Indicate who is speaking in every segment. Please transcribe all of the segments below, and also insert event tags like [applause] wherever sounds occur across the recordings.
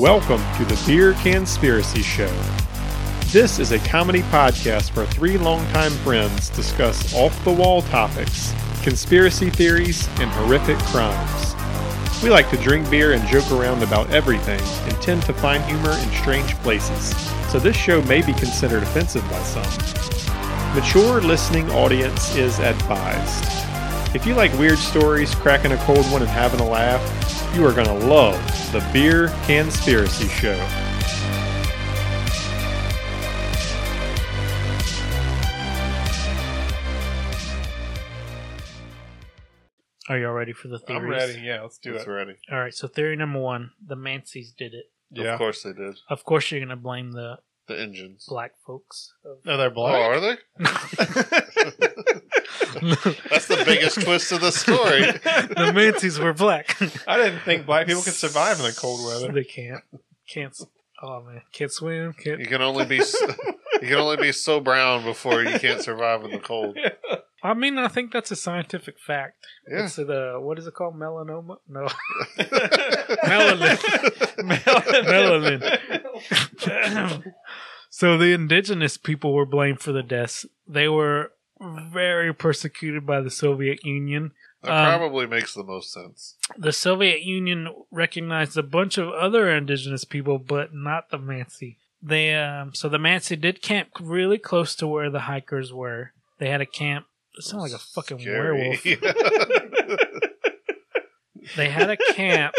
Speaker 1: Welcome to the Beer Conspiracy Show. This is a comedy podcast where three longtime friends discuss off the wall topics, conspiracy theories, and horrific crimes. We like to drink beer and joke around about everything and tend to find humor in strange places, so this show may be considered offensive by some. Mature listening audience is advised. If you like weird stories, cracking a cold one, and having a laugh, you are going to love the Beer Conspiracy Show.
Speaker 2: Are y'all ready for the theories?
Speaker 1: Yeah, let's
Speaker 3: It's ready.
Speaker 2: All right. So theory number one: the Manceys did it.
Speaker 1: Yeah.
Speaker 3: Of course they did.
Speaker 2: Of course, you're gonna blame the
Speaker 3: The engines.
Speaker 2: black folks. Of... [laughs]
Speaker 1: No, they're
Speaker 3: Oh, are they? That's the biggest twist of the story.
Speaker 2: the Manceys were black.
Speaker 1: I didn't think [laughs] black people could survive in the cold weather.
Speaker 2: They can't. Can't. s- Oh man, can't swim.
Speaker 3: You
Speaker 2: Can't.
Speaker 3: can only be s- you can only be so brown before you can't survive in the cold.
Speaker 2: I mean, I think that's a scientific fact.
Speaker 3: Yeah.
Speaker 2: It's the what is it called? Melanoma?
Speaker 1: [laughs]
Speaker 2: No, [laughs]
Speaker 3: [laughs]
Speaker 2: melanin. melanin. [laughs] so the indigenous people were blamed for the deaths. They were very persecuted by the Soviet Union.
Speaker 3: That
Speaker 2: Um,
Speaker 3: probably makes the most sense.
Speaker 2: the Soviet Union recognized a bunch of other indigenous people, but not the Mansi. They um, so the Mansi did camp really close to where the hikers were. They had a camp. It sounded like a fucking
Speaker 3: [laughs]
Speaker 2: werewolf. They had a camp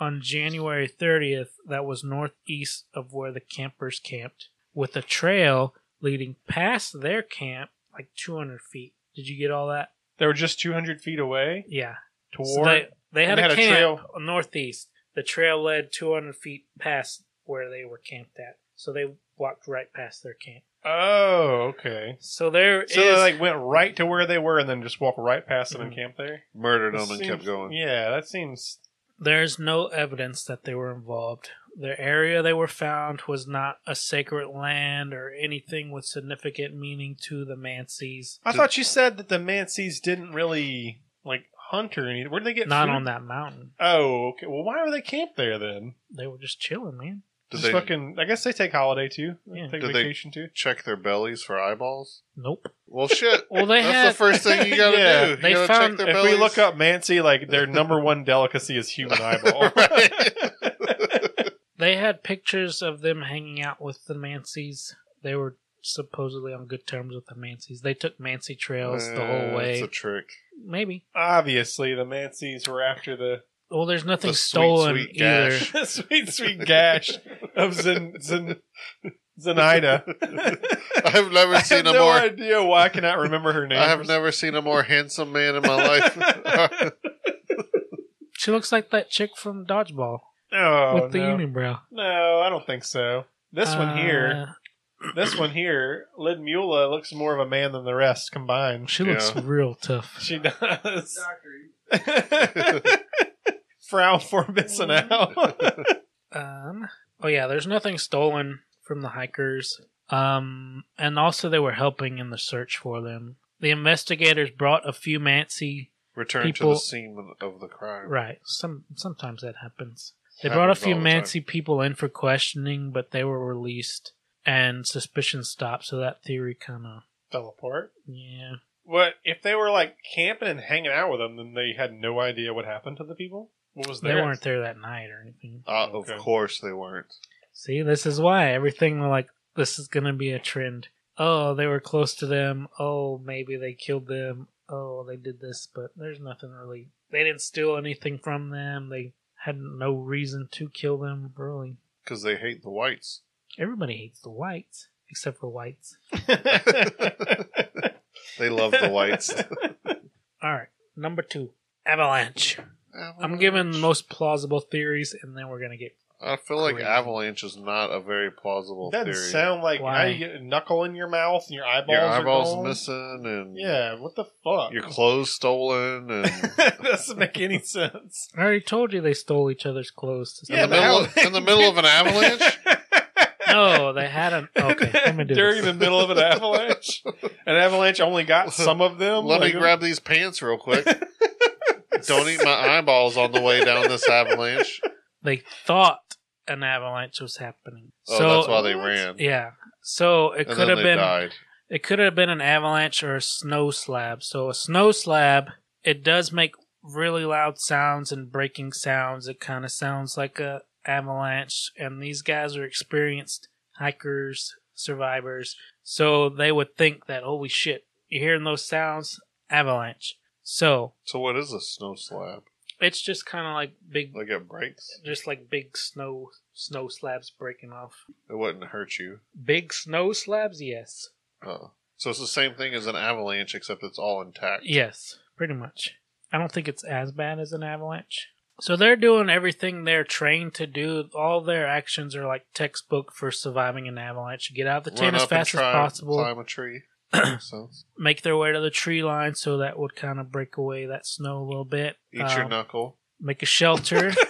Speaker 2: on January 30th that was northeast of where the campers camped, with a trail leading past their camp like 200 feet. Did you get all that?
Speaker 1: They were just 200 feet away
Speaker 2: Yeah. So
Speaker 1: toward.
Speaker 2: they, they had,
Speaker 1: they
Speaker 2: a,
Speaker 1: had a
Speaker 2: camp
Speaker 1: trail.
Speaker 2: on northeast. The trail led 200 feet past where they were camped at. So they walked right past their camp.
Speaker 1: oh, okay.
Speaker 2: So there is
Speaker 1: So they like went right to where they were and then just walked right past them and
Speaker 2: Mhm.
Speaker 1: camped there.
Speaker 3: Mm-hmm. Murdered
Speaker 1: That
Speaker 3: them and
Speaker 1: seems-
Speaker 3: kept going.
Speaker 1: Yeah, that seems.
Speaker 2: there's no evidence that they were involved. The area they were found was not a sacred land or anything with significant meaning to the Manseys.
Speaker 1: I
Speaker 3: Did-
Speaker 1: thought you said that the Manseys didn't really like hunt or anything. Where did they get?
Speaker 2: Not
Speaker 1: food?
Speaker 2: on that mountain.
Speaker 1: Oh, okay. Well, why were they camped there then?
Speaker 2: They were just chilling, man.
Speaker 3: Did
Speaker 1: Just
Speaker 3: they
Speaker 1: fucking. I guess they take holiday too. They
Speaker 2: Yeah.
Speaker 1: Take
Speaker 3: Did they-
Speaker 1: vacation too.
Speaker 3: check their bellies for eyeballs?
Speaker 2: Nope.
Speaker 3: Well, shit.
Speaker 2: [laughs] Well, they
Speaker 3: That's
Speaker 2: had
Speaker 3: the first thing you gotta
Speaker 1: Yeah,
Speaker 3: do. You
Speaker 2: they
Speaker 3: gotta
Speaker 2: found-
Speaker 3: check their
Speaker 1: if
Speaker 3: bellies.
Speaker 1: we look up Mansi, like
Speaker 3: [laughs]
Speaker 1: their number one delicacy is human eyeball. [laughs]
Speaker 2: [laughs] they had pictures of them hanging out with the Manseys. They were supposedly on good terms with the Manseys. They took Mansi trails the whole
Speaker 3: Uh,
Speaker 2: way.
Speaker 3: It's a trick.
Speaker 2: Maybe.
Speaker 1: Obviously, the Manseys were after the [laughs]
Speaker 2: Well, there's nothing
Speaker 3: The sweet,
Speaker 2: stolen
Speaker 3: sweet
Speaker 2: either.
Speaker 3: gash.
Speaker 1: sweet, sweet gash of Zen, Zen, Zenaida.
Speaker 3: [laughs]
Speaker 2: [laughs]
Speaker 3: I've never
Speaker 1: I
Speaker 3: seen
Speaker 1: have
Speaker 3: a
Speaker 1: no
Speaker 3: more
Speaker 1: idea why I cannot remember her name.
Speaker 3: [laughs] I have never seen a more handsome man
Speaker 2: [laughs]
Speaker 3: in my life. [laughs]
Speaker 2: She looks like that chick from Dodgeball
Speaker 1: [laughs] Oh,
Speaker 2: with the
Speaker 1: no.
Speaker 2: unibrow.
Speaker 1: No, I don't think so. This one here,
Speaker 2: Uh,
Speaker 1: this one here, Lid Mula looks more of a man than the rest combined.
Speaker 2: She looks
Speaker 3: Yeah.
Speaker 2: real tough.
Speaker 1: She does. [laughs]
Speaker 3: [laughs]
Speaker 1: Frown for missing
Speaker 3: Mm-hmm.
Speaker 1: out.
Speaker 2: Um, oh yeah, there's nothing stolen from the hikers. Um, and also they were helping in the search for them. The investigators brought a few Mansi
Speaker 3: Return to
Speaker 2: People-
Speaker 3: the scene of the crime.
Speaker 2: Right. Some sometimes that happens. They
Speaker 3: Happens
Speaker 2: brought a few
Speaker 3: all the time.
Speaker 2: Mansi people in for questioning, but they were released and suspicion stopped. So that theory kind of
Speaker 1: Fell apart.
Speaker 2: yeah.
Speaker 1: What if they were like camping and hanging out with them? Then they had no idea what happened to the people. What was
Speaker 2: They
Speaker 1: there? [laughs]
Speaker 2: weren't there that night or anything.
Speaker 3: Uh,
Speaker 1: Okay.
Speaker 3: Of course they weren't.
Speaker 2: See, this is why everything like this is gonna be a trend. Oh, they were close to them. Oh, maybe they killed them. Oh, they did this, but there's nothing really. They didn't steal anything from them. They had no reason to kill them. Really,
Speaker 3: Because they hate the whites.
Speaker 2: everybody hates the whites except for whites.
Speaker 3: They love the
Speaker 2: [laughs]
Speaker 3: whites.
Speaker 2: All right, number two, avalanche. I'm giving the most plausible theories, and then we're gonna get.
Speaker 3: I feel like
Speaker 2: Crazy.
Speaker 3: avalanche is not a very plausible
Speaker 1: Doesn't
Speaker 3: theory.
Speaker 1: sound like
Speaker 2: Why?
Speaker 1: now you get a knuckle in your mouth and your eyeballs.
Speaker 3: your
Speaker 1: are
Speaker 3: eyeballs
Speaker 1: gone.
Speaker 3: missing and
Speaker 1: Yeah, what the fuck? [laughs]
Speaker 3: your clothes stolen and
Speaker 1: doesn't make any sense.
Speaker 2: I already told you they stole each other's clothes. To
Speaker 3: in,
Speaker 1: Yeah,
Speaker 3: the
Speaker 1: but
Speaker 3: middle
Speaker 1: how-
Speaker 3: of, in the middle of
Speaker 1: [laughs]
Speaker 3: an
Speaker 4: [laughs]
Speaker 3: avalanche.
Speaker 2: no, they had
Speaker 3: [laughs]
Speaker 2: an. Okay, let me do
Speaker 1: During
Speaker 2: this.
Speaker 1: the middle of an avalanche, an avalanche only
Speaker 3: [laughs]
Speaker 1: got some of
Speaker 4: Oh
Speaker 1: them.
Speaker 3: Let me
Speaker 1: like-
Speaker 3: grab these pants real quick. Don't eat my eyeballs on the way down this avalanche. Oh,
Speaker 2: They thought an avalanche was happening.
Speaker 3: Oh,
Speaker 2: so
Speaker 3: that's why they ran.
Speaker 2: yeah, so it
Speaker 3: and
Speaker 2: could
Speaker 3: then
Speaker 2: have
Speaker 3: they
Speaker 2: been
Speaker 3: died.
Speaker 2: it could have been an avalanche or a snow slab. So a snow slab, it does make really loud sounds and breaking sounds. It kind of sounds like a avalanche, and these guys are experienced hikers, survivors, so they would think that holy shit, you're hearing those sounds, avalanche. So
Speaker 3: So what is a snow slab?
Speaker 2: it's just kind of like big,
Speaker 3: Like it breaks?
Speaker 2: just like big snow snow slabs breaking off.
Speaker 3: It wouldn't hurt you.
Speaker 2: Big snow slabs, yes,
Speaker 3: Oh. So it's the same thing as an avalanche, except it's all intact.
Speaker 2: Yes, pretty much. I don't think it's as bad as an avalanche. So they're doing everything they're trained to do. All their actions are like textbook for surviving an avalanche. Get out of the tent as fast as possible.
Speaker 3: Climb a tree. Makes sense.
Speaker 2: Make their way to the tree line so that would kind of break away that snow a little bit.
Speaker 3: Eat your
Speaker 2: Um,
Speaker 3: knuckle. [laughs]
Speaker 2: Make a shelter.
Speaker 4: [laughs]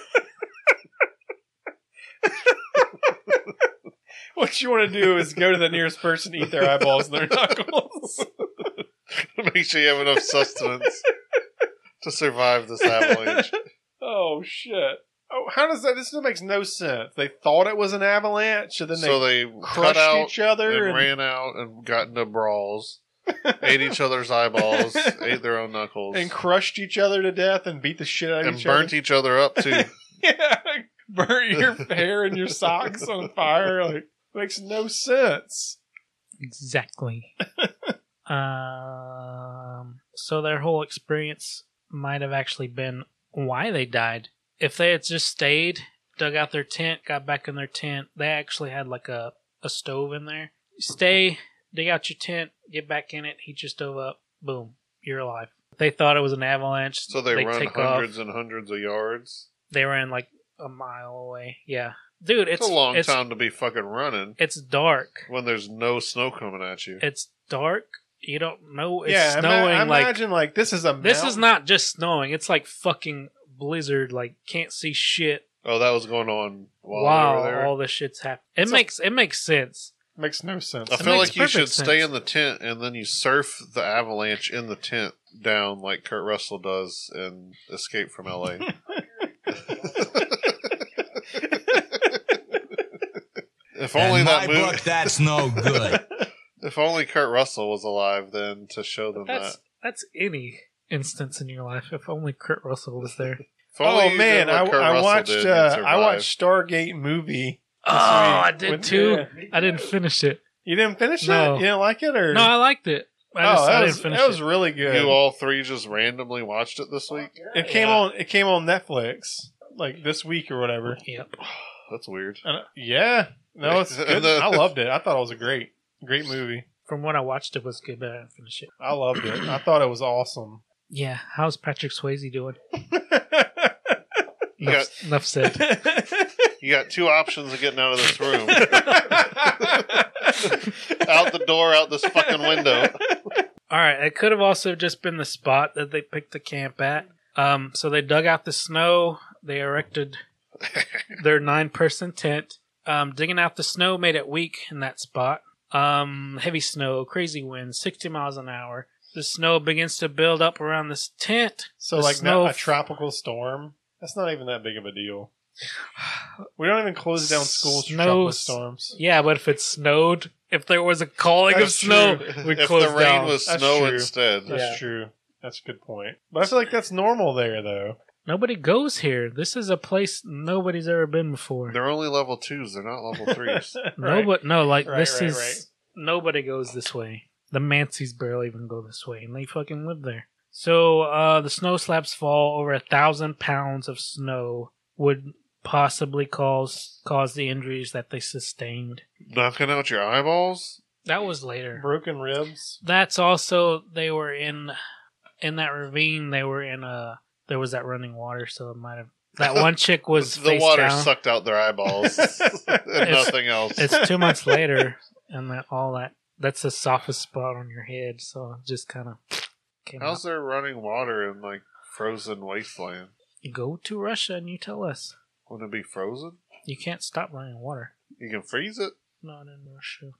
Speaker 4: What you want to do is go to the nearest person, eat their
Speaker 3: [laughs]
Speaker 4: eyeballs and their knuckles. [laughs]
Speaker 3: Make sure you have enough sustenance to survive this avalanche.
Speaker 4: oh shit! Oh, how does that? This makes no sense. They thought it was an avalanche, and then
Speaker 3: so
Speaker 4: they,
Speaker 3: they cut
Speaker 4: crushed
Speaker 3: out
Speaker 4: each other.
Speaker 3: and
Speaker 4: And
Speaker 3: ran out and got into brawls, ate each other's eyeballs, ate their own knuckles,
Speaker 4: and crushed each other to death and beat the shit out of
Speaker 3: and
Speaker 4: each
Speaker 3: burnt e-
Speaker 4: other.
Speaker 3: each other up too.
Speaker 4: [laughs] yeah, burnt your hair and your socks on fire. Like makes no sense.
Speaker 3: [laughs]
Speaker 2: exactly. um, so their whole experience might have actually been why they died. If they had just stayed, dug out their tent, got back in their tent, they actually had like a, a stove in there. Stay, dig out your tent, get back in it, heat your stove up, boom, you're alive. They thought it was an avalanche.
Speaker 3: So they, run
Speaker 2: take
Speaker 3: hundreds
Speaker 2: Off.
Speaker 3: and hundreds of yards.
Speaker 2: They ran like a mile away. Yeah. Dude, it's,
Speaker 3: It's, a long
Speaker 2: it's,
Speaker 3: time to be fucking running
Speaker 2: It's dark.
Speaker 3: when there's no snow coming at you.
Speaker 2: It's dark. You don't know it's
Speaker 4: yeah, ima-
Speaker 2: snowing like
Speaker 4: imagine like this is a
Speaker 2: This is
Speaker 4: mountain.
Speaker 2: not just snowing. It's like fucking blizzard. Like can't see shit.
Speaker 3: Oh, that was going on while
Speaker 2: wow,
Speaker 3: they were there.
Speaker 2: all this shit's happening. It
Speaker 4: So-
Speaker 2: makes it makes sense.
Speaker 4: makes no sense.
Speaker 3: I
Speaker 2: That [laughs]
Speaker 3: feel
Speaker 4: [laughs]
Speaker 2: makes
Speaker 3: like [laughs] you should
Speaker 2: perfect
Speaker 3: stay
Speaker 2: sense.
Speaker 3: in the tent and then you surf the avalanche in the tent down like Kurt Russell does in Escape from LA. if only
Speaker 5: and
Speaker 3: that
Speaker 5: my
Speaker 3: movie
Speaker 5: book, that's no good.
Speaker 3: if only Kurt Russell was alive then to show them
Speaker 2: That's
Speaker 3: that.
Speaker 2: that's any instance in your life. If only Kurt Russell was
Speaker 4: [laughs]
Speaker 2: there.
Speaker 3: If only you
Speaker 4: Oh
Speaker 3: did
Speaker 4: man,
Speaker 3: what
Speaker 4: I,
Speaker 3: Kurt
Speaker 4: I
Speaker 3: Russell
Speaker 4: watched
Speaker 3: did, you'd
Speaker 4: uh, I
Speaker 3: survive.
Speaker 4: watched Stargate movie.
Speaker 2: oh, I
Speaker 4: This week
Speaker 2: did
Speaker 4: with-
Speaker 2: too.
Speaker 4: yeah.
Speaker 2: I didn't finish it.
Speaker 4: You didn't finish
Speaker 2: No.
Speaker 4: it? You didn't like it or
Speaker 2: No, I liked it. I just
Speaker 4: oh, that
Speaker 2: I
Speaker 4: was,
Speaker 2: didn't finish
Speaker 4: that was
Speaker 2: it.
Speaker 4: really good.
Speaker 3: You all three just randomly watched it this week.
Speaker 4: it came
Speaker 2: Yeah.
Speaker 4: on it came on Netflix like this week or whatever.
Speaker 2: Yep.
Speaker 3: That's weird.
Speaker 4: And, uh, yeah,
Speaker 3: [laughs]
Speaker 4: no, it's good. I loved it. I thought it was a great great movie.
Speaker 2: From what I watched, it was good, but I didn't finish it.
Speaker 4: I loved it. I thought it
Speaker 3: [laughs]
Speaker 4: was awesome. [laughs]
Speaker 2: Yeah. How's Patrick Swayze doing?
Speaker 3: You
Speaker 2: Enough, enough said.
Speaker 3: You got two options of getting out of this [laughs] room. out the door, out this
Speaker 2: [laughs]
Speaker 3: fucking window.
Speaker 2: All right, it could have also just been the spot that they picked the camp at. Um, so they dug out the snow. They
Speaker 3: [laughs]
Speaker 2: erected their nine-person tent. Um, digging out the snow made it weak in that spot. Um, heavy snow, crazy winds, sixty miles an hour. The snow begins to build up around this tent.
Speaker 4: so
Speaker 2: The
Speaker 4: like
Speaker 2: snow
Speaker 4: now a tropical storm. That's not even that big of a
Speaker 2: [sighs]
Speaker 4: deal. We don't even close down schools for
Speaker 2: Snow-
Speaker 4: tropical storms.
Speaker 2: Yeah, but if it snowed, if there was a calling of
Speaker 4: That's
Speaker 2: snow,
Speaker 4: true.
Speaker 2: we'd
Speaker 3: if
Speaker 2: close
Speaker 3: the rain
Speaker 2: down.
Speaker 3: was
Speaker 4: That's
Speaker 3: snow
Speaker 4: true.
Speaker 3: instead.
Speaker 4: That's
Speaker 2: Yeah.
Speaker 4: true. That's a good point. But I feel like that's normal there though. [laughs]
Speaker 2: Nobody goes here. This is a place nobody's ever been before.
Speaker 3: They're only level twos, they're not level
Speaker 2: [laughs]
Speaker 3: threes.
Speaker 2: No,
Speaker 4: Right.
Speaker 2: but no, like
Speaker 4: Right,
Speaker 2: this
Speaker 4: right,
Speaker 2: is nobody goes this way. The Manseys barely even go this way, and they fucking live there. So uh, the snow slabs fall. Over a thousand pounds of snow would possibly cause cause the injuries that they sustained.
Speaker 3: Knocking out your eyeballs?
Speaker 2: That was later.
Speaker 4: broken ribs. [laughs]
Speaker 2: That's also they were in in that ravine. They were in a there was that running water, so it might have
Speaker 4: [laughs]
Speaker 2: that one chick was
Speaker 3: the
Speaker 2: face
Speaker 3: water
Speaker 2: down.
Speaker 3: sucked out
Speaker 2: [laughs]
Speaker 3: their eyeballs. and nothing else.
Speaker 2: it's
Speaker 4: [laughs]
Speaker 2: two months later, and that all that that's the softest spot on your head, so it just kind of came
Speaker 3: How's
Speaker 2: out.
Speaker 3: there running water in like frozen wasteland?
Speaker 2: Go to Russia and you tell us.
Speaker 3: Wouldn't it be frozen?
Speaker 2: You can't stop running water.
Speaker 3: You can
Speaker 2: [laughs]
Speaker 3: freeze it. [laughs]
Speaker 2: Not in Russia.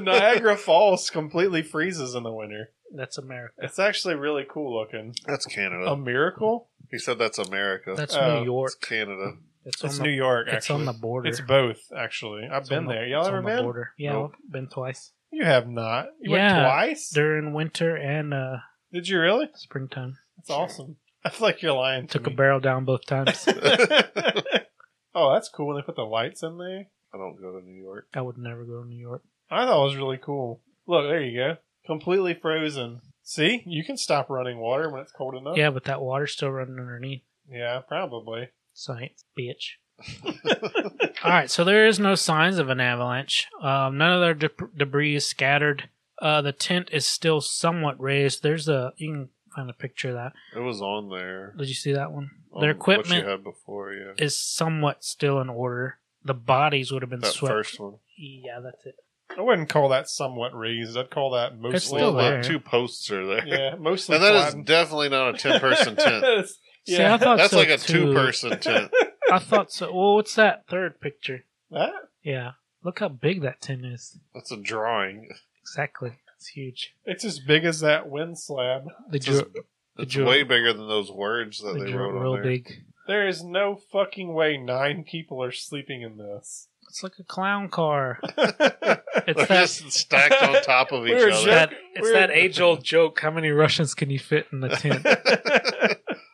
Speaker 4: Niagara Falls completely freezes in the winter.
Speaker 2: That's America.
Speaker 4: It's actually really cool looking.
Speaker 3: That's Canada.
Speaker 4: A miracle?
Speaker 3: He said that's America.
Speaker 2: Um,
Speaker 3: Uh,
Speaker 2: That's
Speaker 4: Oh,
Speaker 2: New
Speaker 3: It's
Speaker 2: York.
Speaker 3: Canada.
Speaker 2: It's,
Speaker 4: It's
Speaker 2: on
Speaker 4: New
Speaker 2: the,
Speaker 4: York.
Speaker 2: It's on the
Speaker 4: actually.
Speaker 2: border.
Speaker 4: It's both actually. I've
Speaker 2: It's
Speaker 4: been
Speaker 2: on the-
Speaker 4: there. Y'all
Speaker 2: it's
Speaker 4: ever
Speaker 2: on the
Speaker 4: been?
Speaker 2: Border. Yeah,
Speaker 3: Nope.
Speaker 2: I've been twice
Speaker 4: You have not. You
Speaker 2: Yeah.
Speaker 4: went twice.
Speaker 2: during winter and uh,
Speaker 4: Did you really?
Speaker 2: springtime.
Speaker 4: That's awesome. I feel like you're lying. To
Speaker 2: Took a
Speaker 4: me.
Speaker 2: barrel down both times. [laughs]
Speaker 4: [laughs] oh, that's cool when they put the lights in there.
Speaker 3: I don't go to New York.
Speaker 2: I would never go to New York.
Speaker 4: I thought it was really cool. Look, there you go. Completely frozen. See, you can stop running water when it's cold enough.
Speaker 2: Yeah, but that water's still running underneath.
Speaker 4: Yeah, probably.
Speaker 2: Science, bitch.
Speaker 3: [laughs]
Speaker 2: All right, so there is no signs of an avalanche. Um, none of their de- debris is scattered. Uh, the tent is still somewhat raised. There's a you can find a picture of that.
Speaker 3: It was on there.
Speaker 2: Did you see that one?
Speaker 3: on
Speaker 2: their
Speaker 3: Oh, What
Speaker 2: equipment
Speaker 3: you had before, yeah.
Speaker 2: is somewhat still in order. The bodies would have been
Speaker 3: That
Speaker 2: swept.
Speaker 3: first one.
Speaker 2: Yeah, that's it.
Speaker 4: I wouldn't call that somewhat raised. I'd call that mostly.
Speaker 2: still
Speaker 3: Well,
Speaker 2: there.
Speaker 3: the two posts are there.
Speaker 4: Yeah, mostly.
Speaker 3: And that is
Speaker 4: flattened.
Speaker 3: definitely not a
Speaker 2: [laughs]
Speaker 3: 10 person
Speaker 4: [laughs]
Speaker 3: tent.
Speaker 2: See, I
Speaker 4: yeah,
Speaker 2: thought
Speaker 3: That's
Speaker 2: so,
Speaker 3: like a
Speaker 2: too. [laughs]
Speaker 3: two person tent.
Speaker 2: I thought so. Well, what's that third picture?
Speaker 4: that
Speaker 2: Yeah, look how big that tent is.
Speaker 3: That's a drawing.
Speaker 2: Exactly, it's huge.
Speaker 4: it's as big as that wind slab.
Speaker 2: They
Speaker 3: It's, just-
Speaker 2: drew,
Speaker 3: it's
Speaker 2: drew-
Speaker 3: way bigger than those words that
Speaker 2: they
Speaker 3: they,
Speaker 2: drew
Speaker 3: wrote
Speaker 2: it
Speaker 3: on
Speaker 2: real
Speaker 3: there. [laughs]
Speaker 2: big.
Speaker 4: There is no fucking way nine people are sleeping in this. [laughs]
Speaker 2: It's like a clown car. It's
Speaker 3: They're
Speaker 2: that
Speaker 3: just stacked on top of
Speaker 2: [laughs]
Speaker 4: We
Speaker 3: each
Speaker 4: were
Speaker 3: other.
Speaker 4: joking.
Speaker 2: that it's that age old joke. How many Russians can you fit in the
Speaker 4: [laughs]
Speaker 2: tent?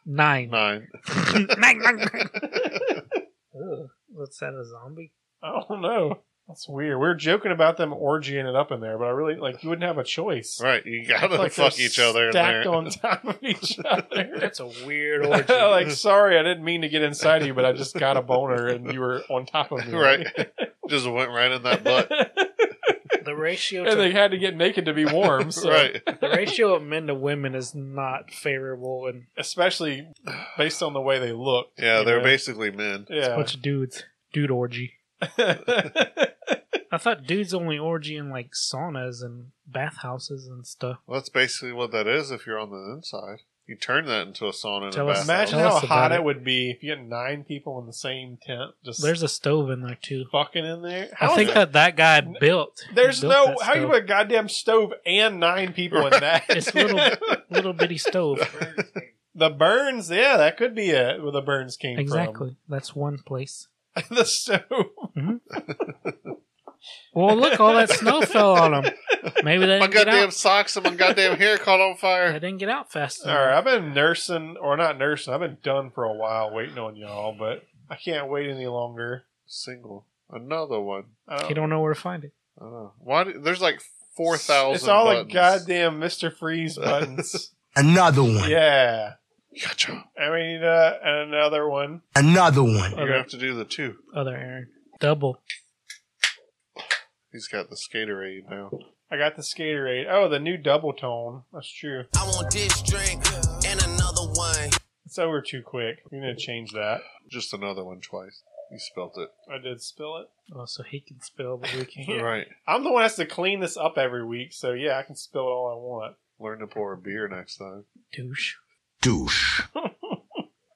Speaker 2: Nine. [laughs]
Speaker 3: [laughs] Nine. [laughs]
Speaker 2: nine, nine. Ugh, what's that? A zombie?
Speaker 4: [laughs] I don't know. That's weird. We were joking about them orgying it up in there, but I really like you wouldn't have a choice.
Speaker 3: Right, you gotta
Speaker 4: Like, they're
Speaker 3: fuck each other in
Speaker 4: stacked
Speaker 3: there.
Speaker 4: on top of
Speaker 3: [laughs]
Speaker 4: each other. [laughs]
Speaker 2: That's a weird orgy.
Speaker 4: like, sorry, I didn't mean to get inside you, but I just got a boner and you were on top of me. [laughs]
Speaker 3: Right. [laughs] Just went right in that butt.
Speaker 2: the ratio to,
Speaker 4: [laughs] and they had to get naked to be warm. [laughs]
Speaker 3: [laughs]
Speaker 4: So.
Speaker 3: Right.
Speaker 2: the ratio of men to women is not favorable, and
Speaker 4: Especially based on the way they look.
Speaker 3: Yeah, they're
Speaker 4: Yeah.
Speaker 3: basically men.
Speaker 2: a
Speaker 4: Yeah.
Speaker 2: bunch of dudes. Dude orgy.
Speaker 4: [laughs]
Speaker 2: I thought dudes only orgy in like saunas and bathhouses and stuff.
Speaker 3: Well, that's basically what that is if you're on the inside. You turn that into a sauna and
Speaker 2: Tell
Speaker 3: a
Speaker 2: us- Tell
Speaker 3: bathhouse.
Speaker 4: Imagine how
Speaker 2: us about
Speaker 4: hot
Speaker 2: it.
Speaker 4: it. would be if you had nine people in the same tent just
Speaker 2: There's a stove in there too.
Speaker 4: fucking in there. How
Speaker 2: I
Speaker 4: is
Speaker 2: think
Speaker 4: it-
Speaker 2: that that guy built.
Speaker 4: There's
Speaker 2: built
Speaker 4: no
Speaker 2: that
Speaker 4: how you
Speaker 2: stove.
Speaker 4: put a goddamn stove and nine people in that.
Speaker 2: It's little little bitty stove.
Speaker 4: [laughs] the burns, yeah, that could be it. Where the burns came
Speaker 2: Exactly. That's one place.
Speaker 4: from. [laughs] the stove.
Speaker 2: Well, look, all that snow
Speaker 3: [laughs]
Speaker 2: fell on them. Maybe they
Speaker 3: My
Speaker 2: didn't, get
Speaker 3: goddamn
Speaker 2: out.
Speaker 3: socks and my
Speaker 2: [laughs]
Speaker 3: goddamn hair caught on
Speaker 2: they
Speaker 3: fire.
Speaker 2: didn't get out fast
Speaker 4: All
Speaker 2: enough.
Speaker 4: right, I've been nursing or not nursing. I've been done for a while waiting on y'all, but I can't wait any longer.
Speaker 3: Single. Another one.
Speaker 4: I don't-
Speaker 2: You don't know where to find it.
Speaker 3: I don't know. Why? Do, there's like 4,000.
Speaker 4: It's all
Speaker 3: buttons.
Speaker 4: a goddamn Mr.
Speaker 3: [laughs]
Speaker 4: Freeze buttons.
Speaker 5: [laughs] Another one.
Speaker 4: yeah.
Speaker 3: Gotcha.
Speaker 4: I mean, uh, and another one.
Speaker 5: Another one.
Speaker 3: You're gonna have to do the two.
Speaker 2: Other Aaron. Double.
Speaker 3: He's got the Skaterade now.
Speaker 4: I got the Skaterade. Oh, the new double tone. That's true.
Speaker 6: I want this drink and another one.
Speaker 4: It's over too quick. We're gonna change that.
Speaker 3: Just another one twice. You spelt it.
Speaker 4: I did spill it.
Speaker 2: Oh, so he can spill, but we can't.
Speaker 3: [laughs] Right.
Speaker 4: I'm the one that has to clean this up every week, so yeah, I can spill it all I want.
Speaker 3: Learn to pour a beer next time.
Speaker 2: Douche.
Speaker 5: Douche.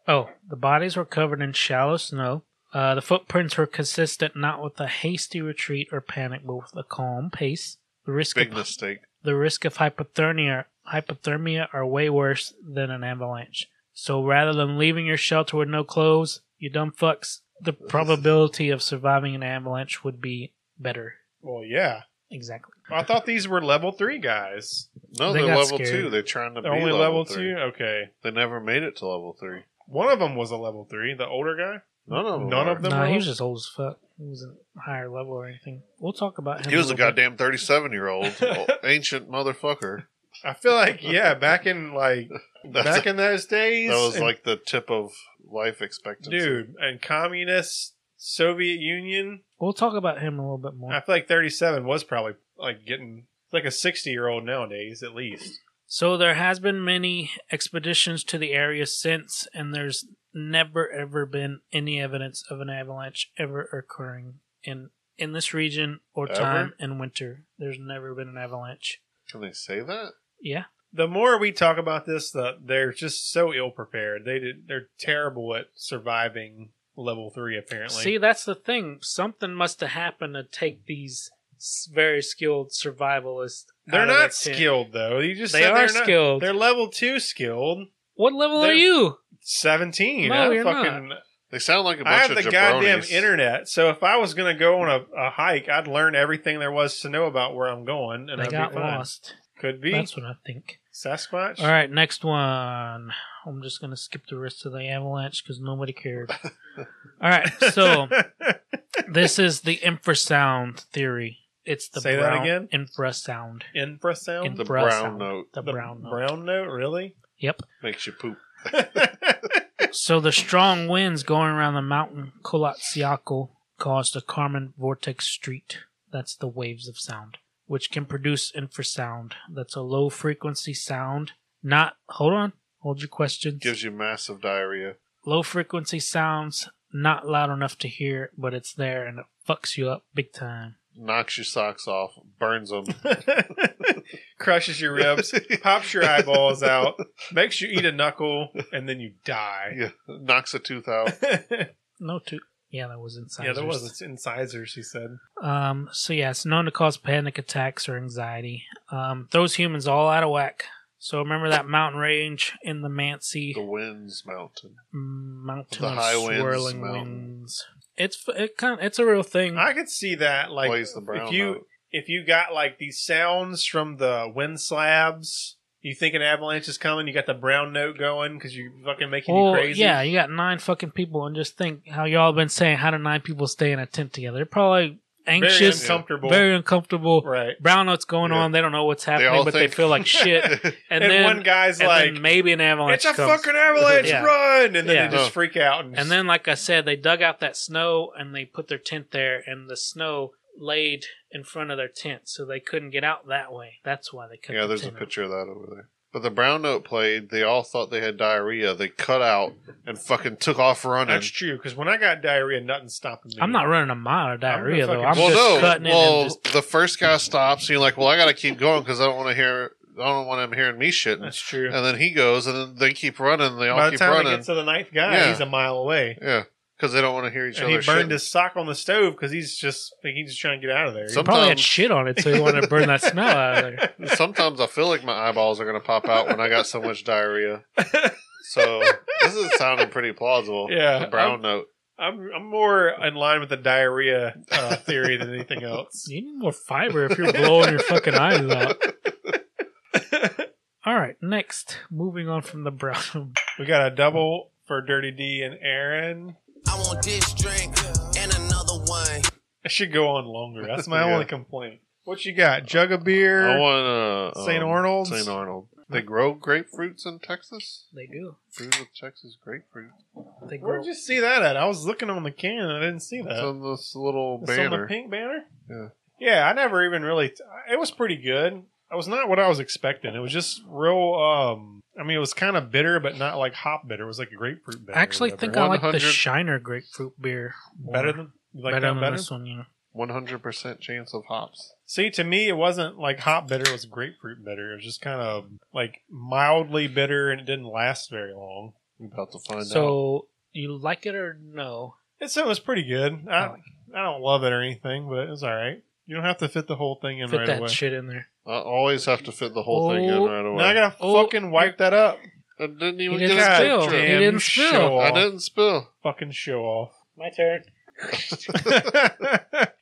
Speaker 2: Oh, the bodies were covered in shallow snow. Uh, the footprints were consistent not with a hasty retreat or panic, but with a calm pace. The risk
Speaker 3: Big
Speaker 2: of
Speaker 3: mistake.
Speaker 2: the risk of hypothermia hypothermia are way worse than an avalanche. So rather than leaving your shelter with no clothes, you dumb fucks,
Speaker 3: [laughs]
Speaker 2: the probability of surviving an avalanche would be better.
Speaker 4: Well, yeah.
Speaker 2: Exactly.
Speaker 4: I thought these were level three guys.
Speaker 3: No,
Speaker 2: They
Speaker 3: they are
Speaker 2: got
Speaker 3: level
Speaker 2: scared.
Speaker 3: two. They're trying to
Speaker 4: They're
Speaker 3: be
Speaker 4: only
Speaker 3: level,
Speaker 4: level
Speaker 3: three.
Speaker 4: two. Okay.
Speaker 3: They never made it to level three.
Speaker 4: One of them was a level three. The older guy.
Speaker 3: None of them.
Speaker 4: None
Speaker 3: are.
Speaker 4: of them?
Speaker 2: nah,
Speaker 4: were-
Speaker 2: he was just old as fuck. He wasn't higher level or anything. We'll talk about him.
Speaker 3: He was a
Speaker 2: little bit.
Speaker 3: goddamn 37 year
Speaker 4: [laughs]
Speaker 3: old ancient motherfucker.
Speaker 4: I
Speaker 3: [laughs]
Speaker 4: feel like yeah. Back in like
Speaker 3: That's
Speaker 4: back in those days,
Speaker 3: that was
Speaker 4: and-
Speaker 3: like the tip of life expectancy.
Speaker 4: dude and communist Soviet Union.
Speaker 2: We'll talk about him a little bit more.
Speaker 4: I feel like 37 was probably like getting it's like a 60 year old nowadays at least.
Speaker 2: So there has been many expeditions to the area since, and there's never ever been any evidence of an avalanche ever occurring in in this region or
Speaker 3: Ever?
Speaker 2: time in winter. There's never been an avalanche.
Speaker 3: Can they say that?
Speaker 2: Yeah,
Speaker 4: The more we talk about this, the, they're just so ill prepared. They did, they're terrible at surviving level three apparently.
Speaker 2: see, that's the thing. Something must have happened to take these s- very skilled survivalists.
Speaker 4: they're
Speaker 2: out of their
Speaker 4: not
Speaker 2: tent.
Speaker 4: skilled though. You just
Speaker 2: They
Speaker 4: said
Speaker 2: are
Speaker 4: they're not-
Speaker 2: skilled.
Speaker 4: they're level two skilled.
Speaker 2: What level
Speaker 4: They're-
Speaker 2: are you?
Speaker 4: 17.
Speaker 2: No,
Speaker 4: I
Speaker 2: you're
Speaker 4: fucking
Speaker 3: They sound like a bunch
Speaker 4: I have
Speaker 3: of
Speaker 4: the
Speaker 3: jabronis.
Speaker 4: goddamn internet. So if I was going to go on a, a hike, I'd learn everything there was to know about where I'm going and
Speaker 2: they
Speaker 4: I'd
Speaker 2: got
Speaker 4: be fine.
Speaker 2: lost.
Speaker 4: Could be
Speaker 2: That's what I think.
Speaker 4: Sasquatch.
Speaker 2: All right, next one. I'm just gonna skip the rest of the avalanche because nobody
Speaker 4: [laughs]
Speaker 2: cared. All right, so this is the infrasound theory. It's the
Speaker 4: Say that
Speaker 2: brown
Speaker 4: again?
Speaker 2: infrasound.
Speaker 4: infrasound.
Speaker 2: In-
Speaker 4: the,
Speaker 3: The
Speaker 2: Bruh
Speaker 3: brown
Speaker 2: sound.
Speaker 3: note
Speaker 2: The, brown. note.
Speaker 4: brown note, really?
Speaker 2: Yep.
Speaker 3: makes you poop.
Speaker 2: So the strong winds going around the mountain Kulatsiako caused a Karman vortex street. That's the waves of sound, which can produce infrasound. That's a low frequency sound. Not hold on, hold your questions.
Speaker 3: Gives you massive diarrhea.
Speaker 2: low frequency sounds, not loud enough to hear, but it's there and it fucks you up big time.
Speaker 3: Knocks your socks off. Burns
Speaker 4: [laughs]
Speaker 3: them.
Speaker 4: Crushes your ribs, pops your eyeballs out, makes you eat a knuckle, and then you die.
Speaker 3: yeah, knocks a tooth
Speaker 4: [laughs]
Speaker 3: out.
Speaker 4: yeah,
Speaker 2: No two. Yeah, that was inside.
Speaker 4: there was it's incisors. He said.
Speaker 2: Um, so yeah, it's known to cause panic attacks or anxiety. Um, throws humans all out of whack. So remember that mountain range in the Mansi
Speaker 3: The winds mountain.
Speaker 2: mountain
Speaker 3: The
Speaker 2: of
Speaker 3: high winds
Speaker 2: swirling
Speaker 3: mountain.
Speaker 2: winds. It's f- it kind it's a real thing.
Speaker 4: I could see that, like
Speaker 3: plays the brown
Speaker 4: if you
Speaker 3: note.
Speaker 4: if you got like these sounds from the wind slabs, you think an avalanche is coming. You got the brown note going because you fucking making
Speaker 2: Well,
Speaker 4: you crazy.
Speaker 2: yeah, you got nine fucking people, and just think how y'all been saying how do nine people stay in a tent together? They're probably
Speaker 4: very
Speaker 2: anxious,
Speaker 4: uncomfortable.
Speaker 2: very uncomfortable.
Speaker 4: right.
Speaker 2: Brown note's going
Speaker 3: Yeah.
Speaker 2: on. They don't know what's happening,
Speaker 3: all
Speaker 2: but
Speaker 3: think-
Speaker 2: they feel like
Speaker 3: [laughs]
Speaker 2: shit. And,
Speaker 4: And,
Speaker 2: then,
Speaker 4: one guy's
Speaker 2: and
Speaker 4: like,
Speaker 2: then maybe an avalanche.
Speaker 4: "It's a
Speaker 2: comes.
Speaker 4: fucking avalanche,
Speaker 2: Yeah.
Speaker 4: run!" And then
Speaker 2: Yeah.
Speaker 4: they just freak out. And,
Speaker 2: And then, like I said, they dug out that snow and they put their tent there, and the snow laid in front of their tent, so they couldn't get out that way. That's why they cut.
Speaker 3: yeah,
Speaker 2: the
Speaker 3: there's a
Speaker 2: tent out.
Speaker 3: picture of that over there. But the brown note played. They all thought they had diarrhea. They cut out and fucking took off running.
Speaker 4: that's true because when I got diarrhea, nothing stopping me.
Speaker 2: I'm not running a mile of diarrhea though.
Speaker 4: fucking-
Speaker 2: I'm
Speaker 3: well,
Speaker 2: just
Speaker 3: no.
Speaker 2: cutting it.
Speaker 3: well,
Speaker 2: And just,
Speaker 3: the first guy stops. And you're like, well, I got to keep going because I don't want to hear. I don't want him hearing me shitting.
Speaker 4: That's true.
Speaker 3: And then he goes, and then they keep running. They all
Speaker 4: By the
Speaker 3: keep
Speaker 4: time
Speaker 3: running.
Speaker 4: I get to the ninth guy,
Speaker 3: Yeah.
Speaker 4: he's a mile away,
Speaker 3: yeah, because they don't want to hear each
Speaker 4: and
Speaker 3: other.
Speaker 4: he burned
Speaker 3: shitting.
Speaker 4: his sock on the stove because he's just like, he's just trying to get out of there.
Speaker 2: it probably had
Speaker 3: sometimes-
Speaker 2: shit on it, so he wanted to burn that smell out of
Speaker 3: [laughs]
Speaker 2: there.
Speaker 3: Sometimes I feel like my eyeballs are going to pop out when I got so much diarrhea.
Speaker 4: [laughs]
Speaker 3: So this is sounding pretty plausible.
Speaker 4: Yeah,
Speaker 3: The brown
Speaker 4: I'm-
Speaker 3: note.
Speaker 4: I'm, I'm more in line with the diarrhea uh, theory than
Speaker 2: [laughs]
Speaker 4: anything else.
Speaker 2: You need more fiber if you're blowing your fucking eyes
Speaker 3: [laughs]
Speaker 2: out. All right, next, moving on from the brown. [laughs]
Speaker 4: We got a double for Dirty D and Aaron.
Speaker 6: I want this drink and another one.
Speaker 4: It should go on longer. That's my
Speaker 3: [laughs] Yeah.
Speaker 4: only complaint. What you got? Jug of beer.
Speaker 3: I want uh,
Speaker 4: St. Arnold's?
Speaker 3: St. Arnold. They grow grapefruits in Texas.
Speaker 2: They do.
Speaker 3: Brews with Texas grapefruit.
Speaker 2: They grow.
Speaker 4: Where'd you see that at? I was looking on the can and I didn't see that.
Speaker 3: It's on this little
Speaker 4: Uh, It's on the
Speaker 3: banner.
Speaker 4: pink banner.
Speaker 3: Yeah.
Speaker 4: Yeah, I never even really. It was pretty good. It was not what I was expecting. It was just real. Um, I mean, it was kind of bitter, but not like hop bitter. It was like grapefruit bitter.
Speaker 2: I actually
Speaker 4: or
Speaker 2: think
Speaker 4: whatever.
Speaker 2: I like the
Speaker 3: 100
Speaker 2: Shiner grapefruit beer more.
Speaker 4: better than you like
Speaker 2: better
Speaker 4: that
Speaker 2: than
Speaker 4: better.
Speaker 2: this one. You know.
Speaker 3: One hundred percent chance of hops.
Speaker 4: See, to me, it wasn't like hop bitter. It was grapefruit bitter. It was just kind of like mildly bitter, and it didn't last very long.
Speaker 3: I'm about to find out.
Speaker 2: So you like it or no?
Speaker 4: It said it was pretty good.
Speaker 2: I
Speaker 4: I,
Speaker 2: like
Speaker 4: I don't love it or anything, but it was all right. You don't have to fit the whole thing in
Speaker 2: Fit
Speaker 4: right
Speaker 2: that
Speaker 4: away.
Speaker 2: shit in there.
Speaker 3: I always have to fit the whole thing in
Speaker 2: Oh,
Speaker 3: right away.
Speaker 4: now I gotta
Speaker 2: Oh,
Speaker 4: fucking wipe that up.
Speaker 3: I didn't
Speaker 2: He
Speaker 3: even
Speaker 2: didn't
Speaker 3: get a
Speaker 2: spill.
Speaker 3: picture.
Speaker 2: He didn't spill.
Speaker 4: Show
Speaker 3: I
Speaker 4: off.
Speaker 3: didn't spill.
Speaker 4: fucking
Speaker 3: [laughs]
Speaker 4: show off.
Speaker 2: My turn.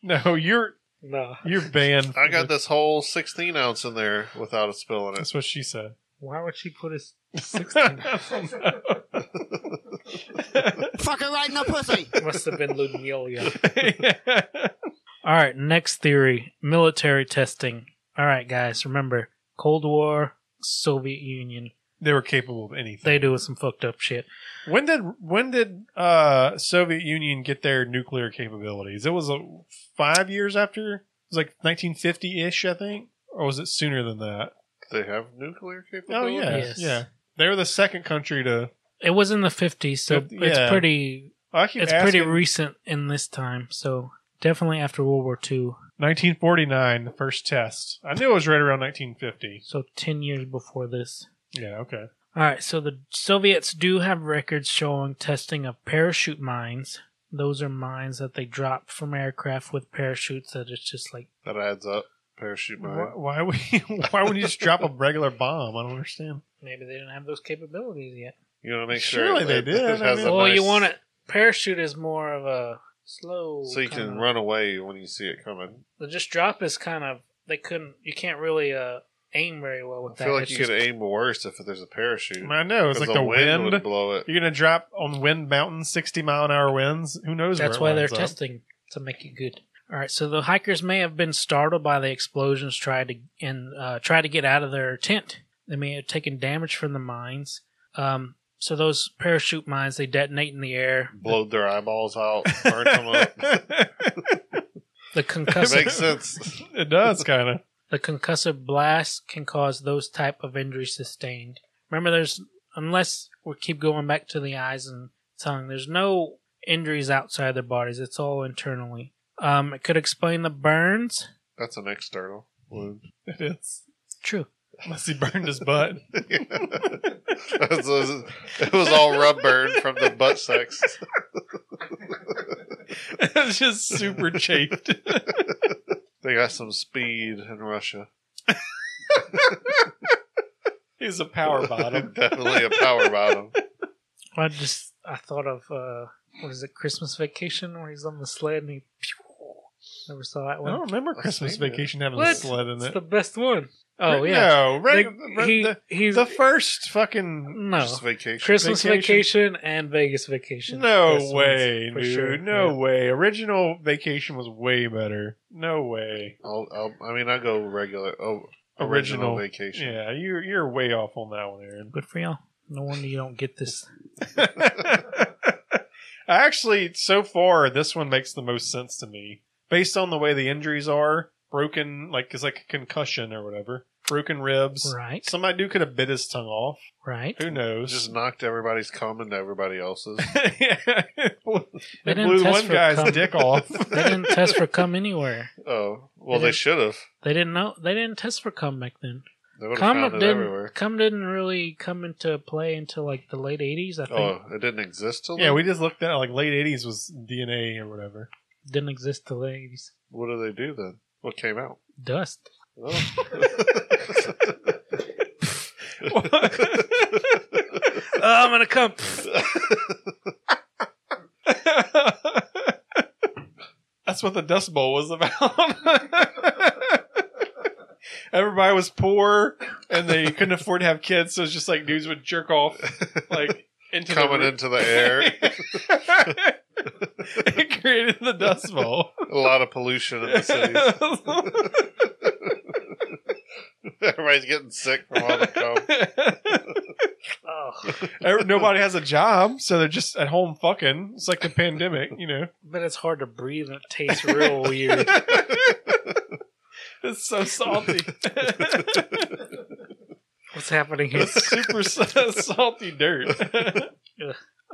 Speaker 4: no, you're
Speaker 2: No.
Speaker 4: you're banned.
Speaker 3: I
Speaker 4: from
Speaker 3: got this whole sixteen ounce in there without it spilling it.
Speaker 4: That's what
Speaker 2: [laughs]
Speaker 4: she said.
Speaker 2: Why would she put his?
Speaker 4: [laughs] I don't know.
Speaker 6: Fuck it right in the pussy. [laughs]
Speaker 2: Must have been
Speaker 4: [laughs]
Speaker 2: Ludmilla. All right, next theory: military testing. All right, guys, remember Cold War, Soviet Union.
Speaker 4: they were capable of anything.
Speaker 2: They doing some fucked up shit.
Speaker 4: When did when did uh, Soviet Union get their nuclear capabilities? It was uh, five years after. It was like 1950 ish, I think, or was it sooner than that?
Speaker 3: They have nuclear
Speaker 4: Oh
Speaker 3: capability.
Speaker 4: yeah,
Speaker 2: Yes.
Speaker 4: yeah. They were the second country to.
Speaker 2: It was in the fifties, so
Speaker 4: Fifty- yeah.
Speaker 2: it's pretty.
Speaker 4: I keep
Speaker 2: It's
Speaker 4: asking-
Speaker 2: pretty recent in this time. So definitely after World War II.
Speaker 4: 1949, the first test. I knew it was right around 1950.
Speaker 2: So ten years before this.
Speaker 4: Yeah, okay.
Speaker 2: All right, so the Soviets do have records showing testing of parachute mines. Those are mines that they drop from aircraft with parachutes that it's just like
Speaker 3: That adds up. parachute
Speaker 4: Why,
Speaker 3: mine.
Speaker 4: why would [laughs] why would you just drop a regular bomb? I don't understand.
Speaker 2: Maybe they didn't have those capabilities yet.
Speaker 3: You want to make sure.
Speaker 4: Surely
Speaker 3: it-
Speaker 4: they
Speaker 3: it-
Speaker 4: did.
Speaker 3: it [laughs]
Speaker 4: I
Speaker 3: has
Speaker 4: mean-
Speaker 3: a
Speaker 2: well, you
Speaker 3: nice-
Speaker 2: want it. Parachute is more of a slow.
Speaker 3: so you can
Speaker 2: kinda-
Speaker 3: run away when you see it coming.
Speaker 2: The just drop is kind of they couldn't. You can't really uh, aim very well with
Speaker 3: I
Speaker 2: that.
Speaker 3: feel like
Speaker 2: It's
Speaker 3: you
Speaker 2: just-
Speaker 3: could aim worse if there's a
Speaker 4: I,
Speaker 3: parachute.
Speaker 4: mean, I know it's
Speaker 3: 'Cause
Speaker 4: like the wind.
Speaker 3: would blow
Speaker 2: [laughs]
Speaker 3: it.
Speaker 4: You're gonna drop on wind mountain, sixty mile an hour winds. Who knows?
Speaker 2: That's why
Speaker 4: where it
Speaker 2: they're
Speaker 4: lines up.
Speaker 2: testing to make it good. All right, so the hikers may have been startled by the explosions, tried to and uh, tried to get out of their tent. They may have taken damage from the mines. Um, so those parachute mines they detonate in the air.
Speaker 3: Blowed their
Speaker 2: [laughs]
Speaker 3: eyeballs out, burnt them up.
Speaker 2: The concussive
Speaker 3: Makes sense.
Speaker 4: [laughs]
Speaker 3: [laughs]
Speaker 4: It does kind of.
Speaker 2: the concussive blast can cause those type of injuries sustained. Remember, there's unless we keep going back to the eyes and tongue, there's no injuries outside their bodies. It's all internally. Um, it could explain the burns.
Speaker 3: That's an external wound.
Speaker 4: It is.
Speaker 2: True.
Speaker 4: Unless he burned his butt. [laughs]
Speaker 3: it, was, it was all rub burn from the butt sex.
Speaker 4: it's just
Speaker 3: [laughs]
Speaker 4: super chafed.
Speaker 3: They got some speed in Russia.
Speaker 4: He's a power bottom.
Speaker 3: [laughs] Definitely a power bottom.
Speaker 2: I just I thought of uh, what is it, Christmas Vacation, where he's on the sled and he. Pew, never saw that
Speaker 4: I
Speaker 2: one.
Speaker 4: don't remember
Speaker 3: I've
Speaker 4: Christmas
Speaker 3: seen it.
Speaker 4: Vacation having a
Speaker 2: What?
Speaker 4: sled in
Speaker 2: It's
Speaker 4: it.
Speaker 2: the best one. Oh yeah.
Speaker 4: No, right,
Speaker 2: They-
Speaker 4: right-
Speaker 2: he,
Speaker 4: the,
Speaker 2: he's
Speaker 4: the first fucking.
Speaker 2: no
Speaker 3: Just vacation.
Speaker 2: Christmas
Speaker 4: Vacation.
Speaker 2: vacation. and Vegas vacation.
Speaker 4: No
Speaker 2: Best ones,
Speaker 4: way,
Speaker 2: for
Speaker 4: dude.
Speaker 2: sure.
Speaker 4: No
Speaker 2: Yeah.
Speaker 4: way. Original Vacation was way better. No way.
Speaker 3: I'll, I'll, I mean, I go regular. Oh,
Speaker 4: Original.
Speaker 3: original, vacation.
Speaker 4: Yeah, you're you're way off on that one, Aaron.
Speaker 2: Good for y'all. No wonder you don't get this. [laughs]
Speaker 4: [laughs] Actually, so far, this one makes the most sense to me. Based on the way the injuries are, broken, like, it's like a concussion or whatever, broken ribs.
Speaker 2: Right,
Speaker 4: Somebody dude could have bit his tongue off. [laughs]
Speaker 2: right.
Speaker 4: Who knows?
Speaker 3: Just knocked everybody's cum into everybody
Speaker 4: [laughs]
Speaker 3: else's.
Speaker 4: yeah. It blew
Speaker 2: They didn't test
Speaker 4: one
Speaker 2: for
Speaker 4: guy's
Speaker 2: cum. [laughs]
Speaker 4: dick off.
Speaker 2: They didn't test for cum anywhere.
Speaker 3: Oh, well, they should have.
Speaker 2: They didn't know. They didn't test for cum back then.
Speaker 3: They would have
Speaker 2: Cum
Speaker 3: found it
Speaker 2: didn't.
Speaker 3: everywhere.
Speaker 2: Cum didn't really come into play until like the late '80s. I think
Speaker 3: Oh, it didn't exist till
Speaker 4: yeah,
Speaker 3: then?
Speaker 4: we just looked at it, like late 80s was DNA or whatever.
Speaker 2: didn't exist till the '80s.
Speaker 3: What do they do then? What came out?
Speaker 2: Dust. [laughs]
Speaker 3: Oh. [laughs]
Speaker 2: oh, I'm gonna cum.
Speaker 4: That's what the Dust Bowl was about. Everybody was poor and they couldn't afford to have kids, so it's just like dudes would jerk off like into
Speaker 3: Coming
Speaker 4: the
Speaker 3: into
Speaker 2: [laughs]
Speaker 3: the
Speaker 4: [laughs]
Speaker 3: air.
Speaker 4: it created the Dust Bowl.
Speaker 3: A lot of pollution in the
Speaker 4: [laughs]
Speaker 3: cities. [laughs] Everybody's getting sick from all the
Speaker 4: [laughs]
Speaker 3: cum.
Speaker 2: Oh,
Speaker 4: Every- Nobody has a job, so they're just at home fucking. It's like the pandemic, you know.
Speaker 2: but it's hard to breathe and it tastes [laughs] real weird.
Speaker 4: It's so [laughs] salty.
Speaker 2: What's happening here?
Speaker 4: it's super sa- salty [laughs] dirt.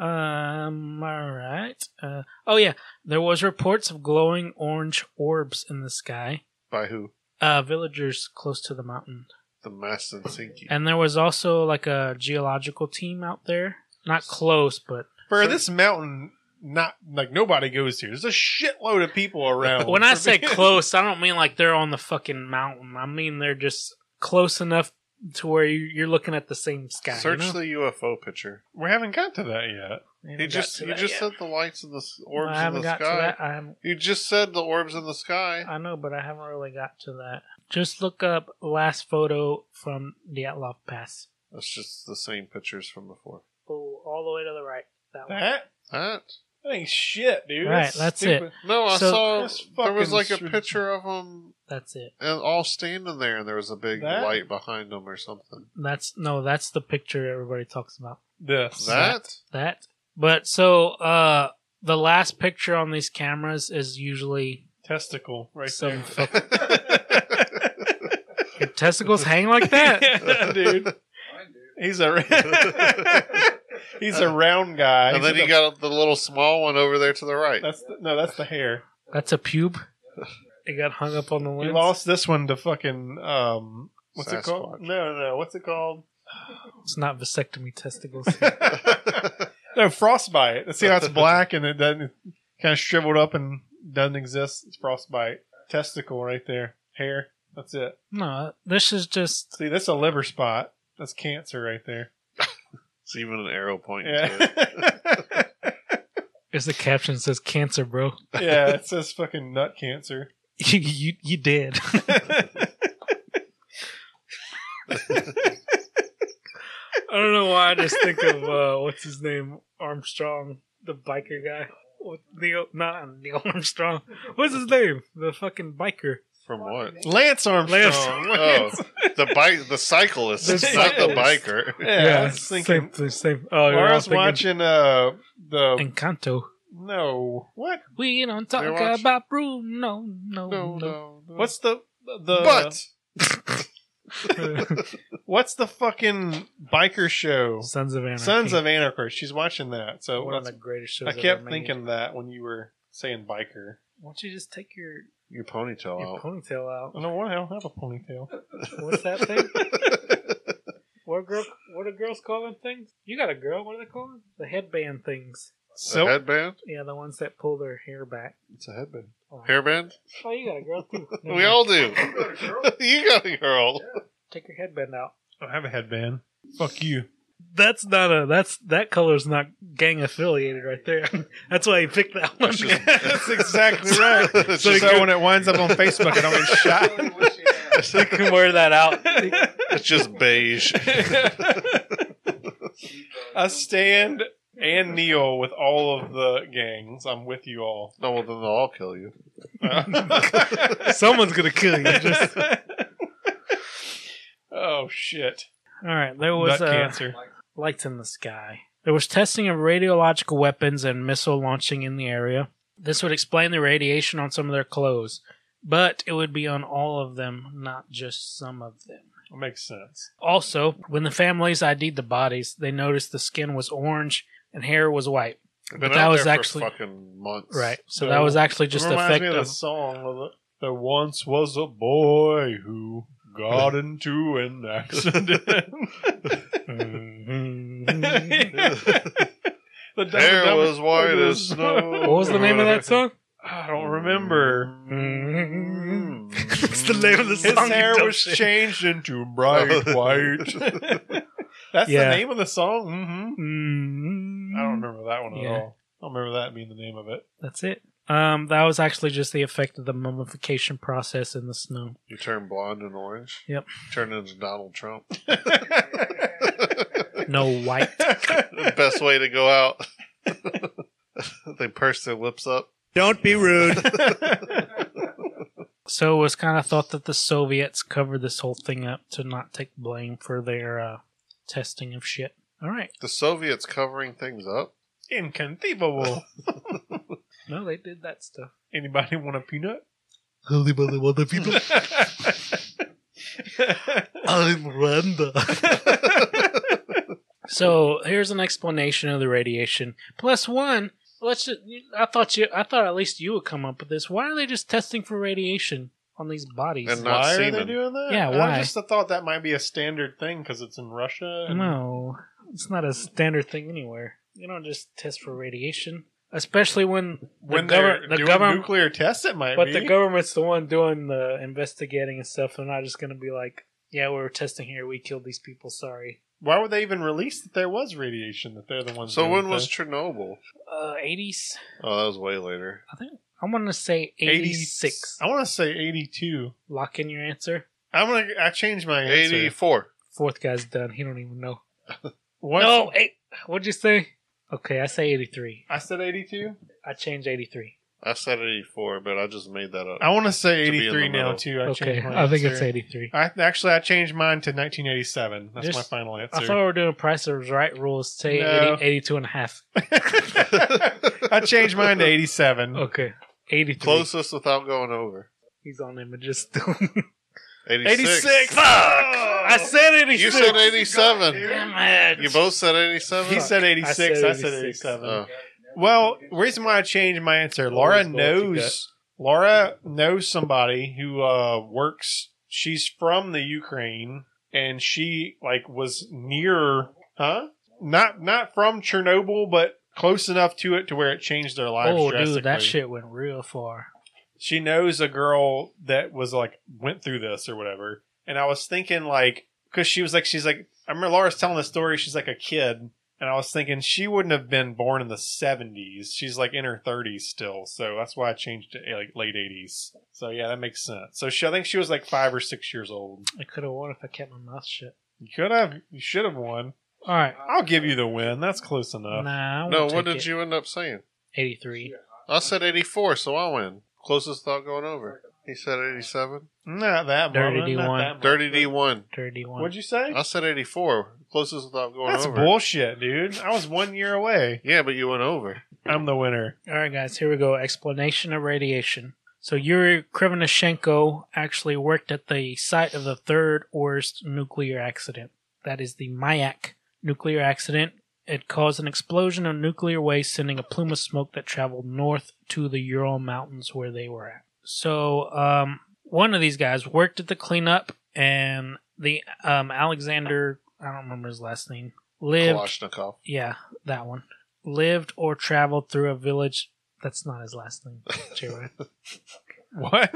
Speaker 2: Um. All right. Uh, oh yeah, there was reports of glowing orange orbs in the sky.
Speaker 3: By who?
Speaker 2: Uh, villagers close to the mountain,
Speaker 3: The Massinsinki.
Speaker 2: and there was also like a geological team out there. Not close, but
Speaker 4: For this mountain, not like nobody goes here. There's a shitload of people around.
Speaker 2: when I [laughs]
Speaker 4: For
Speaker 2: say
Speaker 4: being-
Speaker 2: close, I don't mean like they're on the fucking mountain. I mean they're just close enough to where you- you're looking at the same sky. you
Speaker 3: Search
Speaker 2: know?
Speaker 3: the UFO picture.
Speaker 4: we haven't got to that yet.
Speaker 2: I haven't
Speaker 3: You
Speaker 2: got
Speaker 3: just
Speaker 2: to
Speaker 3: you
Speaker 2: that
Speaker 3: just
Speaker 2: yet.
Speaker 3: said the lights in the s- orbs
Speaker 2: I
Speaker 3: in
Speaker 2: haven't
Speaker 3: the
Speaker 2: got to
Speaker 3: sky.
Speaker 2: that. I haven't
Speaker 3: You just said the orbs in the sky.
Speaker 2: I know, but I haven't really got to that. Just look up last photo from the Outlaw Pass.
Speaker 3: That's just the same pictures from before.
Speaker 2: Oh, all the way to the right. That one.
Speaker 4: That
Speaker 3: That?
Speaker 4: that ain't shit, dude.
Speaker 2: Right, that's it.
Speaker 4: stupid.
Speaker 3: No, I
Speaker 2: So-
Speaker 4: That's
Speaker 3: saw there was
Speaker 4: fucking
Speaker 3: like a
Speaker 4: stupid.
Speaker 3: picture of them
Speaker 2: That's it.
Speaker 3: and all standing there, and there was a big
Speaker 4: That?
Speaker 3: light behind them or something.
Speaker 2: That's no, that's the picture everybody talks about.
Speaker 4: This.
Speaker 3: That?
Speaker 2: That. But so uh the last picture on these cameras is usually
Speaker 4: [laughs] testicle right
Speaker 2: some
Speaker 4: there.
Speaker 2: fuck- your testicles hang like that.
Speaker 4: [laughs] Yeah, dude. He's a [laughs] he's a round guy.
Speaker 3: and
Speaker 4: He's
Speaker 3: then you
Speaker 4: the-
Speaker 3: got the little small one over there to the right.
Speaker 4: that's the, no, that's the hair.
Speaker 2: That's a pube. It got hung up on the
Speaker 4: We
Speaker 2: lens.
Speaker 4: lost this one to fucking um. What's it called?
Speaker 3: Sasquatch.
Speaker 4: No, no, no. What's it called?
Speaker 2: It's not vasectomy testicles. [laughs]
Speaker 3: [laughs]
Speaker 4: [laughs] No, frostbite. Let's see [laughs] how it's black and it doesn't kind of shriveled up and doesn't exist. It's frostbite. Testicle right there. Hair. That's it.
Speaker 2: No, this is just
Speaker 4: See, that's a liver spot. That's cancer right there.
Speaker 3: It's even an arrow point.
Speaker 4: Yeah.
Speaker 2: is the caption says cancer, bro.
Speaker 4: [laughs]
Speaker 2: [laughs]
Speaker 4: yeah, it says fucking nut [laughs] cancer.
Speaker 2: you you, you did. I don't know why I just think of uh, what's his name Armstrong, the biker guy. What- Neil, not Neil [laughs] Armstrong. What's his name? The fucking biker.
Speaker 3: From what? [laughs]
Speaker 4: Lance Armstrong.
Speaker 2: Lance-
Speaker 3: Oh, the bike, the cyclist,
Speaker 2: The
Speaker 3: not the
Speaker 2: cyclist.
Speaker 3: biker.
Speaker 4: Yeah, I was thinking.
Speaker 2: same, same. Oh,
Speaker 4: Or
Speaker 2: you're
Speaker 4: I
Speaker 2: all
Speaker 4: was
Speaker 2: thinking
Speaker 4: watching uh the
Speaker 2: Encanto.
Speaker 4: no what
Speaker 2: We don't talk
Speaker 3: They watch-
Speaker 2: about Bruno. No, no.
Speaker 3: no.
Speaker 4: what's the the
Speaker 3: but
Speaker 4: what's the fucking biker show
Speaker 2: [laughs] Sons of Anarchy.
Speaker 4: Sons of Anarchy? She's watching that, so
Speaker 2: One of the
Speaker 4: that's-
Speaker 2: greatest shows
Speaker 4: I
Speaker 2: ever
Speaker 4: kept
Speaker 2: made.
Speaker 4: thinking that when you were saying biker.
Speaker 2: Why don't you just take your,
Speaker 3: your ponytail
Speaker 2: your
Speaker 3: out.
Speaker 2: ponytail out?
Speaker 4: I don't want. I don't have a ponytail.
Speaker 2: What's that thing?
Speaker 4: [laughs]
Speaker 3: [laughs]
Speaker 2: what a girl? What are girls calling things? You got a girl? What are they calling? The headband things.
Speaker 3: a
Speaker 4: So
Speaker 3: headband.
Speaker 2: Yeah, the ones that pull their hair back.
Speaker 3: It's a headband.
Speaker 2: Oh,
Speaker 3: Hairband.
Speaker 2: Oh, you got a girl [laughs] too. Never
Speaker 3: We
Speaker 2: mind.
Speaker 3: all do. [laughs] you got a girl.
Speaker 2: take your headband out.
Speaker 4: I don't have a headband. Fuck you.
Speaker 2: That's not a. That's that color's not gang affiliated right there. [laughs] That's why he picked that one.
Speaker 3: That's just-
Speaker 4: That's exactly right.
Speaker 3: [laughs] It's
Speaker 4: So,
Speaker 3: just-
Speaker 4: when it winds up
Speaker 2: [laughs]
Speaker 4: on Facebook, I don't get shot.
Speaker 2: you can wear that out.
Speaker 3: It's just beige.
Speaker 4: I stand and kneel with all of the gangs. I'm with you all.
Speaker 3: No, well then they'll all kill you.
Speaker 2: [laughs] Someone's gonna kill you. Just
Speaker 4: [laughs] oh shit!
Speaker 2: [laughs] all right. There was uh,
Speaker 4: Nut
Speaker 2: a.
Speaker 4: cancer.
Speaker 2: lights in the sky. There was testing of radiological weapons and missile launching in the area. This would explain the radiation on some of their clothes, but it would be on all of them, not just some of them.
Speaker 4: Makes sense.
Speaker 2: Also, when the families ID'd the bodies, they noticed the skin was orange and hair was white.
Speaker 3: Been
Speaker 2: But
Speaker 3: out
Speaker 2: that was
Speaker 3: there
Speaker 2: actually
Speaker 3: for fucking months.
Speaker 2: right. So
Speaker 4: So,
Speaker 2: that was actually just
Speaker 4: it
Speaker 2: the
Speaker 4: reminds
Speaker 2: effect
Speaker 4: me of the
Speaker 2: of [laughs]
Speaker 4: [laughs] song. Of the, there once was a boy who got into
Speaker 3: [laughs]
Speaker 4: an accident.
Speaker 1: [laughs]
Speaker 2: Mm-hmm.
Speaker 4: The Dumb and
Speaker 3: Hair
Speaker 4: Dumber-
Speaker 3: was white as
Speaker 4: [laughs]
Speaker 3: snow.
Speaker 2: what was the name of that [laughs] song?
Speaker 4: I don't remember.
Speaker 2: Mm-hmm.
Speaker 3: Mm-hmm.
Speaker 2: [laughs] It's the name of the
Speaker 4: His
Speaker 2: song, you
Speaker 4: hair
Speaker 2: dumb
Speaker 4: was
Speaker 2: shit.
Speaker 4: changed
Speaker 3: [laughs]
Speaker 4: into bright white. That's
Speaker 2: Yeah.
Speaker 4: the name of the song. Mm-hmm. I don't
Speaker 2: Mm.
Speaker 4: remember that one at
Speaker 2: Yeah.
Speaker 4: all. I don't remember that being the name of it.
Speaker 2: That's it. Um, that was actually just the effect of the mummification process in the snow.
Speaker 3: You turn blonde and orange.
Speaker 2: Yep.
Speaker 3: Turn into Donald Trump.
Speaker 2: No [laughs] white.
Speaker 3: the best way to go out. [laughs] they purse their lips up.
Speaker 5: Don't be rude.
Speaker 2: [laughs] so it was kind of thought that the Soviets covered this whole thing up to not take blame for their uh, testing of shit. All right.
Speaker 3: The Soviets covering things up.
Speaker 4: Inconceivable.
Speaker 2: No, they did that stuff.
Speaker 4: Anybody want
Speaker 2: [laughs]
Speaker 4: a peanut?
Speaker 2: So here's an explanation of the radiation. Plus one. Let's. Just, I thought you. I thought at least you would come up with this. Why are they just testing for radiation on these bodies?
Speaker 3: And not
Speaker 4: Why are they
Speaker 3: semen.
Speaker 4: doing that?
Speaker 2: Yeah,
Speaker 4: I
Speaker 2: why?
Speaker 4: just thought that might be a standard thing because it's in Russia. and-
Speaker 2: No, it's not a standard thing anywhere. You don't just test for radiation, especially when the
Speaker 4: When
Speaker 2: gover-
Speaker 4: they're
Speaker 2: the
Speaker 4: doing
Speaker 2: government,
Speaker 4: nuclear tests, it might
Speaker 2: but
Speaker 4: be.
Speaker 2: the government's the one doing the investigating and stuff. They're not just going to be like, "Yeah, we were testing here. We killed these people. Sorry."
Speaker 4: Why would they even release that there was radiation? That they're the ones.
Speaker 3: So
Speaker 4: doing
Speaker 3: when
Speaker 4: the
Speaker 3: was
Speaker 4: test?
Speaker 3: Chernobyl?
Speaker 2: Uh, eighties.
Speaker 3: Oh, that was way later.
Speaker 2: I think I'm going to say eighty-six.
Speaker 4: I want to say eighty-two.
Speaker 2: Lock in your answer.
Speaker 4: I'm gonna. I changed my answer.
Speaker 3: Eighty-four.
Speaker 2: Fourth guy's done. He don't even know.
Speaker 4: [laughs] What?
Speaker 2: No, eight. What'd you say? Okay, I say eighty-three.
Speaker 4: I said eighty-two.
Speaker 2: I changed eighty-three.
Speaker 3: I said eighty-four, but I just made that
Speaker 4: [laughs]
Speaker 3: up.
Speaker 4: I want to say
Speaker 3: To be in the
Speaker 4: eighty-three now
Speaker 3: middle.
Speaker 4: too. I
Speaker 2: okay,
Speaker 4: changed my
Speaker 2: I think it's
Speaker 4: answer.
Speaker 2: eighty-three.
Speaker 4: I actually I changed mine to 1987. That's
Speaker 2: Just-
Speaker 4: my final answer.
Speaker 2: I thought we were doing Price is Right rules. Say
Speaker 4: No.
Speaker 2: 80, 82 and a half.
Speaker 4: I changed mine to
Speaker 2: [laughs]
Speaker 4: 87.
Speaker 2: Okay. 83.
Speaker 3: Closest without going over.
Speaker 2: He's on images [laughs] still.
Speaker 3: Eighty-six.
Speaker 4: 86. Fuck!
Speaker 2: I said 86.
Speaker 3: You said eighty-seven.
Speaker 2: Damn it.
Speaker 3: You both said eighty-seven.
Speaker 4: He said 86. I said 87.
Speaker 3: Oh.
Speaker 4: Well, reason why I changed my answer, Laura
Speaker 2: Always go with your
Speaker 4: knows Laura knows somebody who uh, works. She's from the Ukraine, and she like was near, huh? Not not from Chernobyl, but close enough to it to where it changed their lives.
Speaker 2: oh, dude, that
Speaker 4: drastically.
Speaker 2: shit went real far.
Speaker 4: she knows a girl that was like went through this or whatever. And I was thinking like because she was like she's like I remember Laura's telling the story. She's like a kid, and I was thinking she wouldn't have been born in the seventies. She's like in her thirties still, so that's why I changed to like late eighties. So yeah, that makes sense. So she, I think she was like five or six years old.
Speaker 2: I could have won if I kept my mouth shut.
Speaker 4: You could have, you should have won.
Speaker 2: All right.
Speaker 4: I'll give you the win. That's close enough.
Speaker 2: nah. I
Speaker 3: No, what did you end up saying?
Speaker 2: 83.
Speaker 3: I said 84, so I win. Closest thought going over. He said 87.
Speaker 4: Not that
Speaker 2: Dirty
Speaker 4: Mama, not
Speaker 2: D1.
Speaker 4: that Mama.
Speaker 3: Dirty D1.
Speaker 2: 31.
Speaker 4: What'd you say?
Speaker 3: I said 84. Closest without going
Speaker 4: That's
Speaker 3: over.
Speaker 4: bullshit, dude. I was one year away.
Speaker 3: yeah, but you went over.
Speaker 4: I'm the winner.
Speaker 2: All right, guys, here we go. Explanation of radiation. So Yuri Krivonishenko actually worked at the site of the third worst nuclear accident. That is the Mayak nuclear accident. It caused an explosion of nuclear waste, sending a plume of smoke that traveled north to the Ural Mountains where they were at. So um, one of these guys worked at the cleanup, and the um, Alexander, I don't remember his last name, lived
Speaker 4: [laughs]
Speaker 3: Kalashnikov.
Speaker 2: yeah, that one. Lived or traveled through a village. That's not his last name. J-Rod.
Speaker 4: What?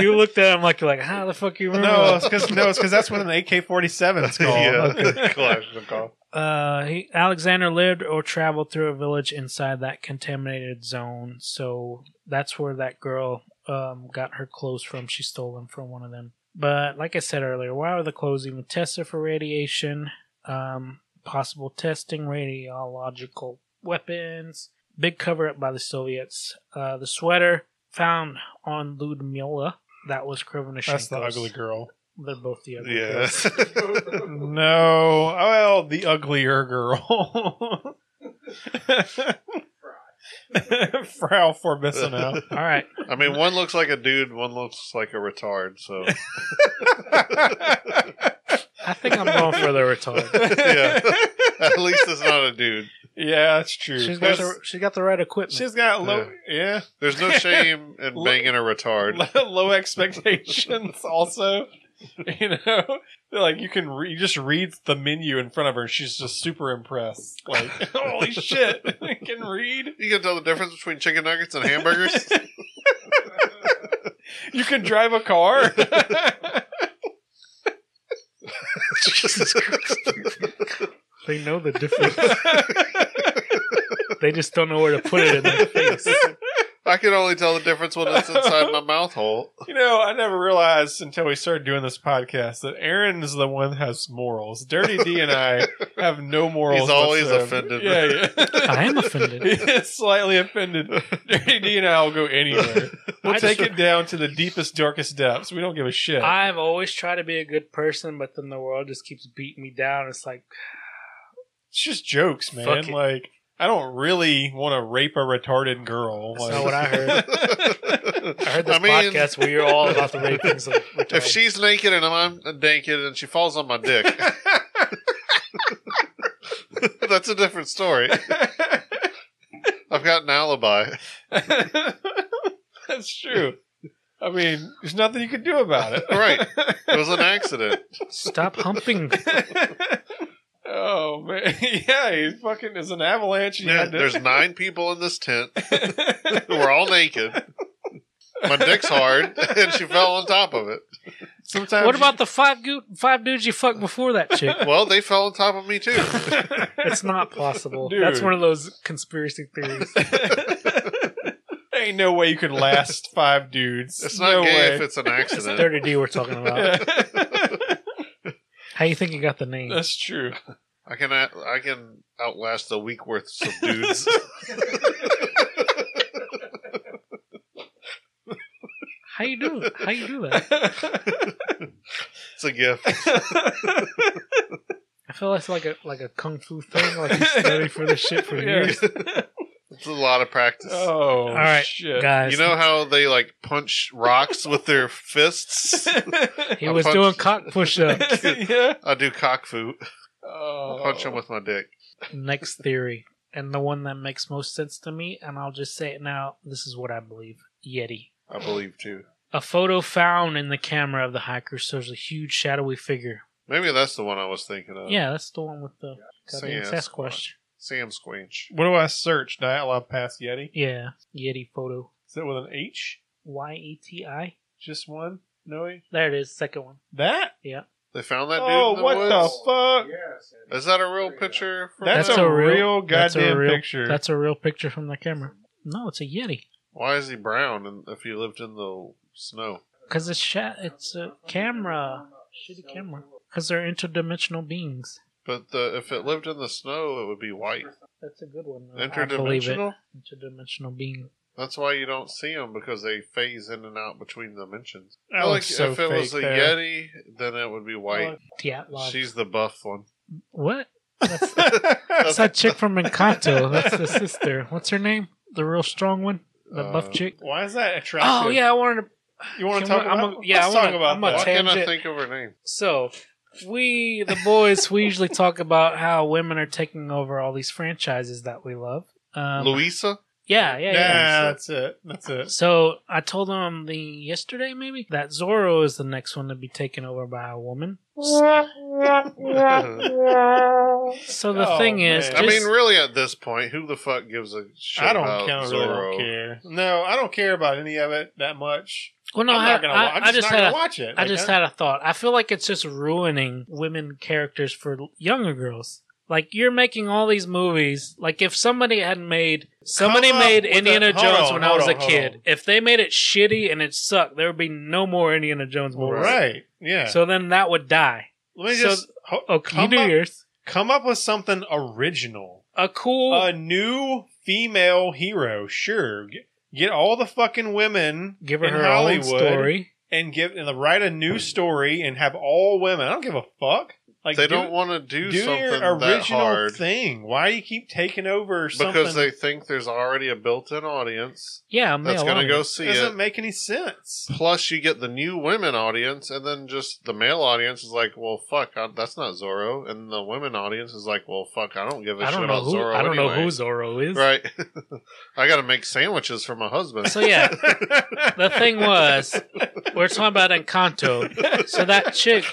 Speaker 2: you looked at him like you're like, how the fuck you remember?
Speaker 4: [laughs] no,
Speaker 2: that?"
Speaker 4: it's because no, it's because that's what an AK-47 is
Speaker 3: [laughs]
Speaker 4: called.
Speaker 3: yeah, Kalashnikov.
Speaker 2: Uh, he, Alexander lived or traveled through a village inside that contaminated zone. So that's where that girl um, got her clothes from. She stole them from one of them. But like I said earlier, why were the clothes even tested for radiation? Um, possible testing, radiological weapons, big cover up by the Soviets. Uh, the sweater found on Ludmila. That was Krivonishenko's.
Speaker 4: [laughs] That's the ugly girl.
Speaker 2: They're both the ugly
Speaker 3: Yeah.
Speaker 2: girls.
Speaker 4: No, Oh, well, the uglier girl. [laughs] Frau
Speaker 2: [laughs]
Speaker 4: Forbissino. [laughs]
Speaker 2: All right.
Speaker 3: [laughs] I mean, one looks like a dude, one looks like a retard, so. [laughs]
Speaker 2: I think I'm going for
Speaker 4: [laughs]
Speaker 2: the retard.
Speaker 3: yeah. At least it's not a dude.
Speaker 4: yeah, it's true.
Speaker 2: She's got the she's got the right equipment.
Speaker 4: she's got low, yeah,
Speaker 3: There's no shame in
Speaker 4: [laughs] Look-
Speaker 3: banging a retard.
Speaker 4: low, low expectations also you know They're like you can re- you just read the menu in front of her and she's just super impressed like [laughs] holy shit [laughs] i can read
Speaker 3: You can tell the difference between chicken nuggets and hamburgers? [laughs]
Speaker 4: you can drive a car [laughs]
Speaker 3: Jesus Christ.
Speaker 2: they know the difference. they just don't know where to put it in their face.
Speaker 3: I can only tell the difference when it's inside my mouth hole.
Speaker 4: you know i never realized until we started doing this podcast that aaron is the one that has morals dirty d and i have no morals
Speaker 3: He's always
Speaker 4: whatsoever.
Speaker 3: offended.
Speaker 4: yeah, yeah.
Speaker 3: [laughs]
Speaker 2: I am offended.
Speaker 4: He is [laughs] slightly offended. [laughs] Dirty D and I will
Speaker 2: [laughs]
Speaker 4: go anywhere. We'll
Speaker 2: I
Speaker 4: take
Speaker 2: just-
Speaker 4: it down to the deepest, darkest depths. We don't give a shit.
Speaker 2: I've always tried to be a good person, but then the world just keeps beating me down. It's like
Speaker 4: it's just jokes, man.
Speaker 2: Fuck it.
Speaker 4: Like I don't really want to rape a retarded girl.
Speaker 2: that's
Speaker 4: like,
Speaker 2: not what I heard. I heard this
Speaker 3: I mean-
Speaker 2: podcast where you're all about the ratings of
Speaker 3: If
Speaker 2: retarded.
Speaker 3: she's naked and I'm naked and she falls on my
Speaker 4: [laughs]
Speaker 3: dick, [laughs] that's a different story. I've got an alibi.
Speaker 4: [laughs] That's true. I mean, there's nothing you can do about it. [laughs]
Speaker 3: Right. It was an accident.
Speaker 2: Stop humping.
Speaker 4: oh man, [laughs] yeah, he fucking is an avalanche. You
Speaker 3: Yeah,
Speaker 4: had to-
Speaker 3: there's nine people in this tent. We're all naked. My dick's hard, [laughs] and she fell on top of it.
Speaker 4: Sometimes
Speaker 2: What
Speaker 4: [laughs]
Speaker 2: about the five go- five dudes you fucked before that chick?
Speaker 3: Well, they fell on top of me too.
Speaker 4: [laughs]
Speaker 2: [laughs] It's not possible.
Speaker 4: Dude.
Speaker 2: That's one of those conspiracy theories.
Speaker 4: [laughs] Ain't no way you could last five dudes.
Speaker 3: It's not
Speaker 4: no
Speaker 3: gay
Speaker 4: way.
Speaker 3: if it's an
Speaker 2: It's
Speaker 3: accident.
Speaker 2: Dirty D we're talking about.
Speaker 4: [laughs]
Speaker 2: How you think you got the name?
Speaker 4: That's true. [laughs]
Speaker 3: I can I can outlast a week worth of
Speaker 4: [laughs]
Speaker 3: dudes.
Speaker 2: How you do? How you do that?
Speaker 3: it's a gift.
Speaker 2: I feel that's like a like a kung fu thing. Like you study for this shit for years.
Speaker 3: It's a lot of practice.
Speaker 4: Oh,
Speaker 2: right,
Speaker 4: shit.
Speaker 2: Guys,
Speaker 3: you know how they like punch rocks with their fists?
Speaker 2: he
Speaker 3: I
Speaker 2: was
Speaker 3: punched-
Speaker 2: doing cock
Speaker 3: [laughs]
Speaker 2: push-ups.
Speaker 4: [laughs] yeah.
Speaker 3: I do cock fu.
Speaker 4: Oh.
Speaker 3: Punch them with my dick.
Speaker 2: Next theory, and the one that makes most sense to me, and I'll just say it now. This is what I believe: Yeti.
Speaker 3: I believe too.
Speaker 2: A photo found in the camera of the hiker shows a huge shadowy figure.
Speaker 3: Maybe that's the one I was thinking of.
Speaker 2: yeah, that's the one with the
Speaker 3: Oh. So,
Speaker 2: goddamn
Speaker 3: yeah, that's the one.
Speaker 2: Sasquatch.
Speaker 3: Sam Squinch.
Speaker 4: What do I search? Dialogue Pass Yeti?
Speaker 2: Yeah, Yeti photo.
Speaker 4: Is it with an H?
Speaker 2: Y E T I.
Speaker 4: Just one? No. he-
Speaker 2: There it is, second one.
Speaker 4: That?
Speaker 3: They found that dude. in
Speaker 4: oh,
Speaker 3: the
Speaker 4: what
Speaker 3: woods?
Speaker 4: the fuck?
Speaker 3: Is that a real picture? From
Speaker 4: That's,
Speaker 2: That's
Speaker 4: a,
Speaker 2: a real-
Speaker 4: real
Speaker 2: that's a
Speaker 4: goddamn
Speaker 2: real-
Speaker 4: picture.
Speaker 2: That's a real picture from the camera. No, it's a Yeti.
Speaker 3: Why is he brown? And if he lived in the snow,
Speaker 2: Because it's sha- it's a camera. Shitty camera. Because they're interdimensional beings.
Speaker 3: but the, if it lived in the snow, it would be white.
Speaker 2: That's a good one. though. I believe it.
Speaker 3: Interdimensional.
Speaker 2: Interdimensional being.
Speaker 3: That's why you don't see them because they phase in and out between dimensions.
Speaker 4: That
Speaker 3: I feel
Speaker 4: looks so
Speaker 3: if it was a
Speaker 4: fake there.
Speaker 3: yeti, then it would be white.
Speaker 2: Dyatlov.
Speaker 3: She's the buff one.
Speaker 2: What? That's, that's that chick from Encanto. That's the sister. What's her name? The real strong one? The buff
Speaker 3: Uh,
Speaker 2: chick?
Speaker 4: Why is that attractive?
Speaker 2: Oh, yeah, I wanted to
Speaker 4: You
Speaker 2: Can
Speaker 4: want to talk
Speaker 2: we- I'm
Speaker 4: about?
Speaker 2: a- yeah,
Speaker 4: Let's
Speaker 2: I wanna-
Speaker 4: talk about
Speaker 2: I'm a
Speaker 3: Why
Speaker 4: that.
Speaker 3: can't I
Speaker 2: tangent.
Speaker 3: think of her name?
Speaker 2: So we, the boys, we usually talk about how women are taking over all these franchises that we love. Um,
Speaker 3: Louisa.
Speaker 2: Yeah, yeah,
Speaker 4: Nah,
Speaker 2: yeah.
Speaker 4: that's it. That's
Speaker 3: [laughs]
Speaker 4: it.
Speaker 2: So I told them the yesterday maybe that Zorro is the next one to be taken over by a woman.
Speaker 3: [laughs] I
Speaker 2: So the
Speaker 4: Oh,
Speaker 2: thing is,
Speaker 4: man.
Speaker 2: just-
Speaker 4: I
Speaker 3: mean, really, at this point, who the fuck gives a shit
Speaker 4: I
Speaker 3: about
Speaker 4: don't count. Really
Speaker 3: Zorro?
Speaker 4: don't care. No, I don't care about any of it that much.
Speaker 2: well, no,
Speaker 4: I'm
Speaker 2: I,
Speaker 4: not gonna.
Speaker 2: I-
Speaker 4: wa- I'm
Speaker 2: I
Speaker 4: just,
Speaker 2: just
Speaker 4: not
Speaker 2: had
Speaker 4: gonna
Speaker 2: a,
Speaker 4: watch it.
Speaker 2: I just had a thought. I feel like it's just ruining women characters for younger girls. Like you're making all these movies. Like if somebody had made somebody
Speaker 4: Come up
Speaker 2: made
Speaker 4: with a-
Speaker 2: Indiana
Speaker 4: hold
Speaker 2: Jones
Speaker 4: on,
Speaker 2: when I
Speaker 4: hold
Speaker 2: was
Speaker 4: on,
Speaker 2: a
Speaker 4: hold
Speaker 2: kid,
Speaker 4: on.
Speaker 2: if they made it shitty and it sucked, there would be no more Indiana Jones
Speaker 4: Well,
Speaker 2: movies.
Speaker 4: right. Yeah. So
Speaker 2: So then that would die.
Speaker 4: let me
Speaker 2: so-
Speaker 4: just ho-
Speaker 2: Okay, you
Speaker 4: come,
Speaker 2: do
Speaker 4: up,
Speaker 2: yours.
Speaker 4: come up with something original.
Speaker 2: A cool.
Speaker 3: Uh,
Speaker 4: A new female hero. Sure. G- Get all the fucking women
Speaker 2: give her
Speaker 4: in
Speaker 2: her own
Speaker 4: Hollywood
Speaker 2: story.
Speaker 4: and give and write a new story and have all women. I don't give a fuck. Like
Speaker 3: they
Speaker 4: do-
Speaker 3: don't want to do,
Speaker 4: do
Speaker 3: something
Speaker 4: your
Speaker 3: that
Speaker 4: original
Speaker 3: hard
Speaker 4: thing. Why do you keep taking over something?
Speaker 3: because they think there's already a built-in audience
Speaker 2: Yeah, a male
Speaker 3: that's going to go
Speaker 2: audience.
Speaker 3: see
Speaker 4: doesn't
Speaker 3: it.
Speaker 4: make any sense.
Speaker 3: Plus, you get the new women audience, and then just the male audience is like, "Well, fuck, I, that's not Zorro," and the women audience is like, "Well, fuck, I don't give a
Speaker 2: I
Speaker 3: shit
Speaker 2: don't know
Speaker 3: about
Speaker 2: who.
Speaker 3: Zorro."
Speaker 2: I don't know
Speaker 3: anyway."
Speaker 2: who Zorro is.
Speaker 3: Right? [laughs] I got to make sandwiches for my husband.
Speaker 2: So
Speaker 3: [laughs]
Speaker 2: yeah, the thing was, we're talking about Encanto. So that
Speaker 3: [laughs]
Speaker 2: chick,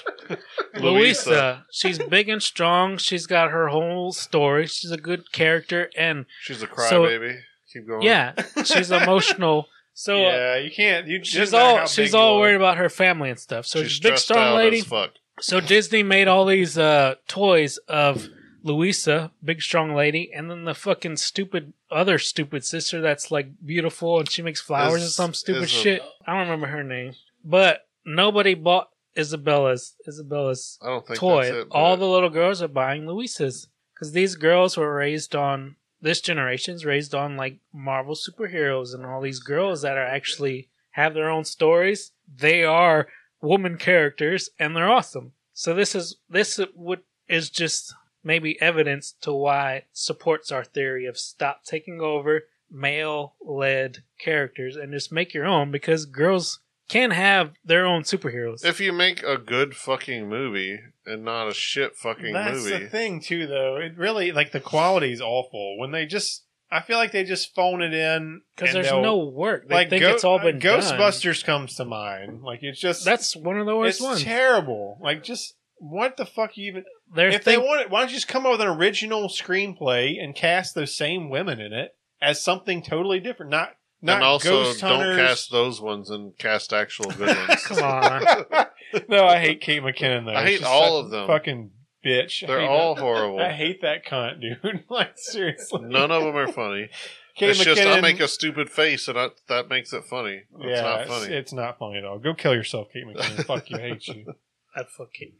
Speaker 2: Luisa, she's big and strong. She's got her whole story. She's a good character, and
Speaker 3: she's a crybaby.
Speaker 2: So-
Speaker 3: Keep going.
Speaker 2: yeah, she's emotional. So uh,
Speaker 4: yeah, you can't. You
Speaker 2: she's all she's all worried about her family and stuff. So
Speaker 3: she's
Speaker 2: she's a big,
Speaker 3: stressed
Speaker 2: strong
Speaker 3: out
Speaker 2: lady.
Speaker 3: as fuck.
Speaker 2: So Disney made all these uh, toys of Louisa, big strong lady, and then the fucking stupid other stupid sister that's like beautiful and she makes flowers
Speaker 3: Is-
Speaker 2: or some stupid
Speaker 3: is a-
Speaker 2: shit. I I don't remember her name, but nobody bought Isabella's Isabella's
Speaker 3: I don't think
Speaker 2: toy.
Speaker 3: That's it, but-
Speaker 2: all the little girls are buying Louisa's because these girls were raised on this generation's raised on like Marvel superheroes and all these girls that are actually have their own stories. They are woman characters and they're awesome. So this is this would is just maybe evidence to why it supports our theory of stop taking over male led characters and just make your own because girls can have their own superheroes.
Speaker 3: if you make a good fucking movie and not a shit fucking
Speaker 4: That's
Speaker 3: movie,
Speaker 4: the thing too, though. It really like the quality's awful when they just. I feel like they just phone it in
Speaker 2: Because
Speaker 4: and
Speaker 2: there's
Speaker 4: they'll-
Speaker 2: no work. They
Speaker 4: like
Speaker 2: think
Speaker 4: Go-
Speaker 2: it's all
Speaker 4: uh,
Speaker 2: been Done.
Speaker 4: Ghostbusters comes to mind. Like it's just
Speaker 2: That's one of the
Speaker 4: it's
Speaker 2: worst ones.
Speaker 4: terrible. Like just what the fuck you even
Speaker 2: They're
Speaker 4: if they
Speaker 2: think-
Speaker 4: want it, why don't you just come up with an original screenplay and cast those same women in it as something totally different? Not not
Speaker 3: and also
Speaker 4: ghost
Speaker 3: don't [laughs]
Speaker 4: hunters.
Speaker 3: cast those ones and cast
Speaker 2: [laughs]
Speaker 3: actual good ones.
Speaker 2: come on.
Speaker 4: [laughs] no, I hate Kate McKinnon though.
Speaker 3: I hate
Speaker 4: She's
Speaker 3: all
Speaker 4: such
Speaker 3: of them.
Speaker 4: a Fucking bitch. I
Speaker 3: They're
Speaker 4: hate
Speaker 3: all
Speaker 4: that-
Speaker 3: horrible.
Speaker 4: I hate that cunt, dude. [laughs] like seriously,
Speaker 3: None of them
Speaker 2: [laughs]
Speaker 3: are funny.
Speaker 4: Kate
Speaker 3: it's just I make a stupid face and I, that makes it funny. It's
Speaker 4: yeah,
Speaker 3: not
Speaker 4: It's,
Speaker 3: funny.
Speaker 4: it's not funny at all. Go kill yourself,
Speaker 3: [laughs]
Speaker 4: Kate McKinnon. Fuck you. I hate you.
Speaker 2: I fucking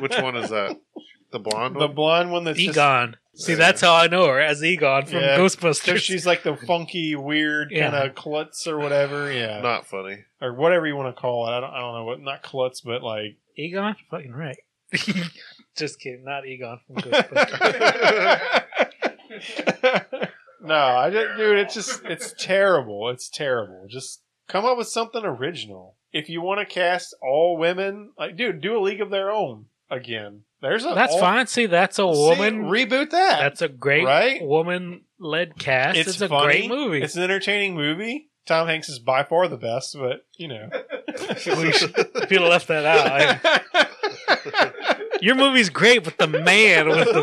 Speaker 3: Which one is that? The blonde
Speaker 4: [laughs] The
Speaker 3: one?
Speaker 4: blonde one that's just
Speaker 2: Egon. See, that's how I know her as Egon from
Speaker 4: Yeah. So
Speaker 2: Ghostbusters.
Speaker 4: she's like the funky, weird
Speaker 2: Yeah.
Speaker 4: kind of klutz or whatever, yeah,
Speaker 3: Not funny.
Speaker 4: or whatever you want to call it. I don't, I don't know what, not klutz,
Speaker 3: [laughs]
Speaker 4: but like
Speaker 2: [laughs]
Speaker 4: [laughs]
Speaker 2: Egon, fucking right. [laughs] Just kidding, not Egon
Speaker 4: [laughs]
Speaker 2: from Ghostbusters.
Speaker 4: no, I just, dude, it's just, it's terrible. It's terrible. Just come up with something original. If you want to cast all women, like, dude, do a league of their own again. There's a
Speaker 2: that's
Speaker 4: all-
Speaker 2: fine. See, that's a woman.
Speaker 4: See, reboot that.
Speaker 2: that's a great
Speaker 4: Right?
Speaker 2: woman-led cast. It's, a great movie.
Speaker 4: It's an entertaining movie. Tom Hanks is by far the best, but you know.
Speaker 2: we should, if you left that out,
Speaker 4: [laughs]
Speaker 2: I-
Speaker 4: [laughs]
Speaker 2: your movie's great, but the man was the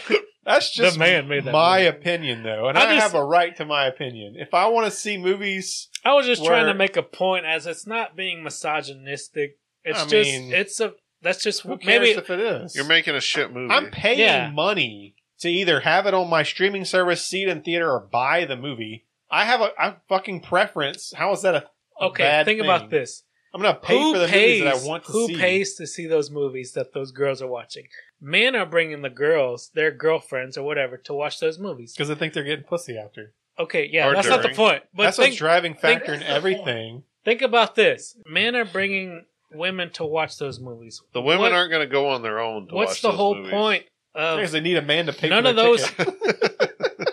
Speaker 2: best.
Speaker 4: That's That's just
Speaker 2: the man made that.
Speaker 4: my
Speaker 2: movie.
Speaker 4: opinion, though, and
Speaker 2: I
Speaker 4: I,
Speaker 2: just-
Speaker 4: have a right to my opinion. If I want to see movies,
Speaker 2: I was just trying to
Speaker 4: where-
Speaker 2: make a point as it's not being misogynistic. It's
Speaker 4: I
Speaker 2: just
Speaker 4: mean,
Speaker 2: it's a that's just
Speaker 4: who cares
Speaker 2: maybe
Speaker 4: if it is?
Speaker 3: You're making a shit movie.
Speaker 4: I'm paying
Speaker 2: Yeah.
Speaker 4: money to either have it on my streaming service, see it in theater, or buy the movie. I have a, I fucking preference. How is that a, a
Speaker 2: okay.
Speaker 4: bad
Speaker 2: Think
Speaker 4: thing?
Speaker 2: about this.
Speaker 4: I'm gonna pay
Speaker 2: who
Speaker 4: for the
Speaker 2: pays,
Speaker 4: movies that I want to
Speaker 2: who
Speaker 4: see.
Speaker 2: pays to see those movies that those girls are watching? Men are bringing the girls, their girlfriends or whatever, to watch those movies.
Speaker 4: Because I think they're getting pussy after.
Speaker 2: Okay, yeah,
Speaker 3: Or
Speaker 2: that's not the
Speaker 3: during.
Speaker 2: point. But
Speaker 4: That's a
Speaker 2: think,
Speaker 4: driving
Speaker 2: think-
Speaker 4: factor in everything.
Speaker 2: think about this: men are bringing women to watch those movies.
Speaker 3: the women
Speaker 2: What-
Speaker 3: aren't going to go on their own. To
Speaker 2: What's
Speaker 3: watch
Speaker 2: the
Speaker 3: those
Speaker 2: whole
Speaker 3: movies.
Speaker 2: point of
Speaker 4: Because they need a man to pay.
Speaker 2: None
Speaker 4: for
Speaker 2: of
Speaker 4: their
Speaker 2: those-
Speaker 4: ticket. [laughs]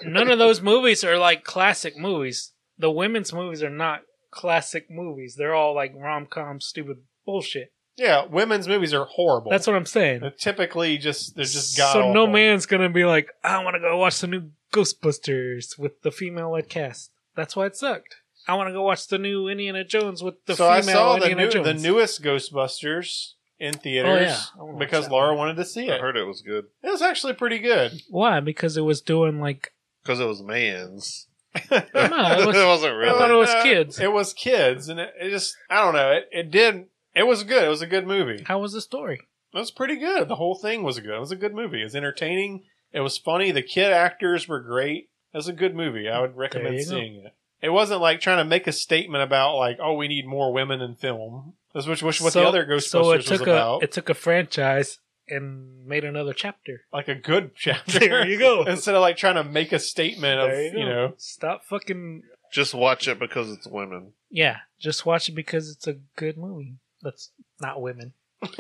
Speaker 2: none of those movies are like classic movies. The women's movies are not classic movies. They're all like rom com stupid bullshit.
Speaker 4: yeah, women's movies are horrible.
Speaker 2: That's what I'm saying.
Speaker 4: They're typically just they're just god.
Speaker 2: so no man's gonna be like, I want to go watch the new Ghostbusters with the female led cast. That's why it sucked. I want to go watch the new Indiana Jones with the
Speaker 4: so
Speaker 2: female
Speaker 4: I saw the
Speaker 2: Indiana
Speaker 4: new,
Speaker 2: Jones. Oh,
Speaker 4: the newest Ghostbusters in
Speaker 2: yeah.
Speaker 4: theaters
Speaker 2: I wanna watch
Speaker 4: because
Speaker 2: that
Speaker 4: Laura wanted to see
Speaker 3: I
Speaker 4: it.
Speaker 3: heard it was good
Speaker 4: It was actually pretty good.
Speaker 2: Why? Because it was doing like [laughs]
Speaker 3: because it was man's.
Speaker 2: I don't
Speaker 3: [laughs]
Speaker 2: know, it was- I
Speaker 3: not
Speaker 4: [laughs]
Speaker 2: thought it
Speaker 3: really.
Speaker 2: was
Speaker 4: Uh,
Speaker 2: kids.
Speaker 4: It was kids, and it, it just I don't know. It, it did. It was good. It was a good movie.
Speaker 2: how was the story?
Speaker 4: It was pretty good. The whole thing was good. It was a good movie. It was entertaining. It was funny. The kid actors were great. It was a good movie. I would
Speaker 2: There
Speaker 4: recommend
Speaker 2: you go.
Speaker 4: seeing it. It wasn't like trying to make a statement about like, oh, we need more women in film. That's which, which what the other Ghostbusters
Speaker 2: so it took
Speaker 4: was about.
Speaker 2: A, it took a franchise and made another chapter.
Speaker 4: like a good [laughs] chapter.
Speaker 2: There you go.
Speaker 4: [laughs] Instead of like trying to make a statement of you,
Speaker 2: [laughs]
Speaker 4: know,
Speaker 2: Stop fucking.
Speaker 3: Just watch it because it's women.
Speaker 2: Yeah, just watch it because it's a good movie. That's not women.
Speaker 4: [laughs]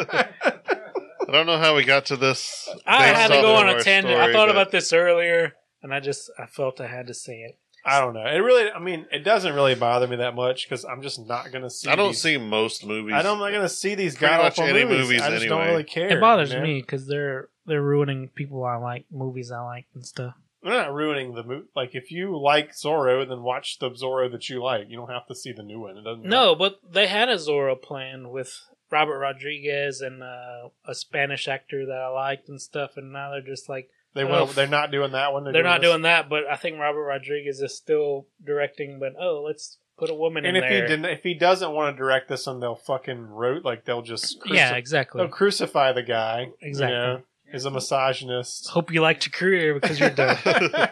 Speaker 3: I don't know how we got to this.
Speaker 2: I
Speaker 3: based
Speaker 2: had to
Speaker 3: off
Speaker 2: go
Speaker 3: of
Speaker 2: on a
Speaker 3: our
Speaker 2: tangent. I
Speaker 3: story,
Speaker 2: thought
Speaker 3: but
Speaker 2: about this earlier, and I just I felt I had to say it.
Speaker 4: I don't know. It really, I mean, it doesn't really bother me that much because I'm just not gonna see.
Speaker 3: I don't
Speaker 4: these-
Speaker 3: see most movies.
Speaker 4: I don't, I'm not gonna see these
Speaker 3: Pretty
Speaker 4: god
Speaker 3: much
Speaker 4: awful
Speaker 3: any
Speaker 4: movies.
Speaker 3: movies
Speaker 4: I just don't
Speaker 3: anyway.
Speaker 4: really care.
Speaker 2: It bothers
Speaker 4: man.
Speaker 2: me because they're they're ruining people I like, movies I like, and stuff.
Speaker 4: They're not ruining the movie. Like, if you like Zorro, then watch the Zorro that you like. You don't have to see the new one. It doesn't.
Speaker 2: No, but they had a Zorro plan with Robert Rodriguez and uh, a Spanish actor that I liked and stuff, and now they're just like
Speaker 4: they
Speaker 2: Oh,
Speaker 4: went,
Speaker 2: f-
Speaker 4: they're not doing that one.
Speaker 2: they're, not doing that. But I think Robert Rodriguez is still directing. But oh, let's put a woman
Speaker 4: And
Speaker 2: in
Speaker 4: if
Speaker 2: there.
Speaker 4: he didn't, if he doesn't want to direct this one, they'll fucking rote like they'll just cruci-
Speaker 2: yeah, exactly.
Speaker 4: they'll crucify the guy.
Speaker 2: Exactly.
Speaker 4: You know, he's a [laughs] misogynist.
Speaker 2: Hope you liked your career because you're done. [laughs]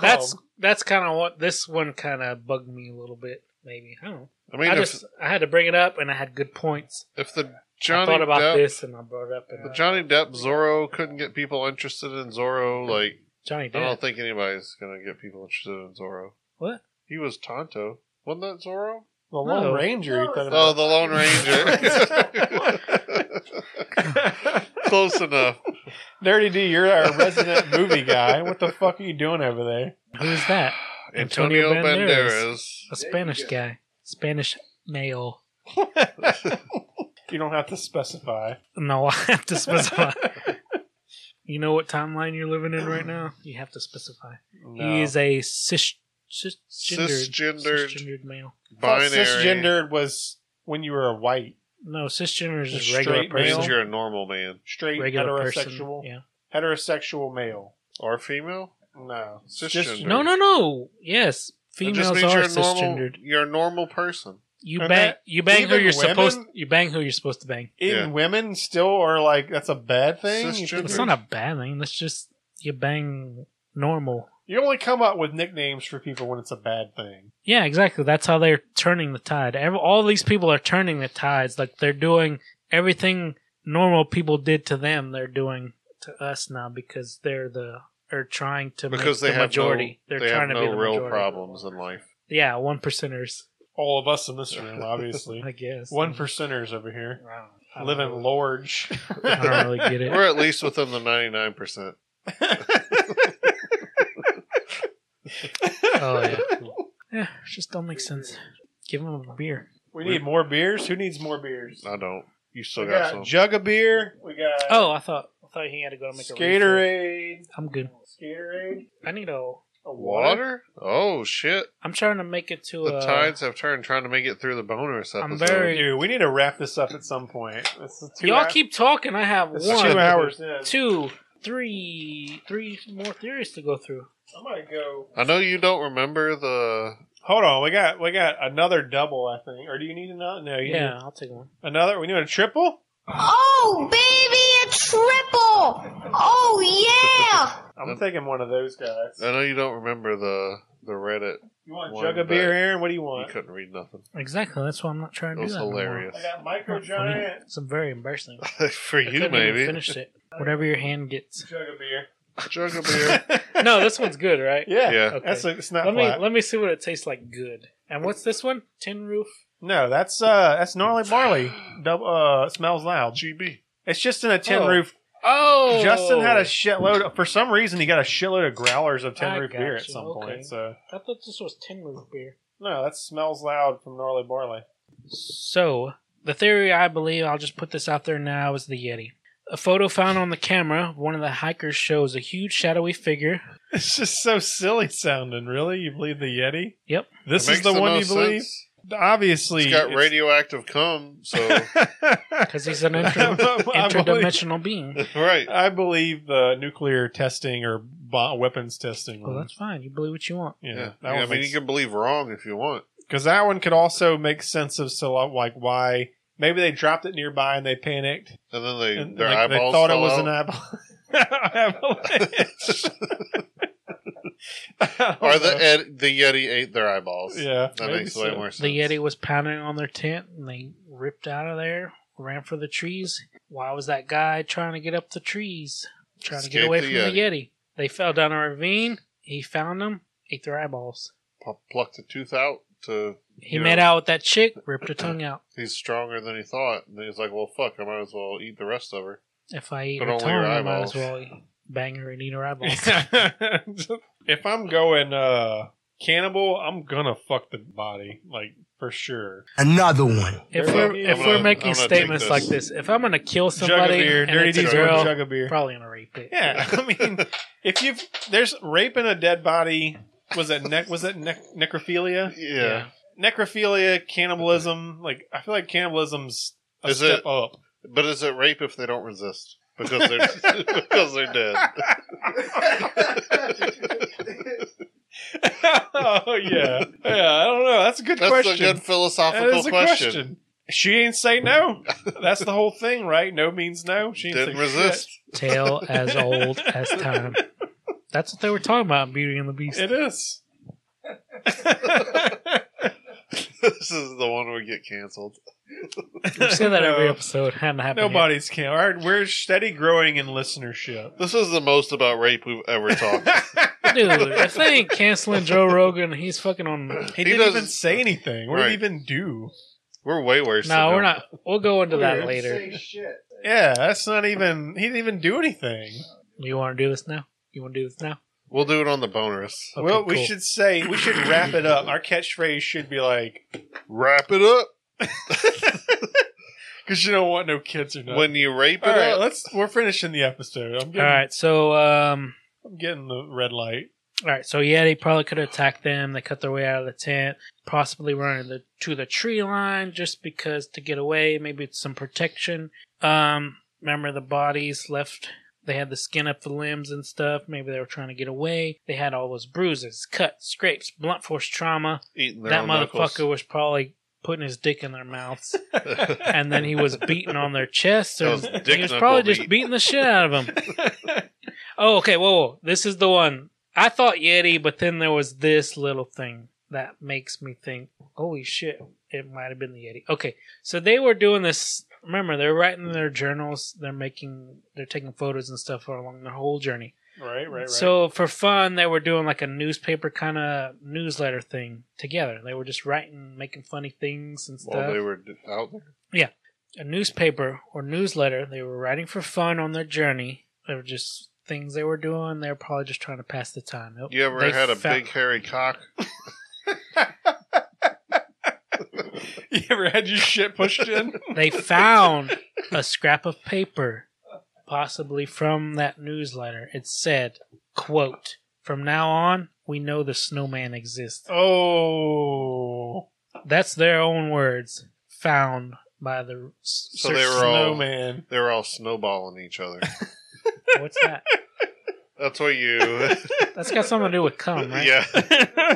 Speaker 2: That's
Speaker 4: Um,
Speaker 2: that's kind of what this one kind of bugged me a little bit. Maybe I don't. know.
Speaker 3: I
Speaker 2: I,
Speaker 3: mean, if,
Speaker 2: just I had to bring it up, and I had good points.
Speaker 3: if the
Speaker 2: I
Speaker 3: Johnny
Speaker 2: thought about
Speaker 3: Depp,
Speaker 2: this, and I brought it up. And
Speaker 3: the
Speaker 2: uh,
Speaker 3: Johnny Depp Zorro couldn't get people interested in Zorro. Like,
Speaker 2: Johnny
Speaker 3: I don't
Speaker 2: Depp.
Speaker 3: think anybody's gonna get people interested in Zorro.
Speaker 2: What?
Speaker 3: He was Tonto. Wasn't that Zorro?
Speaker 4: Oh, the Lone
Speaker 2: no.
Speaker 4: Ranger. you thought
Speaker 3: Oh,
Speaker 4: about.
Speaker 3: the Lone Ranger.
Speaker 4: [laughs]
Speaker 3: [laughs] Close enough.
Speaker 4: Nerdy D, you're our resident movie guy. What the fuck are you doing over there?
Speaker 2: Who's that? Antonio
Speaker 3: Antonio, Banderas.
Speaker 2: A Spanish guy, Spanish male.
Speaker 4: You don't have to specify.
Speaker 2: No, [laughs] I have to
Speaker 4: [laughs]
Speaker 2: specify. you know what timeline you're living in right now? You have to specify. He is a cis, cis,
Speaker 3: Cisgendered.
Speaker 2: cisgendered male.
Speaker 4: Thought
Speaker 3: Binary.
Speaker 4: Cisgendered was when you were a white,
Speaker 2: No, cisgender is
Speaker 4: A
Speaker 2: just regular
Speaker 4: straight male?
Speaker 2: person.
Speaker 3: Means you're a normal man
Speaker 4: straight,
Speaker 2: regular person.
Speaker 4: heterosexual,
Speaker 2: Yeah.
Speaker 4: heterosexual male.
Speaker 3: or female.
Speaker 4: No,
Speaker 3: Cisgender.
Speaker 4: Cis-
Speaker 2: No, no, no. Yes,
Speaker 3: It
Speaker 2: females
Speaker 3: means
Speaker 2: are
Speaker 3: you're a normal.
Speaker 2: cisgendered.
Speaker 3: You're a normal person.
Speaker 2: You
Speaker 4: And
Speaker 2: bang,
Speaker 4: that-
Speaker 2: you bang who
Speaker 4: even
Speaker 2: you're supposed.
Speaker 4: women-
Speaker 2: You bang who you're supposed to bang.
Speaker 4: In
Speaker 3: Yeah.
Speaker 4: women still are like that's a bad thing. You
Speaker 3: Cisgender.
Speaker 4: think-
Speaker 2: It's not a bad thing. That's just you bang normal.
Speaker 4: You only come up with nicknames for people when it's a bad thing.
Speaker 2: Yeah, exactly. That's how they're turning the tide. Every, all these people are turning the tides. Like they're doing everything normal people did to them. They're doing to us now because they're the are trying to
Speaker 3: Because
Speaker 2: make
Speaker 3: they
Speaker 2: the
Speaker 3: have
Speaker 2: majority.
Speaker 3: no,
Speaker 2: they're
Speaker 3: they
Speaker 2: trying
Speaker 3: have
Speaker 2: to be
Speaker 3: no
Speaker 2: the
Speaker 3: real
Speaker 2: majority.
Speaker 3: problems in life.
Speaker 2: Yeah, one percenters.
Speaker 4: All of us in
Speaker 3: [laughs]
Speaker 4: this
Speaker 2: [laughs]
Speaker 4: room, obviously,
Speaker 2: I guess
Speaker 4: one percenters over here,
Speaker 2: I don't
Speaker 4: living
Speaker 2: know.
Speaker 3: [laughs]
Speaker 4: large.
Speaker 2: I don't really get it.
Speaker 3: We're at least within the ninety nine percent.
Speaker 2: Oh yeah. Yeah, it just don't make sense. Give him a beer.
Speaker 4: we need more beers. Who needs more beers?
Speaker 3: I don't. You still
Speaker 4: We
Speaker 3: got,
Speaker 4: got
Speaker 3: some.
Speaker 4: a jug of beer. We got
Speaker 2: Oh, I thought I thought he had to go make a refill.
Speaker 4: Skaterade.
Speaker 2: I'm good.
Speaker 4: Skaterade.
Speaker 2: I need a.
Speaker 4: A
Speaker 3: Water? Oh shit!
Speaker 2: I'm trying to make it to
Speaker 3: The
Speaker 2: a.
Speaker 3: tides have turned, trying to make it through the bonus episode.
Speaker 2: Uh, I'm very-
Speaker 4: Dude, we need to wrap this up at some point. This is two
Speaker 2: Y'all
Speaker 4: hou-
Speaker 2: keep talking. I have
Speaker 4: this is
Speaker 2: one,
Speaker 4: two hours in.
Speaker 2: two, three, three more theories to go through.
Speaker 4: I'm gonna go.
Speaker 3: I know you don't remember the.
Speaker 4: Hold on, we got we got another double, I think. Or do you need another? No, you
Speaker 2: Yeah,
Speaker 4: need
Speaker 2: I'll take one.
Speaker 4: another. We need a triple.
Speaker 7: Oh, baby, a triple! Oh, yeah!
Speaker 4: I'm taking one of those guys.
Speaker 3: I know you don't remember the the Reddit.
Speaker 4: You want a
Speaker 3: One
Speaker 4: jug
Speaker 3: back.
Speaker 4: of beer, Aaron? What do you
Speaker 3: You
Speaker 4: want?
Speaker 3: couldn't read nothing.
Speaker 2: Exactly. That's why I'm not trying to
Speaker 3: It
Speaker 2: do
Speaker 3: was
Speaker 2: that. no more.
Speaker 3: hilarious
Speaker 4: I got
Speaker 2: Not
Speaker 4: micro
Speaker 2: for me.
Speaker 4: giant
Speaker 2: It's very embarrassing.
Speaker 3: [laughs] for
Speaker 2: I
Speaker 3: you,
Speaker 2: couldn't even
Speaker 3: [laughs] maybe.
Speaker 2: Finish it. Whatever your hand gets.
Speaker 4: jug of beer.
Speaker 3: Jug of
Speaker 4: [laughs]
Speaker 3: beer.
Speaker 2: No, this one's good, right?
Speaker 4: Yeah,
Speaker 3: Yeah.
Speaker 2: Okay.
Speaker 4: that's a, it's not
Speaker 2: let me
Speaker 4: flat.
Speaker 2: let me see what it tastes like. Good. And what's this one? Tin roof.
Speaker 4: No, that's uh, that's gnarly barley. Double uh, smells loud.
Speaker 3: GB.
Speaker 4: It's just in a tin
Speaker 2: Oh.
Speaker 4: roof.
Speaker 2: Oh,
Speaker 4: Justin had a shitload. For some reason, he got a shitload of growlers of tin
Speaker 2: I
Speaker 4: roof beer at
Speaker 2: gotcha,
Speaker 4: some
Speaker 2: okay.
Speaker 4: point. So
Speaker 2: I thought this was tin roof beer.
Speaker 4: no, that smells loud from gnarly barley.
Speaker 2: So, the theory I believe, I'll just put this out there now, is the Yeti. A photo found on the camera of one of the hikers shows a huge shadowy figure.
Speaker 4: It's just so silly sounding. Really, you believe the Yeti?
Speaker 2: Yep.
Speaker 4: This
Speaker 3: It
Speaker 4: is
Speaker 3: makes
Speaker 4: the, one you
Speaker 3: most
Speaker 4: believe.
Speaker 3: sense.
Speaker 4: Obviously,
Speaker 3: It's got
Speaker 4: it's-
Speaker 3: radioactive cum,
Speaker 4: [laughs]
Speaker 3: so
Speaker 2: Because he's an
Speaker 4: I
Speaker 2: inter-
Speaker 4: believe,
Speaker 2: interdimensional being.
Speaker 3: [laughs] right.
Speaker 4: I believe the nuclear testing or bo- weapons testing.
Speaker 2: Well,
Speaker 4: one.
Speaker 2: that's fine. You believe what you want.
Speaker 4: yeah,
Speaker 3: Yeah,
Speaker 4: that
Speaker 3: I
Speaker 4: one
Speaker 3: mean,
Speaker 4: makes-
Speaker 3: you can believe wrong if you want.
Speaker 4: because that one could also make sense of so like why maybe they dropped it nearby and they panicked
Speaker 3: And then they
Speaker 4: and
Speaker 3: their
Speaker 4: like, they
Speaker 3: eyeballs
Speaker 4: thought it
Speaker 3: fell
Speaker 4: was
Speaker 3: out.
Speaker 4: an eyeball. [laughs] Avalanche.
Speaker 3: or the ed- the Yeti ate their eyeballs.
Speaker 4: yeah,
Speaker 3: that
Speaker 4: maybe
Speaker 3: makes way
Speaker 4: so.
Speaker 3: more sense.
Speaker 2: The Yeti was pounding on their tent and they ripped out of there, ran for the trees. Why was that guy trying to get up the trees? Trying to
Speaker 3: Escape
Speaker 2: get away
Speaker 3: the
Speaker 2: from the Yeti. They fell down a ravine. He found them, ate their eyeballs.
Speaker 3: P- plucked a tooth out to.
Speaker 2: He
Speaker 3: you
Speaker 2: made
Speaker 3: know,
Speaker 2: out with that chick, ripped her tongue out.
Speaker 3: He's stronger than he thought, and he's like, "Well, fuck, I might as well eat the rest of her."
Speaker 2: If I eat
Speaker 3: But
Speaker 2: her
Speaker 3: only
Speaker 2: tongue,
Speaker 3: her
Speaker 2: I might as
Speaker 3: eyeballs.
Speaker 2: well bang her and eat
Speaker 4: [laughs]
Speaker 2: her eyeballs.
Speaker 3: [laughs]
Speaker 4: if I'm going uh, cannibal, I'm gonna fuck the body like for sure.
Speaker 5: Another one.
Speaker 2: if
Speaker 4: There
Speaker 2: we're
Speaker 4: we go.
Speaker 2: if
Speaker 4: I'm
Speaker 2: we're
Speaker 4: gonna-
Speaker 2: making
Speaker 3: I'm gonna take
Speaker 2: statements
Speaker 3: this.
Speaker 2: like this, if I'm gonna kill
Speaker 4: jug of
Speaker 2: somebody,
Speaker 4: beer,
Speaker 2: and
Speaker 4: dirty
Speaker 2: it's a
Speaker 4: D's
Speaker 2: girl,
Speaker 4: with a jug of beer.
Speaker 2: probably gonna rape it.
Speaker 4: Yeah, [laughs] I mean, if you've there's raping a dead body was that neck was that nec- necrophilia?
Speaker 3: Yeah.
Speaker 4: necrophilia, cannibalism. Like I feel like cannibalism's a
Speaker 3: Is
Speaker 4: step
Speaker 3: it-
Speaker 4: up. [laughs]
Speaker 3: But is it rape if they don't resist? Because they're [laughs] because they're dead.
Speaker 4: oh yeah, yeah. I don't know. That's a good
Speaker 3: That's
Speaker 4: question.
Speaker 3: a good
Speaker 4: that
Speaker 3: philosophical
Speaker 4: is a question.
Speaker 3: question.
Speaker 4: She ain't say no. That's the whole thing, right? No means no. She ain't
Speaker 3: Didn't
Speaker 4: say shit.
Speaker 3: resist. [laughs]
Speaker 2: Tale
Speaker 4: [laughs]
Speaker 2: as old as time. That's what they were talking about in Beauty and the Beast.
Speaker 4: It is. [laughs]
Speaker 3: this is the one we get canceled.
Speaker 2: We
Speaker 4: [laughs]
Speaker 2: say that every
Speaker 4: No.
Speaker 2: episode. Hadn't happened. yet.
Speaker 4: Nobody's can. All right, we're steady growing in listenership.
Speaker 3: This is the most about rape we've ever talked.
Speaker 2: dude. If they ain't canceling Joe Rogan, he's fucking on.
Speaker 4: He,
Speaker 3: He
Speaker 4: didn't
Speaker 3: doesn't-
Speaker 4: even say anything. What
Speaker 3: Right.
Speaker 4: did he even do?
Speaker 3: We're way worse.
Speaker 2: No,
Speaker 3: than
Speaker 2: we're
Speaker 3: him.
Speaker 2: not. We'll go into that later.
Speaker 4: Yeah, that's not even. He didn't even do anything.
Speaker 2: You want to do this now? You want to do this now?
Speaker 3: We'll do it on the bonus.
Speaker 2: Okay,
Speaker 4: well, we
Speaker 2: cool.
Speaker 4: should say we should wrap it up. Our catchphrase should be like, [laughs]
Speaker 3: Wrap it up
Speaker 4: "Because you don't want no kids or nothing."
Speaker 3: when you rape it
Speaker 4: All right,
Speaker 3: up.
Speaker 4: let's. We're finishing the episode. I'm
Speaker 2: All
Speaker 4: getting,
Speaker 2: right. So, um,
Speaker 4: I'm getting the red light.
Speaker 2: all right. So Yeti probably could attack them. They cut their way out of the tent, possibly running the, to the tree line just because to get away. Maybe it's some protection. Um, remember the bodies left. They had the skin up the limbs and stuff. Maybe they were trying to get away. They had all those bruises, cuts, scrapes, blunt force trauma.
Speaker 3: Eating their
Speaker 2: that
Speaker 3: own
Speaker 2: motherfucker
Speaker 3: knuckles.
Speaker 2: was probably putting his dick in their
Speaker 3: [laughs]
Speaker 2: mouths and then he was beating on their chest
Speaker 3: That
Speaker 2: or
Speaker 3: was dick
Speaker 2: he was
Speaker 3: knuckle
Speaker 2: probably just
Speaker 3: beat.
Speaker 2: beating the shit out of him
Speaker 3: [laughs]
Speaker 2: oh okay whoa, whoa this is the one i thought yeti but then there was this little thing that makes me think holy shit it might have been the yeti okay so they were doing this remember they're writing their journals they're making they're taking photos and stuff along their whole journey
Speaker 4: right, right, right.
Speaker 2: so for fun, they were doing like a newspaper kind of newsletter thing together. They were just writing, making funny things and stuff.
Speaker 3: While they were d- out there.
Speaker 2: a newspaper or newsletter they were writing for fun on their journey. They were just things they were doing. They were probably just trying to pass the time. Nope.
Speaker 3: You ever
Speaker 2: They
Speaker 3: had a
Speaker 2: found-
Speaker 3: big [laughs] hairy cock?
Speaker 4: [laughs] you ever had your shit pushed in?
Speaker 2: [laughs] They found a scrap of paper, possibly from that newsletter. It said, "Quote: From now on, we know the snowman exists."
Speaker 4: [laughs] oh,
Speaker 2: That's their own words, found by the
Speaker 3: So they were all
Speaker 4: snowman. [laughs]
Speaker 3: they were all snowballing each other.
Speaker 2: What's that?
Speaker 3: That's what you.
Speaker 2: That's got something to do with cum, right?
Speaker 3: [laughs] Yeah.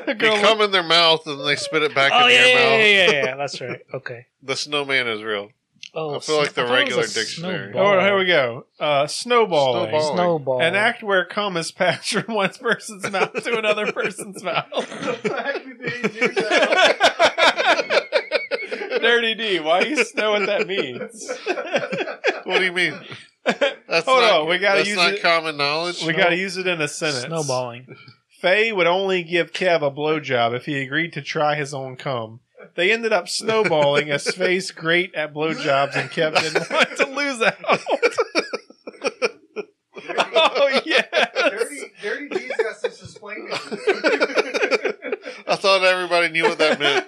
Speaker 3: They
Speaker 4: Girl,
Speaker 3: come in their mouth and they spit it back
Speaker 2: Oh
Speaker 3: in
Speaker 2: yeah,
Speaker 3: your
Speaker 2: yeah,
Speaker 3: mouth.
Speaker 2: yeah, yeah, yeah. That's right. Okay.
Speaker 3: The snowman is real.
Speaker 2: Oh,
Speaker 3: I feel like the
Speaker 2: thought it was
Speaker 3: regular
Speaker 2: a
Speaker 3: dictionary.
Speaker 4: oh, here we go. Uh, snowballing.
Speaker 3: Snowball.
Speaker 2: Snowball.
Speaker 4: An act where cum is passed from one person's mouth to another person's mouth. [laughs] Dirty D, why you know what that means?
Speaker 3: What do you mean? That's
Speaker 4: Hold
Speaker 3: not,
Speaker 4: on, we gotta
Speaker 3: that's
Speaker 4: use
Speaker 3: not
Speaker 4: it-
Speaker 3: common knowledge.
Speaker 4: We got to use it in a sentence.
Speaker 2: Snowballing.
Speaker 4: Faye would only give Kev a blowjob if he agreed to try his own cum. They ended up snowballing as Faye's great at blowjobs and Kev didn't want to lose out. oh, yes.
Speaker 8: Dirty D's got some explaining.
Speaker 3: [laughs] I thought everybody knew what that
Speaker 4: [laughs]
Speaker 3: meant.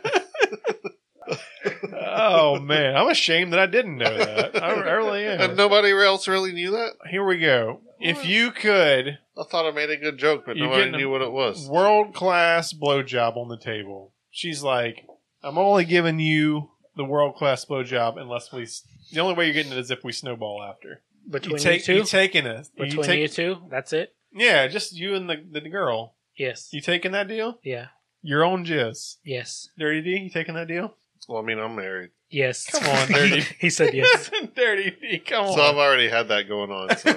Speaker 4: Oh, man. I'm ashamed that I didn't know that. I, I really
Speaker 3: and
Speaker 4: am.
Speaker 3: nobody else really knew that?
Speaker 4: Here we go. If you could,
Speaker 3: I thought I made a good joke, but
Speaker 4: You're
Speaker 3: nobody
Speaker 4: getting a-
Speaker 3: knew what it was.
Speaker 4: world class blowjob on the table. She's like, I'm only giving you the world class blowjob unless we. s- The only way you're getting it is if we snowball after.
Speaker 2: Between
Speaker 4: You
Speaker 2: you,
Speaker 4: take
Speaker 2: two.
Speaker 4: you taking it. You
Speaker 2: Between
Speaker 4: take,
Speaker 2: you two. That's it.
Speaker 4: Yeah, just you and the, the girl.
Speaker 2: Yes.
Speaker 4: You taking that deal?
Speaker 2: Yeah.
Speaker 4: Your own jizz.
Speaker 2: Yes.
Speaker 4: Dirty D, you taking that deal?
Speaker 3: Well, I mean, I'm married,
Speaker 2: Yes.
Speaker 4: Come
Speaker 2: [laughs]
Speaker 4: on, Dirty.
Speaker 2: he said yes.
Speaker 4: [laughs] Dirty D, come
Speaker 3: so I've
Speaker 4: on.
Speaker 3: already had that going on. So.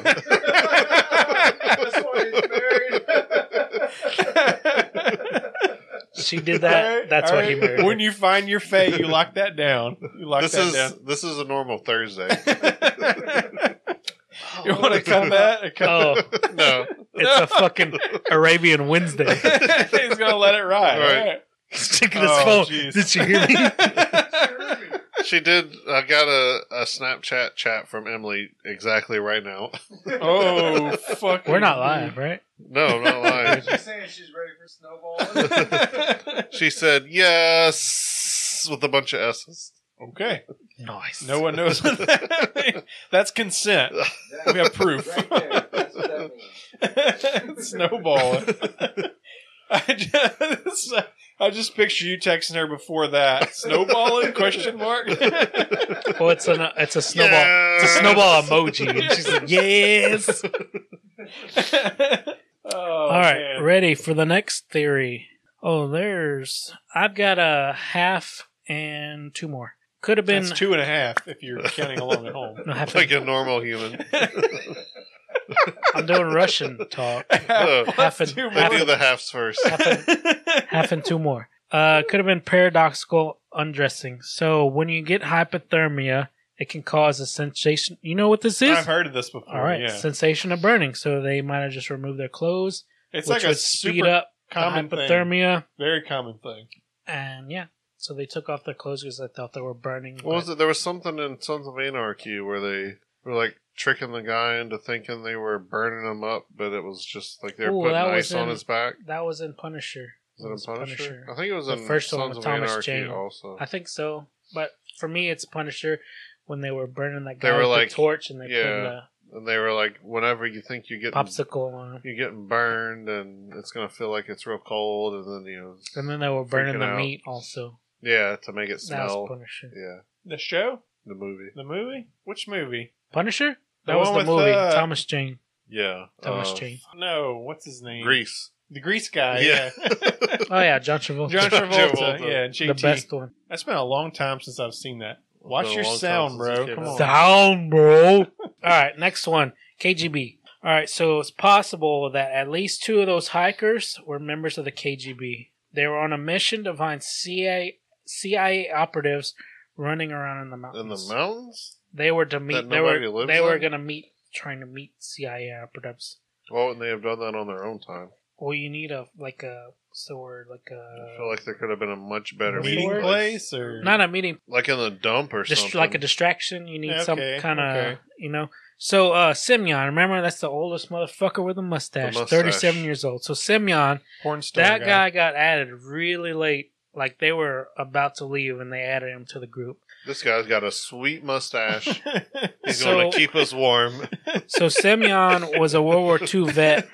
Speaker 4: [laughs]
Speaker 2: She did that. That's why he
Speaker 4: Alright,
Speaker 2: married. her.
Speaker 4: When you find your fay, you lock that down. You [laughs] lock
Speaker 3: this
Speaker 4: that
Speaker 3: is
Speaker 4: down.
Speaker 3: this is a normal
Speaker 4: [laughs]
Speaker 2: [laughs]
Speaker 3: Thursday.
Speaker 4: you want to cut that? Cut
Speaker 2: oh,
Speaker 3: no,
Speaker 2: it's a fucking Arabian Wednesday.
Speaker 4: [laughs]
Speaker 2: [laughs]
Speaker 4: He's gonna let it ride.
Speaker 3: Right.
Speaker 2: He's taking his phone.
Speaker 4: Oh, jeez.
Speaker 2: Did you hear
Speaker 4: [laughs]
Speaker 2: me?
Speaker 3: [laughs] she did. I got a, a Snapchat chat from Emily exactly right now. [laughs]
Speaker 4: Oh fuck!
Speaker 2: We're not live, right?
Speaker 3: No, I'm not lying.
Speaker 8: She's saying she's ready for snowballing.
Speaker 3: she said yes with a bunch of s's. [laughs]
Speaker 4: okay.
Speaker 2: Nice.
Speaker 4: No one knows what that means. That's consent. We have proof.
Speaker 8: Right there. That's what that means.
Speaker 4: [laughs] Snowballing. I just, I just picture you texting her before that. Snowballing? Question mark.
Speaker 2: Well, Oh, it's a it's a snowball. It's a snowball emoji. And she's
Speaker 4: [laughs]
Speaker 2: like, yes.
Speaker 4: oh,
Speaker 2: All right,
Speaker 4: man.
Speaker 2: ready for the next theory. Oh, there's. I've got a half and two more. Could have been
Speaker 4: That's two and a half if you're counting along at home.
Speaker 2: [laughs] No, half
Speaker 3: Like a normal human.
Speaker 2: I'm doing Russian talk. [laughs]
Speaker 3: Ugh.
Speaker 2: Half and,
Speaker 4: Two
Speaker 3: I
Speaker 2: half,
Speaker 3: do
Speaker 2: and,
Speaker 3: the halves first.
Speaker 2: half, and,
Speaker 4: [laughs]
Speaker 2: half and two more. Uh, could have been paradoxical undressing. So when you get hypothermia, it can cause a sensation. You know what this is?
Speaker 4: I've heard of this before.
Speaker 2: All right,
Speaker 4: yeah.
Speaker 2: sensation of burning. So they might have just removed their clothes,
Speaker 4: It's
Speaker 2: which
Speaker 4: like a
Speaker 2: would speed
Speaker 4: super
Speaker 2: up the
Speaker 4: common thing.
Speaker 2: hypothermia.
Speaker 4: Very common thing.
Speaker 2: And yeah, so they took off their clothes because they thought they were burning.
Speaker 3: What was
Speaker 2: but-
Speaker 3: it? There was something in Sons of Anarchy where they were like tricking the guy into thinking they were burning him up, but it was just like they were
Speaker 2: Ooh,
Speaker 3: putting
Speaker 2: that was
Speaker 3: ice on
Speaker 2: in-
Speaker 3: his back.
Speaker 2: That was in Punisher.
Speaker 3: Is it
Speaker 2: It
Speaker 3: in
Speaker 2: was
Speaker 3: Punisher? Uh-huh.
Speaker 2: Punisher.
Speaker 3: I think it was
Speaker 2: The
Speaker 3: in
Speaker 2: first one
Speaker 3: Sons
Speaker 2: with
Speaker 3: of
Speaker 2: Thomas
Speaker 3: Anarchy
Speaker 2: Jane.
Speaker 3: also.
Speaker 2: I think so, but for me, it's Punisher when they were burning that
Speaker 3: They
Speaker 2: guy
Speaker 3: were
Speaker 2: with
Speaker 3: like-
Speaker 2: the torch and they
Speaker 3: yeah. and they were like, whenever you think you're
Speaker 2: put the
Speaker 3: getting
Speaker 2: popsicle on him,
Speaker 3: you're getting burned, and it's gonna feel like it's real cold, and then you know,
Speaker 2: and then they were burning
Speaker 3: Freaking
Speaker 2: the
Speaker 3: out.
Speaker 2: meat also.
Speaker 3: yeah, to make it
Speaker 2: That was
Speaker 3: smell.
Speaker 2: Punisher.
Speaker 3: Yeah,
Speaker 4: The show?
Speaker 3: the movie.
Speaker 4: The movie? Which movie?
Speaker 2: Punisher. That
Speaker 4: The
Speaker 2: was
Speaker 4: one
Speaker 2: the
Speaker 4: with,
Speaker 2: movie.
Speaker 4: uh,
Speaker 2: Thomas Jane.
Speaker 3: Yeah,
Speaker 2: Thomas
Speaker 3: um,
Speaker 2: Jane.
Speaker 4: No, what's his name?
Speaker 3: Grease.
Speaker 4: The Grease guy.
Speaker 3: Yeah.
Speaker 4: Yeah.
Speaker 2: Oh yeah, John Travolta.
Speaker 3: [laughs]
Speaker 4: John
Speaker 3: John
Speaker 4: Travolta.
Speaker 3: Travolta.
Speaker 4: Yeah,
Speaker 2: the
Speaker 4: JT.
Speaker 2: best one.
Speaker 4: It's been a long time since I've seen that. Watch
Speaker 3: been a
Speaker 4: your
Speaker 3: long time
Speaker 4: sound,
Speaker 3: since it
Speaker 4: bro.
Speaker 3: came
Speaker 4: Come
Speaker 3: out.
Speaker 4: on.
Speaker 2: Down, bro. All right, next one. KGB. All right, so it's possible that at least two of those hikers were members of the KGB. They were on a mission to find CIA, CIA operatives running around in the
Speaker 3: In the
Speaker 2: mountains.
Speaker 3: mountains?
Speaker 2: they were to meet. They
Speaker 3: nobody
Speaker 2: were.
Speaker 3: lives
Speaker 2: They
Speaker 3: in?
Speaker 2: were going to meet, trying to meet CIA operatives.
Speaker 3: Why wouldn't they have done that on their own time?
Speaker 2: Well, you need a like a sword, like a
Speaker 3: I feel like there could have been a much better
Speaker 2: Meeting
Speaker 3: meeting,
Speaker 4: Meeting
Speaker 2: Before-
Speaker 3: place.
Speaker 4: place or
Speaker 2: not a meeting
Speaker 3: Like in the dump or
Speaker 2: just
Speaker 3: something.
Speaker 2: like a distraction. You need some
Speaker 4: Okay,
Speaker 2: kind of,
Speaker 4: okay.
Speaker 2: you know. So uh Simeon, remember that's the oldest motherfucker with a mustache,
Speaker 3: mustache.
Speaker 2: thirty-seven years old. So Simeon,
Speaker 4: porn star.
Speaker 2: that guy got added really late. Like they were about to leave, and they added him to the group.
Speaker 3: This guy's got a
Speaker 2: [laughs]
Speaker 3: sweet mustache. He's
Speaker 2: So-
Speaker 3: going to keep us warm.
Speaker 2: So
Speaker 3: [laughs]
Speaker 2: Simeon was a World War II vet.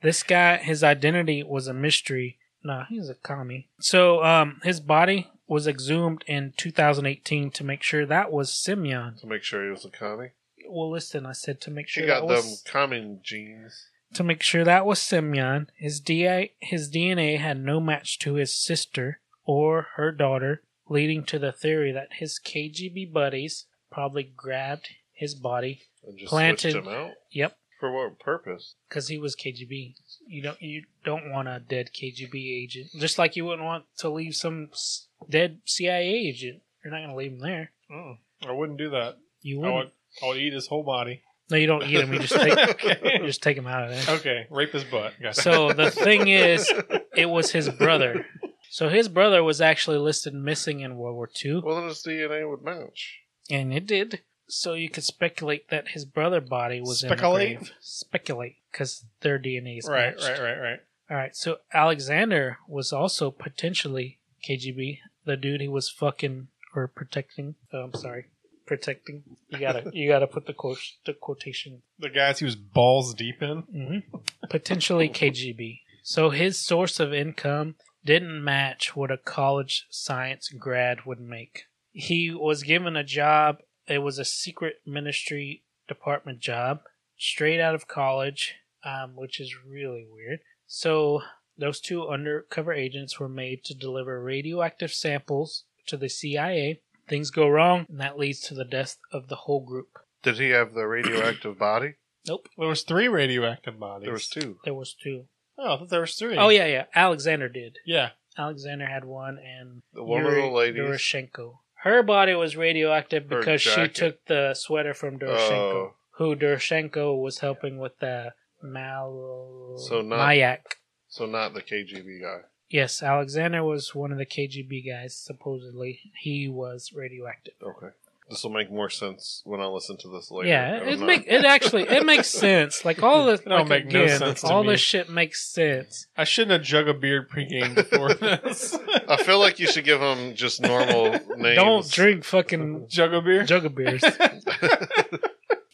Speaker 2: This guy, his identity was a mystery. Nah, he's a commie. So um, his body was exhumed in 2018 to make sure that was Simeon.
Speaker 3: to make sure he was a commie.
Speaker 2: well, listen, I said to make
Speaker 3: She
Speaker 2: sure that
Speaker 3: got them
Speaker 2: was
Speaker 3: common genes.
Speaker 2: to make sure that was Simeon. His DI, his DNA had no match to his sister or her daughter, leading to the theory that his KGB buddies probably grabbed his body.
Speaker 3: and just
Speaker 2: Planted-
Speaker 3: switched him out
Speaker 2: Yep,
Speaker 3: for what purpose?
Speaker 2: because he was KGB. You don't you don't want a dead KGB agent, just like you wouldn't want to leave some s- dead CIA agent. You're not going to leave him there.
Speaker 4: Mm, I wouldn't do that.
Speaker 2: You
Speaker 4: Oh, I
Speaker 2: wouldn't.
Speaker 4: would, I would eat his whole body.
Speaker 2: No, you don't eat him.
Speaker 4: [laughs]
Speaker 2: You just take you
Speaker 4: okay.
Speaker 2: just take him out of there.
Speaker 4: okay, rape his butt. Gotcha.
Speaker 2: So the thing is, it was his brother. So his brother was actually listed missing in World War II,
Speaker 3: Well, then his DNA would match.
Speaker 2: and it did. So you could speculate that his brother body was in
Speaker 4: Speculate?
Speaker 2: the grave. Speculate, because their DNA is
Speaker 4: [laughs] right,
Speaker 2: matched.
Speaker 4: right, right, right.
Speaker 2: All right. So Alexander was also potentially KGB, the dude he was fucking or protecting. Oh, I'm sorry, protecting. You gotta, you gotta put the quote, the quotation
Speaker 4: The guys he was balls deep in.
Speaker 2: hmm Potentially KGB. So his source of income didn't match what a college science grad would make. He was given a job, it was a secret ministry department job straight out of college, um, which is really weird. So those two undercover agents were made to deliver radioactive samples to the CIA. Things go wrong, and that leads to the death of the whole group.
Speaker 3: Did he have the radioactive body?
Speaker 4: There was three radioactive bodies.
Speaker 3: There was two.
Speaker 2: There was two.
Speaker 4: Oh, I thought there was three.
Speaker 2: Oh yeah, yeah. Alexander did.
Speaker 4: yeah.
Speaker 2: Alexander had one, and
Speaker 3: The one with the ladies.
Speaker 2: Doroshenko. Her body was radioactive
Speaker 3: Her
Speaker 2: because she
Speaker 3: jacket.
Speaker 2: took the sweater from Doroshenko,
Speaker 3: Oh.
Speaker 2: who Doroshenko was helping with the Mal
Speaker 3: So not-
Speaker 2: Mayak.
Speaker 3: So not the KGB guy.
Speaker 2: Yes, Alexander was one of the KGB guys. Supposedly, he was radioactive.
Speaker 3: Okay. This will make more sense when I listen to this later.
Speaker 2: yeah,
Speaker 3: I'm
Speaker 2: it
Speaker 3: not-
Speaker 2: make it actually it
Speaker 3: [laughs]
Speaker 2: makes sense. Like all this,
Speaker 4: It don't
Speaker 2: like,
Speaker 4: make no
Speaker 2: again,
Speaker 4: sense to
Speaker 2: All
Speaker 4: me.
Speaker 2: this shit makes sense.
Speaker 4: I shouldn't have jug a beard
Speaker 2: [laughs]
Speaker 4: pregame before this. [laughs]
Speaker 3: I feel like you should give him just normal names.
Speaker 2: Don't drink
Speaker 3: [laughs]
Speaker 2: fucking
Speaker 4: jug a beer.
Speaker 2: jug of beers.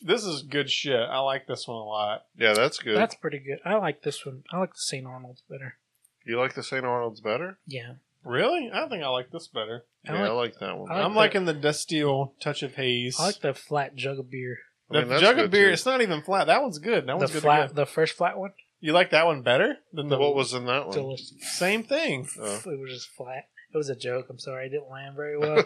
Speaker 4: this is good shit. I like this one a lot.
Speaker 3: Yeah, that's good.
Speaker 2: That's pretty good. I like this one. I like the St. Arnold's better.
Speaker 3: You like the St. Arnold's better?
Speaker 2: Yeah.
Speaker 4: Really? I think I like this better.
Speaker 2: I
Speaker 3: yeah,
Speaker 2: like-
Speaker 3: I like that one.
Speaker 2: I like
Speaker 4: I'm
Speaker 2: the-
Speaker 4: liking the Destiel touch of haze.
Speaker 2: I like the flat jug of beer.
Speaker 3: I mean,
Speaker 4: the
Speaker 3: that's
Speaker 4: jug of
Speaker 3: good,
Speaker 4: beer.
Speaker 3: too.
Speaker 4: It's not even flat. That one's good. That
Speaker 2: the
Speaker 4: one's good. to
Speaker 2: flat,
Speaker 4: go.
Speaker 2: the first flat one.
Speaker 4: You like that one better than the
Speaker 3: What was in that one?
Speaker 2: Delicious.
Speaker 4: same thing? [laughs]
Speaker 3: Oh.
Speaker 2: It was just flat. It was a joke. I'm sorry, I didn't land very
Speaker 4: [laughs]
Speaker 2: well.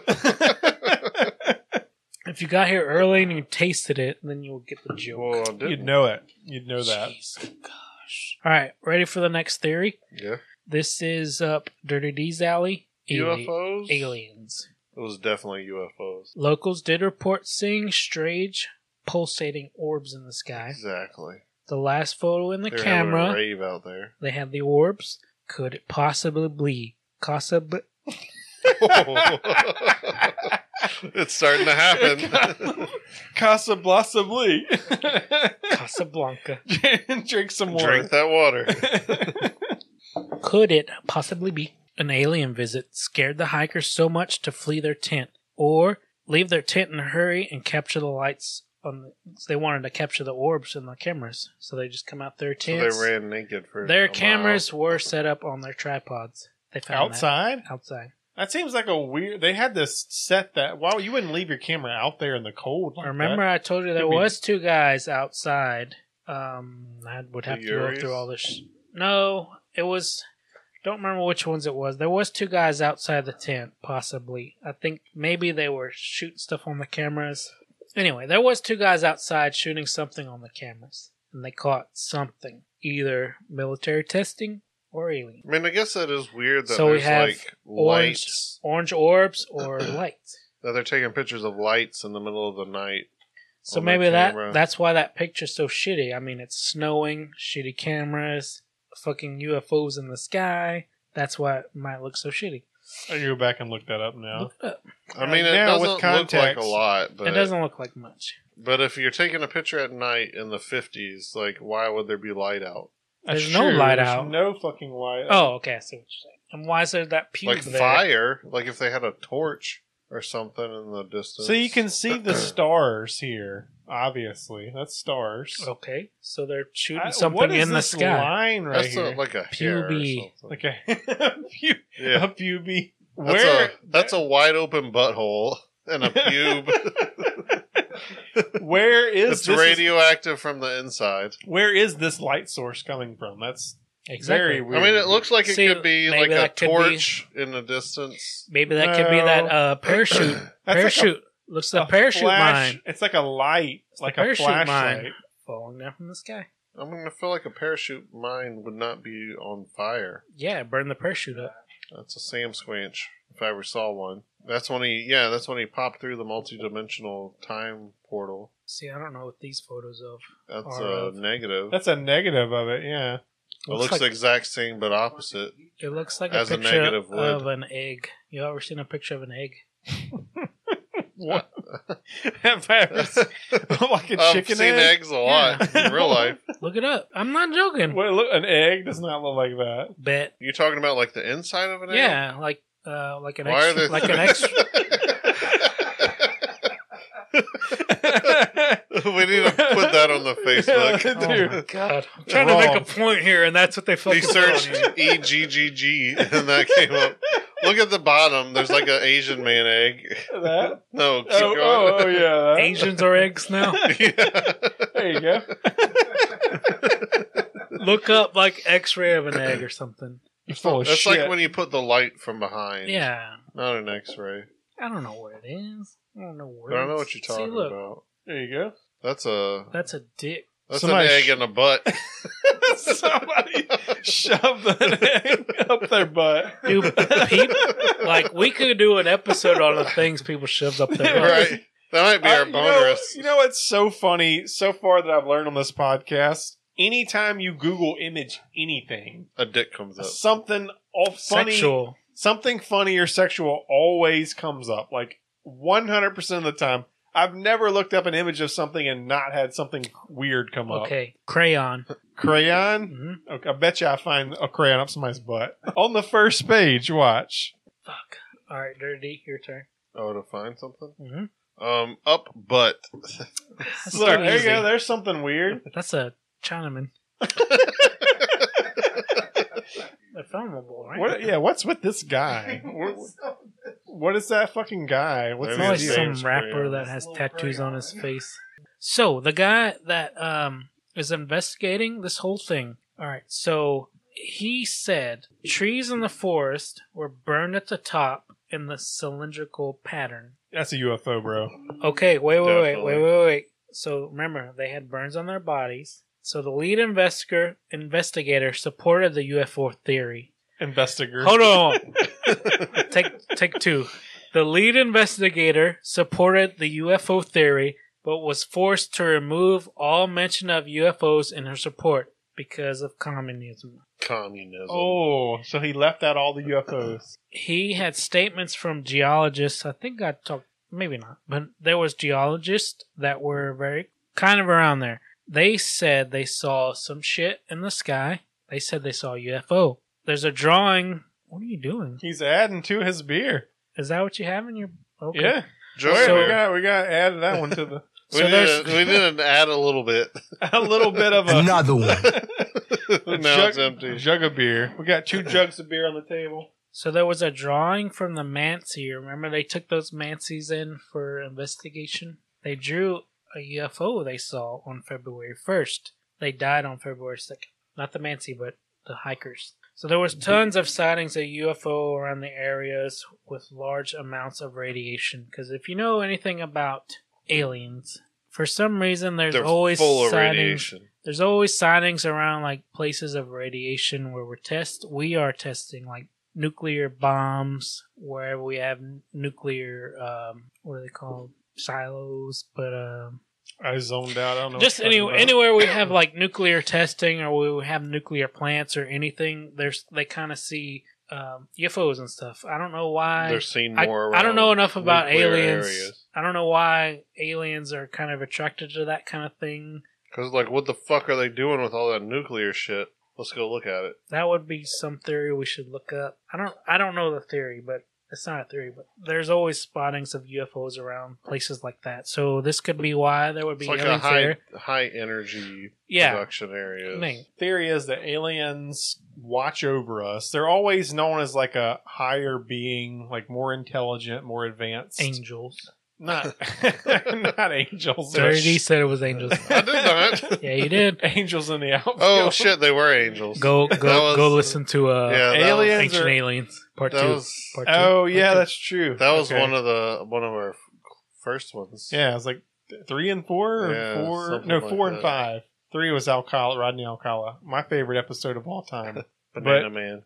Speaker 2: if you got here early and you tasted it, then you will get the joke.
Speaker 3: Well, I didn't.
Speaker 4: You'd know it. You'd know uh, that.
Speaker 2: Jeez, gosh. All right, ready for the next theory?
Speaker 3: Yeah.
Speaker 2: This is up Dirty D's alley. Ali-
Speaker 3: UFOs?
Speaker 2: Aliens.
Speaker 3: It was definitely UFOs.
Speaker 2: Locals did report seeing strange pulsating orbs in the sky.
Speaker 3: Exactly.
Speaker 2: The last photo in the
Speaker 3: They're having
Speaker 2: camera.
Speaker 3: a rave
Speaker 2: [laughs]
Speaker 3: out there. [laughs]
Speaker 2: They have the orbs. Could it possibly be? Possibly.
Speaker 3: it's starting to happen.
Speaker 4: [laughs] Casa Blasa Blee.
Speaker 2: Casablanca.
Speaker 4: [laughs] Drink some more.
Speaker 3: Drink
Speaker 2: [laughs]
Speaker 3: that water.
Speaker 2: Could it possibly be? An alien visit scared the hikers so much to flee their tent or leave their tent in a hurry and capture the lights on the, so they wanted to capture the orbs in the cameras so they just come out their
Speaker 3: So
Speaker 2: tents
Speaker 3: they ran naked for
Speaker 2: their
Speaker 3: a mile.
Speaker 2: cameras were set up on their tripods they found that
Speaker 4: [laughs] Outside?
Speaker 2: outside
Speaker 4: That seems like a weird. They had this set that. Wow, you wouldn't leave your camera out there in the cold. Like
Speaker 2: remember i told you there
Speaker 4: Could be-
Speaker 2: was two guys outside um i would have
Speaker 3: The
Speaker 2: to go
Speaker 3: Uris?
Speaker 2: through all this sh- no it was don't remember which ones it was there was two guys outside the tent possibly i think maybe they were shooting stuff on the cameras anyway there was two guys outside shooting something on the cameras and they caught something either military testing or alien
Speaker 3: I mean, I guess that is weird that
Speaker 2: So we
Speaker 3: there's
Speaker 2: have
Speaker 3: like
Speaker 2: orange-
Speaker 3: lights
Speaker 2: orange orbs or [clears throat] lights
Speaker 3: that they're taking pictures of lights in the middle of the night.
Speaker 2: So
Speaker 3: on their
Speaker 2: maybe that
Speaker 3: camera.
Speaker 2: that's why that picture's so shitty. I mean, it's snowing, shitty cameras, fucking UFOs in the sky. That's why it might look so shitty.
Speaker 4: I go back and look that up now.
Speaker 2: Look it up.
Speaker 3: I mean, it
Speaker 4: Now,
Speaker 3: doesn't
Speaker 4: with
Speaker 3: look like a
Speaker 4: context,
Speaker 3: lot, but
Speaker 2: it doesn't look like much.
Speaker 3: But if you're taking a picture at night in the 50s, like why would there be light out?
Speaker 2: There's
Speaker 4: That's
Speaker 2: no
Speaker 4: true.
Speaker 2: light
Speaker 4: There's
Speaker 2: out.
Speaker 4: No fucking light.
Speaker 2: Oh, okay, I see what you're saying. And why is there that pube
Speaker 3: like
Speaker 2: there?
Speaker 3: fire, like if they had a torch or something in the distance.
Speaker 4: So you can see [clears throat] the stars here. Obviously, that's stars.
Speaker 2: Okay, so they're shooting
Speaker 4: I-
Speaker 2: something
Speaker 4: Oh, what is
Speaker 2: in the
Speaker 4: this
Speaker 2: sky.
Speaker 4: line right
Speaker 3: That's
Speaker 4: here.
Speaker 3: a, like a hair or
Speaker 2: Pubic.
Speaker 3: something.
Speaker 4: like [laughs] a, pube,
Speaker 3: yeah,
Speaker 4: a pubie.
Speaker 3: that's
Speaker 4: Where
Speaker 3: a that's a wide open butthole and a pube.
Speaker 4: Where is
Speaker 3: It's
Speaker 4: this?
Speaker 3: radioactive from the inside.
Speaker 4: where is this light source coming from? That's very weird.
Speaker 3: I mean, it looks like it
Speaker 2: See,
Speaker 3: could be
Speaker 2: maybe
Speaker 3: like a
Speaker 2: that could be-
Speaker 3: torch in the distance.
Speaker 2: Maybe that could be that
Speaker 4: [coughs]
Speaker 2: uh, parachute.
Speaker 4: like a-
Speaker 2: [coughs] parachute looks like a parachute
Speaker 4: flash-
Speaker 2: mine
Speaker 4: It's like a light, like a
Speaker 2: parachute mine.
Speaker 4: flashlight.
Speaker 2: falling down from the sky.
Speaker 3: I'm gonna feel like a parachute mine would not be on fire.
Speaker 2: Yeah, burn the parachute up.
Speaker 3: That's a Sam Squanch, if I ever saw one. That's when he, yeah, that's when he popped through the multi-dimensional time portal.
Speaker 2: See, I don't know what these photos of.
Speaker 3: That's
Speaker 2: Or
Speaker 3: a
Speaker 2: of-
Speaker 3: negative.
Speaker 4: That's a negative of it. Yeah. [laughs]
Speaker 3: it looks the
Speaker 2: like
Speaker 3: exact same but opposite.
Speaker 2: it looks like
Speaker 3: as
Speaker 2: a
Speaker 3: a
Speaker 2: picture
Speaker 3: negative would.
Speaker 2: of an egg. You ever seen a picture of an egg? [laughs]
Speaker 3: [laughs]
Speaker 4: What? [laughs] Have I ever seen, like a
Speaker 3: I've
Speaker 4: chicken
Speaker 3: seen
Speaker 4: egg?
Speaker 3: eggs a lot in real life.
Speaker 2: Look it up. I'm not joking.
Speaker 4: What, look, an egg does not look like that.
Speaker 2: Bet.
Speaker 3: You talking about like the inside of an egg?
Speaker 2: Yeah, like uh, like an
Speaker 3: Why are
Speaker 2: extra,
Speaker 3: they
Speaker 2: like
Speaker 3: [laughs]
Speaker 2: an extra.
Speaker 4: [laughs]
Speaker 3: we need to put that
Speaker 2: [laughs]
Speaker 3: on the Facebook.
Speaker 2: Oh my god! I'm trying to
Speaker 4: Wrong.
Speaker 2: make a point here, and that's what they
Speaker 3: He
Speaker 2: fucking put on
Speaker 3: searched
Speaker 2: here.
Speaker 3: E G G G and that came up. Look at the bottom. There's like an Asian man egg. [laughs]
Speaker 4: that?
Speaker 3: No, keep
Speaker 4: Oh, oh,
Speaker 3: [laughs]
Speaker 4: oh,
Speaker 3: going.
Speaker 4: yeah. that.
Speaker 2: Asians are eggs now.
Speaker 4: There you go.
Speaker 2: Look up like X-ray of an egg or
Speaker 3: [laughs]
Speaker 2: something.
Speaker 4: You're full of
Speaker 3: That's
Speaker 4: shit.
Speaker 3: like when you put the light from behind.
Speaker 2: Yeah,
Speaker 3: Not an X ray.
Speaker 2: I don't know what it is. I don't know
Speaker 3: I
Speaker 2: where.
Speaker 3: don't know what you're talking
Speaker 2: See, look,
Speaker 3: about.
Speaker 4: there you go.
Speaker 3: That's a
Speaker 2: That's a dick.
Speaker 3: that's
Speaker 4: Somebody
Speaker 3: an egg
Speaker 4: sh-
Speaker 3: in
Speaker 2: [laughs]
Speaker 3: a butt.
Speaker 4: [laughs] Somebody shoved the egg up their butt. [laughs]
Speaker 2: Dude, people, like we could do an episode on the things people shove up their butt.
Speaker 3: [laughs] right. That might be
Speaker 4: I-
Speaker 3: our
Speaker 4: you know-
Speaker 3: bonus.
Speaker 4: You know what's so funny so far that I've learned on this podcast? Anytime you Google image anything,
Speaker 3: a dick comes up.
Speaker 4: something all funny,
Speaker 2: Sexual.
Speaker 4: something funny or sexual always comes up. Like 100% of the time. I've never looked up an image of something and not had something weird come up.
Speaker 2: Okay,
Speaker 3: [laughs]
Speaker 2: crayon.
Speaker 4: Crayon?
Speaker 2: hmm
Speaker 4: Okay, I bet you I find a crayon up somebody's butt. on the first page, watch.
Speaker 2: Fuck. All right, dirty. Your turn.
Speaker 3: Oh, to find something?
Speaker 2: hmm
Speaker 3: Um, up butt.
Speaker 2: That's
Speaker 4: Look,
Speaker 2: pretty
Speaker 4: there you
Speaker 2: easy.
Speaker 4: go. There's something weird.
Speaker 2: That's a
Speaker 4: [laughs]
Speaker 2: Chinaman. They're filmable, right?
Speaker 4: What, yeah, what's with this guy? What- what is that fucking guy? What's
Speaker 3: Maybe
Speaker 2: It's always
Speaker 3: it's
Speaker 4: his deal?
Speaker 2: some
Speaker 3: James
Speaker 2: rapper
Speaker 3: Brown.
Speaker 2: that has tattoos on his face. So the guy that um, is investigating this whole thing. All right, so he said trees in the forest were burned at the top in the cylindrical pattern.
Speaker 4: That's a UFO, bro.
Speaker 2: Okay, wait, wait, wait, wait,
Speaker 3: Definitely.
Speaker 2: wait, wait. So remember, they had burns on their bodies. So the lead investigator investigator supported the UFO theory.
Speaker 4: Investigator.
Speaker 2: Hold on. take take two. The lead investigator supported the UFO theory, but was forced to remove all mention of UFOs in her support because of communism.
Speaker 3: Communism.
Speaker 4: [laughs] Oh, so he left out all the UFOs.
Speaker 2: He had statements from geologists. I think I talked, maybe not, but there was geologists that were very kind of around there. They said they saw some shit in the sky. They said they saw a UFO. There's a drawing. What are you doing?
Speaker 4: He's adding to his beer.
Speaker 2: Is that what you have in your? Okay.
Speaker 4: Yeah.
Speaker 3: Joy
Speaker 4: Wait, we
Speaker 3: beer.
Speaker 4: got we got to add that one to the
Speaker 3: we,
Speaker 2: So
Speaker 3: didn't,
Speaker 2: there's-
Speaker 3: we didn't add a little bit. [laughs]
Speaker 4: a little bit of
Speaker 5: [laughs]
Speaker 4: a
Speaker 5: Another one.
Speaker 3: now
Speaker 4: jug,
Speaker 3: it's empty.
Speaker 4: jug of beer. We got two jugs of beer on the table.
Speaker 2: So there was a drawing from the Mansi. Remember, they took those Mansies in for investigation. They drew a UFO they saw on February 1st. They died on February 2nd. Not the Mansi, but the hikers. So there was tons of sightings of UFO around the areas with large amounts of radiation. Because if you know anything about aliens, for some reason there's
Speaker 3: They're
Speaker 2: always
Speaker 3: full of
Speaker 2: sightings-
Speaker 3: radiation.
Speaker 2: there's always sightings around like places of radiation where we're test we are testing like nuclear bombs wherever we have n- nuclear um what are they called silos but um
Speaker 4: I zoned out. I don't know. what
Speaker 2: just
Speaker 4: you're
Speaker 2: any,
Speaker 4: talking about.
Speaker 2: anywhere we have like nuclear testing or we have nuclear plants or anything there's they kind of see um ufos and stuff i don't know why
Speaker 3: They're seen
Speaker 2: I,
Speaker 3: more.
Speaker 2: I don't know
Speaker 3: around
Speaker 2: enough about
Speaker 3: nuclear
Speaker 2: aliens
Speaker 3: areas.
Speaker 2: i don't know why aliens are kind of attracted to that kind of thing
Speaker 3: Because, like, what the fuck are they doing with all that nuclear shit? Let's go look at it.
Speaker 2: That would be some theory we should look up. I don't I don't know the theory, but it's not a theory, but there's always spottings of UFOs around places like that. So this could be why there would be
Speaker 3: It's like a
Speaker 2: aliens
Speaker 3: high
Speaker 2: there.
Speaker 3: high energy
Speaker 2: Yeah.
Speaker 3: production area.
Speaker 2: Man,
Speaker 4: theory is that aliens watch over us. They're always known as like a higher being, like more intelligent, more advanced.
Speaker 2: angels. [laughs]
Speaker 4: Not, [laughs] not angels.
Speaker 2: Dirty said it was
Speaker 3: [laughs]
Speaker 2: angels.
Speaker 3: I did not.
Speaker 2: Yeah, you did.
Speaker 4: [laughs] Angels in the outfield.
Speaker 3: Oh shit, they were angels.
Speaker 2: Go go
Speaker 3: That was-
Speaker 2: go listen to uh
Speaker 3: yeah, that
Speaker 4: Alien.
Speaker 3: was,
Speaker 2: Ancient
Speaker 4: are-
Speaker 2: Aliens Part
Speaker 3: that
Speaker 2: Two.
Speaker 3: was
Speaker 2: part two.
Speaker 4: Oh yeah,
Speaker 2: Part
Speaker 4: that's true.
Speaker 3: that was
Speaker 4: Okay.
Speaker 3: one of the one of our first ones.
Speaker 4: Yeah, it was like th- three and four, or
Speaker 3: Yeah,
Speaker 4: four.
Speaker 3: something
Speaker 4: No,
Speaker 3: like
Speaker 4: four and
Speaker 3: that.
Speaker 4: five. Three was Alcala, Rodney Alcala, my favorite episode of
Speaker 3: [laughs]
Speaker 4: all time. [laughs]
Speaker 3: Banana Man.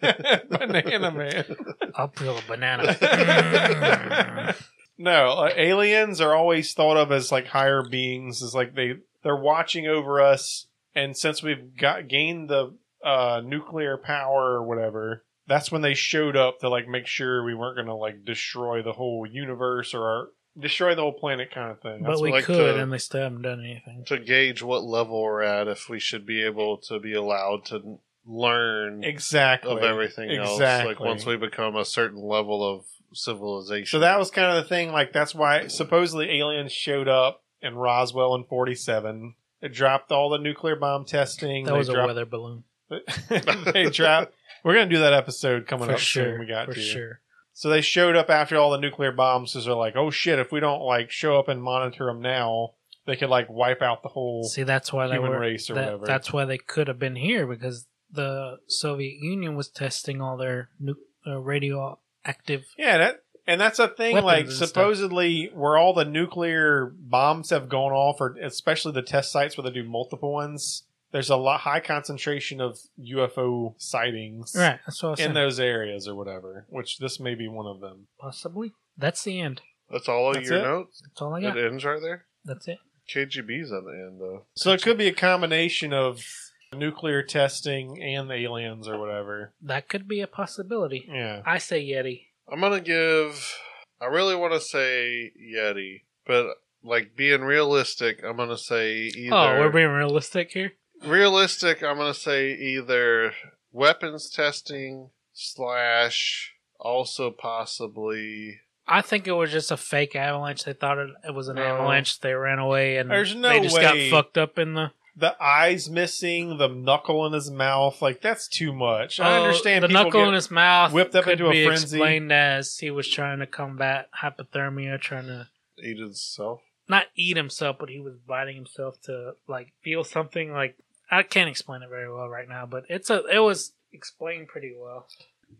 Speaker 4: Banana Man.
Speaker 2: two. I'll peel a
Speaker 3: [laughs]
Speaker 2: banana. Mm.
Speaker 4: [laughs] no, uh, aliens are always thought of as like higher beings. Is like they they're watching over us, and since we've got gained the uh, nuclear power or whatever, that's when they showed up to like make sure we weren't going to like destroy the whole universe or our, destroy the whole planet kind of thing.
Speaker 2: but we
Speaker 3: like
Speaker 2: could,
Speaker 3: the-
Speaker 2: and they still haven't done anything.
Speaker 3: To gauge what level we're at, if we should be able to be allowed to learn
Speaker 4: exactly
Speaker 3: of everything
Speaker 4: exactly.
Speaker 3: else. Like once we become a certain level of civilization.
Speaker 4: So that was kind of the thing. Like that's why supposedly aliens showed up in Roswell in '47. It dropped all the nuclear bomb testing.
Speaker 2: That
Speaker 4: they
Speaker 2: was a
Speaker 4: dropped,
Speaker 2: weather balloon
Speaker 4: [laughs] they dropped. We're gonna do that episode coming
Speaker 2: for
Speaker 4: up
Speaker 2: sure.
Speaker 4: soon. We got
Speaker 2: for
Speaker 4: to.
Speaker 2: sure.
Speaker 4: So they showed up after all the nuclear bombs. So they're like, oh shit, if we don't like show up and monitor them now, they could like wipe out the whole
Speaker 2: See, that's why they
Speaker 4: human
Speaker 2: were.
Speaker 4: race or
Speaker 2: that-
Speaker 4: whatever.
Speaker 2: That's why they could have been here because the Soviet Union was testing all their nu- uh, radioactive.
Speaker 4: Yeah, that and that's a thing.
Speaker 2: Weapons
Speaker 4: Like
Speaker 2: and stuff.
Speaker 4: supposedly, where all the nuclear bombs have gone off, or especially the test sites where they do multiple ones, there's a lot high concentration of UFO sightings
Speaker 2: Right, that's what I was
Speaker 4: in
Speaker 2: saying.
Speaker 4: those areas or whatever. Which this may be one of them.
Speaker 2: Possibly. That's the end.
Speaker 3: That's all of
Speaker 4: That's
Speaker 3: your
Speaker 4: it?
Speaker 3: notes.
Speaker 2: That's all I got.
Speaker 3: It ends right there.
Speaker 2: That's it.
Speaker 3: KGB's on the end though.
Speaker 4: So it could be a combination of nuclear testing and aliens or whatever.
Speaker 2: That could be a possibility.
Speaker 4: Yeah,
Speaker 2: I say Yeti.
Speaker 3: I'm gonna give. I really want to say Yeti, but like being realistic, I'm gonna say either.
Speaker 2: Oh, we're being realistic here.
Speaker 3: realistic. I'm gonna say either weapons testing slash also possibly.
Speaker 2: I think it was just a fake avalanche. They thought it, it was an
Speaker 4: No.
Speaker 2: avalanche. They ran away and
Speaker 4: There's no
Speaker 2: they just
Speaker 4: way.
Speaker 2: got fucked up in the.
Speaker 4: the eyes missing, the knuckle in his mouth, like that's too much. I
Speaker 2: Oh,
Speaker 4: understand
Speaker 2: the
Speaker 4: people
Speaker 2: knuckle
Speaker 4: get-
Speaker 2: in his mouth.
Speaker 4: whipped up
Speaker 2: could
Speaker 4: into a
Speaker 2: be
Speaker 4: frenzy.
Speaker 2: Explained as he was trying to combat hypothermia, trying to
Speaker 3: Eat itself.
Speaker 2: not eat himself, but he was biting himself to like feel something. Like I can't explain it very well right now, but it's a it was explained pretty well.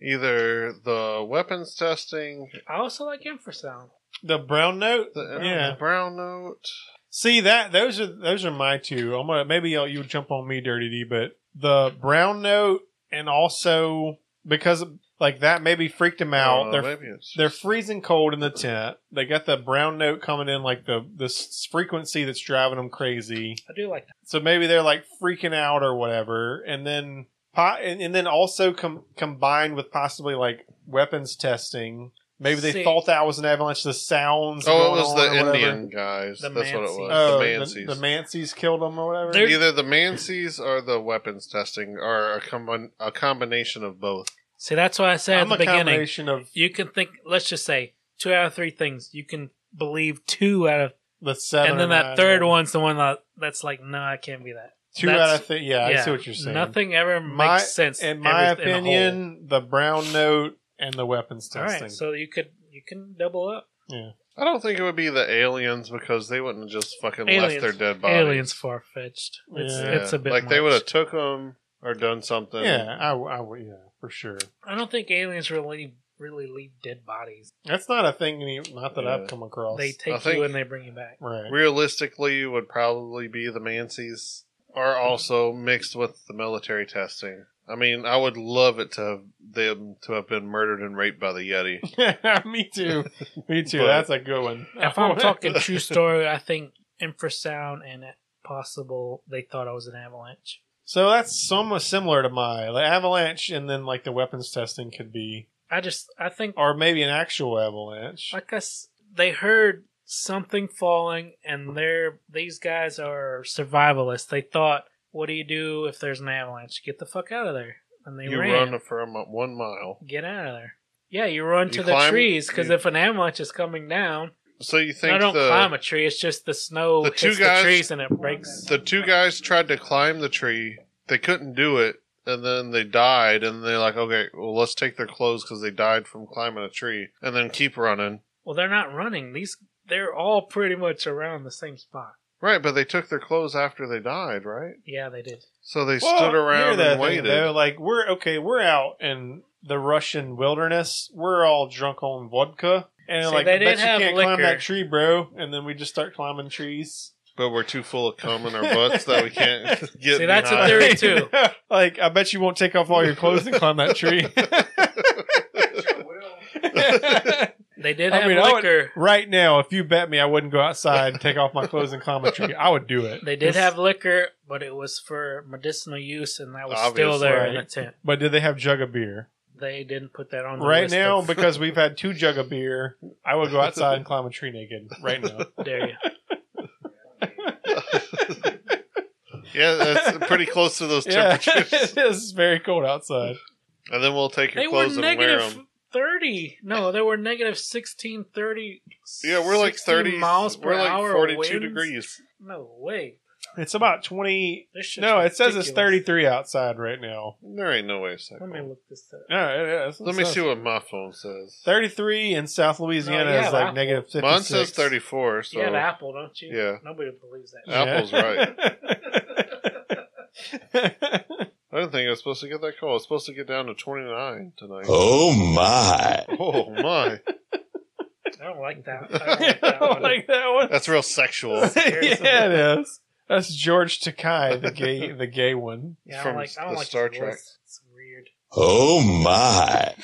Speaker 3: Either the weapons testing,
Speaker 2: I also like infrasound.
Speaker 4: the brown note.
Speaker 3: the,
Speaker 4: Yeah.
Speaker 3: the brown note.
Speaker 4: See that those are those are my two. I'm gonna maybe you'll, you jump on me, Dirty D, but the brown note and also because like that maybe freaked him out.
Speaker 3: Uh,
Speaker 4: they're
Speaker 3: maybe it's
Speaker 4: they're freezing cold in the tent. They got the brown note coming in like the this frequency that's driving them crazy.
Speaker 2: I do like that.
Speaker 4: So maybe they're like freaking out or whatever, and then po- and, and then also com- combined with possibly like weapons testing. Maybe they
Speaker 2: See-
Speaker 4: thought that was an avalanche. The sounds.
Speaker 3: Oh, it
Speaker 4: going
Speaker 3: was
Speaker 4: on
Speaker 3: the
Speaker 4: or whatever.
Speaker 3: Indian guys.
Speaker 2: The
Speaker 3: That's what it
Speaker 2: Mansies.
Speaker 3: was.
Speaker 4: Oh,
Speaker 3: the
Speaker 4: the,
Speaker 3: Mansies.
Speaker 4: the Mancies killed him or whatever.
Speaker 2: They're-
Speaker 3: Either the Mansies or the weapons testing, or a, com- a combination of both.
Speaker 2: See, that's why I said at
Speaker 4: I'm a
Speaker 2: the beginning,
Speaker 4: combination of
Speaker 2: you can think. Let's just say two out of three things you can believe two out of,
Speaker 4: the seven,
Speaker 2: and then
Speaker 4: or
Speaker 2: that
Speaker 4: nine,
Speaker 2: third
Speaker 4: or
Speaker 2: one's the one that that's like, no, I can't be that.
Speaker 4: two
Speaker 2: that's-
Speaker 4: out of three. Yeah, I see what you're saying.
Speaker 2: Nothing ever
Speaker 4: My-
Speaker 2: makes sense.
Speaker 4: In my
Speaker 2: everyth- a whole.
Speaker 4: opinion, the brown note and the weapons
Speaker 2: all
Speaker 4: testing.
Speaker 2: right. So you could you can double up.
Speaker 3: I don't think it would be the aliens because they wouldn't have just fucking left
Speaker 2: Aliens.
Speaker 3: their dead bodies.
Speaker 2: Aliens far fetched. It's,
Speaker 4: Yeah.
Speaker 2: it's a bit
Speaker 3: like they would
Speaker 2: much.
Speaker 3: have took them or done something.
Speaker 4: yeah, I, w- I w- yeah, for sure.
Speaker 2: I don't think aliens really really leave dead bodies.
Speaker 4: That's not a thing. Any, not that
Speaker 3: Yeah.
Speaker 4: I've come across.
Speaker 2: They
Speaker 3: I
Speaker 2: take
Speaker 3: think-
Speaker 2: you and they bring you back.
Speaker 4: right.
Speaker 3: realistically, it would probably be the Mansies, or also mixed with the military testing. I mean, I would love it to have them to have been murdered and raped by the Yeti.
Speaker 4: Yeah, [laughs] me too.
Speaker 3: [laughs]
Speaker 4: Me too.
Speaker 3: But-
Speaker 4: That's a good one.
Speaker 2: If
Speaker 3: [laughs]
Speaker 2: I'm talking true story, I think infrasound and possible they thought I was an avalanche.
Speaker 4: so that's somewhat similar to my the avalanche, and then like the weapons testing could be,
Speaker 2: I just I think
Speaker 4: or maybe an actual avalanche.
Speaker 2: like I s- they heard something falling and they're these guys are survivalists. They thought, what do you do if there's an avalanche? Get the fuck out of there. And they
Speaker 3: you
Speaker 2: ran.
Speaker 3: run for a, mi- one mile.
Speaker 2: Get out of there. Yeah, you run to
Speaker 3: You
Speaker 2: the
Speaker 3: climb-
Speaker 2: trees because
Speaker 3: you-
Speaker 2: if an avalanche is coming down,
Speaker 3: So you
Speaker 2: I
Speaker 3: think
Speaker 2: don't
Speaker 3: the
Speaker 2: climb a tree. It's just the snow
Speaker 3: the
Speaker 2: hits
Speaker 3: two
Speaker 2: the
Speaker 3: guys-
Speaker 2: trees and it breaks.
Speaker 3: the two guys tried to climb the tree. They couldn't do it, and then they died. And they're like, "Okay, well, let's take their clothes because they died from climbing a tree, and then keep running."
Speaker 2: Well, they're not running. These they're all pretty much around the same spot.
Speaker 3: Right, but they took their clothes after they died, right?
Speaker 2: Yeah, they did.
Speaker 3: So they
Speaker 4: Well,
Speaker 3: stood
Speaker 4: hear
Speaker 3: around
Speaker 4: that
Speaker 3: and
Speaker 4: thing,
Speaker 3: waited.
Speaker 4: though, like we're okay, we're out in the Russian wilderness. We're all drunk on vodka, and
Speaker 2: See,
Speaker 4: like
Speaker 2: they
Speaker 4: I bet
Speaker 2: didn't
Speaker 4: you
Speaker 2: have
Speaker 4: can't climb
Speaker 2: liquor.
Speaker 4: that tree, bro. And then we just start climbing trees.
Speaker 3: but we're too full of cum in our butts that we
Speaker 2: [laughs]
Speaker 3: can't get.
Speaker 2: See, that's what
Speaker 3: behind.
Speaker 4: [laughs]
Speaker 2: they're- [laughs] Theory two.
Speaker 4: like I bet you won't take off all your clothes and climb that
Speaker 2: [laughs]
Speaker 4: tree. [laughs]
Speaker 2: They did
Speaker 4: I
Speaker 2: have
Speaker 4: mean, I would-
Speaker 2: liquor.
Speaker 4: right now, if you bet me, I wouldn't go outside and take off my clothes and climb a tree. I would do it.
Speaker 2: They did have liquor, but it was for medicinal use, and that was still
Speaker 3: Obviously.
Speaker 2: there in the tent.
Speaker 4: But did they have jug of beer?
Speaker 2: They didn't put that on the
Speaker 4: Right
Speaker 2: list
Speaker 4: now,
Speaker 2: of-
Speaker 4: because we've had two jug of beer, I would go outside and climb a tree naked right now.
Speaker 2: dare you.
Speaker 3: [laughs] [laughs] yeah, that's pretty close to
Speaker 2: [laughs]
Speaker 3: those
Speaker 4: [laughs]
Speaker 3: temperatures.
Speaker 4: it's very cold outside.
Speaker 3: and then we'll take your
Speaker 2: They were
Speaker 3: clothes and wear them.
Speaker 2: negative thirty. No, they were negative 16, 30.
Speaker 3: Yeah, we're like
Speaker 2: 16
Speaker 3: thirty
Speaker 2: miles per
Speaker 3: We're like
Speaker 2: hour.
Speaker 3: forty-two
Speaker 2: winds?
Speaker 3: degrees.
Speaker 2: No way.
Speaker 4: It's about twenty.
Speaker 2: This shit's
Speaker 4: No, it says it's
Speaker 2: ridiculous.
Speaker 4: thirty-three outside right now.
Speaker 3: There ain't no way. It's that
Speaker 2: Let me
Speaker 3: cold.
Speaker 2: look this up.
Speaker 4: No, it is.
Speaker 3: Let me see what my phone
Speaker 4: [laughs]
Speaker 3: says.
Speaker 4: Thirty-three in South Louisiana
Speaker 2: No, yeah,
Speaker 4: is like
Speaker 2: Apple.
Speaker 4: negative fifty-six.
Speaker 3: Mine says thirty-four. So
Speaker 2: You have Apple, don't you?
Speaker 3: Yeah.
Speaker 2: Nobody believes that.
Speaker 4: Yeah.
Speaker 3: Apple's
Speaker 4: [laughs]
Speaker 3: I didn't think I was supposed to get that call. I was supposed to get down to twenty-nine tonight.
Speaker 5: Oh my.
Speaker 3: oh my,
Speaker 2: I don't like that. [laughs] I don't like that one.
Speaker 4: like that one.
Speaker 3: that's real sexual.
Speaker 4: [laughs] yeah, it is. That's George Takai, the gay, the gay one. [laughs]
Speaker 2: Yeah, I
Speaker 3: From
Speaker 2: don't like, I
Speaker 3: the
Speaker 2: don't like
Speaker 3: Star
Speaker 2: his
Speaker 3: Trek.
Speaker 2: voice. It's weird.
Speaker 5: Oh my.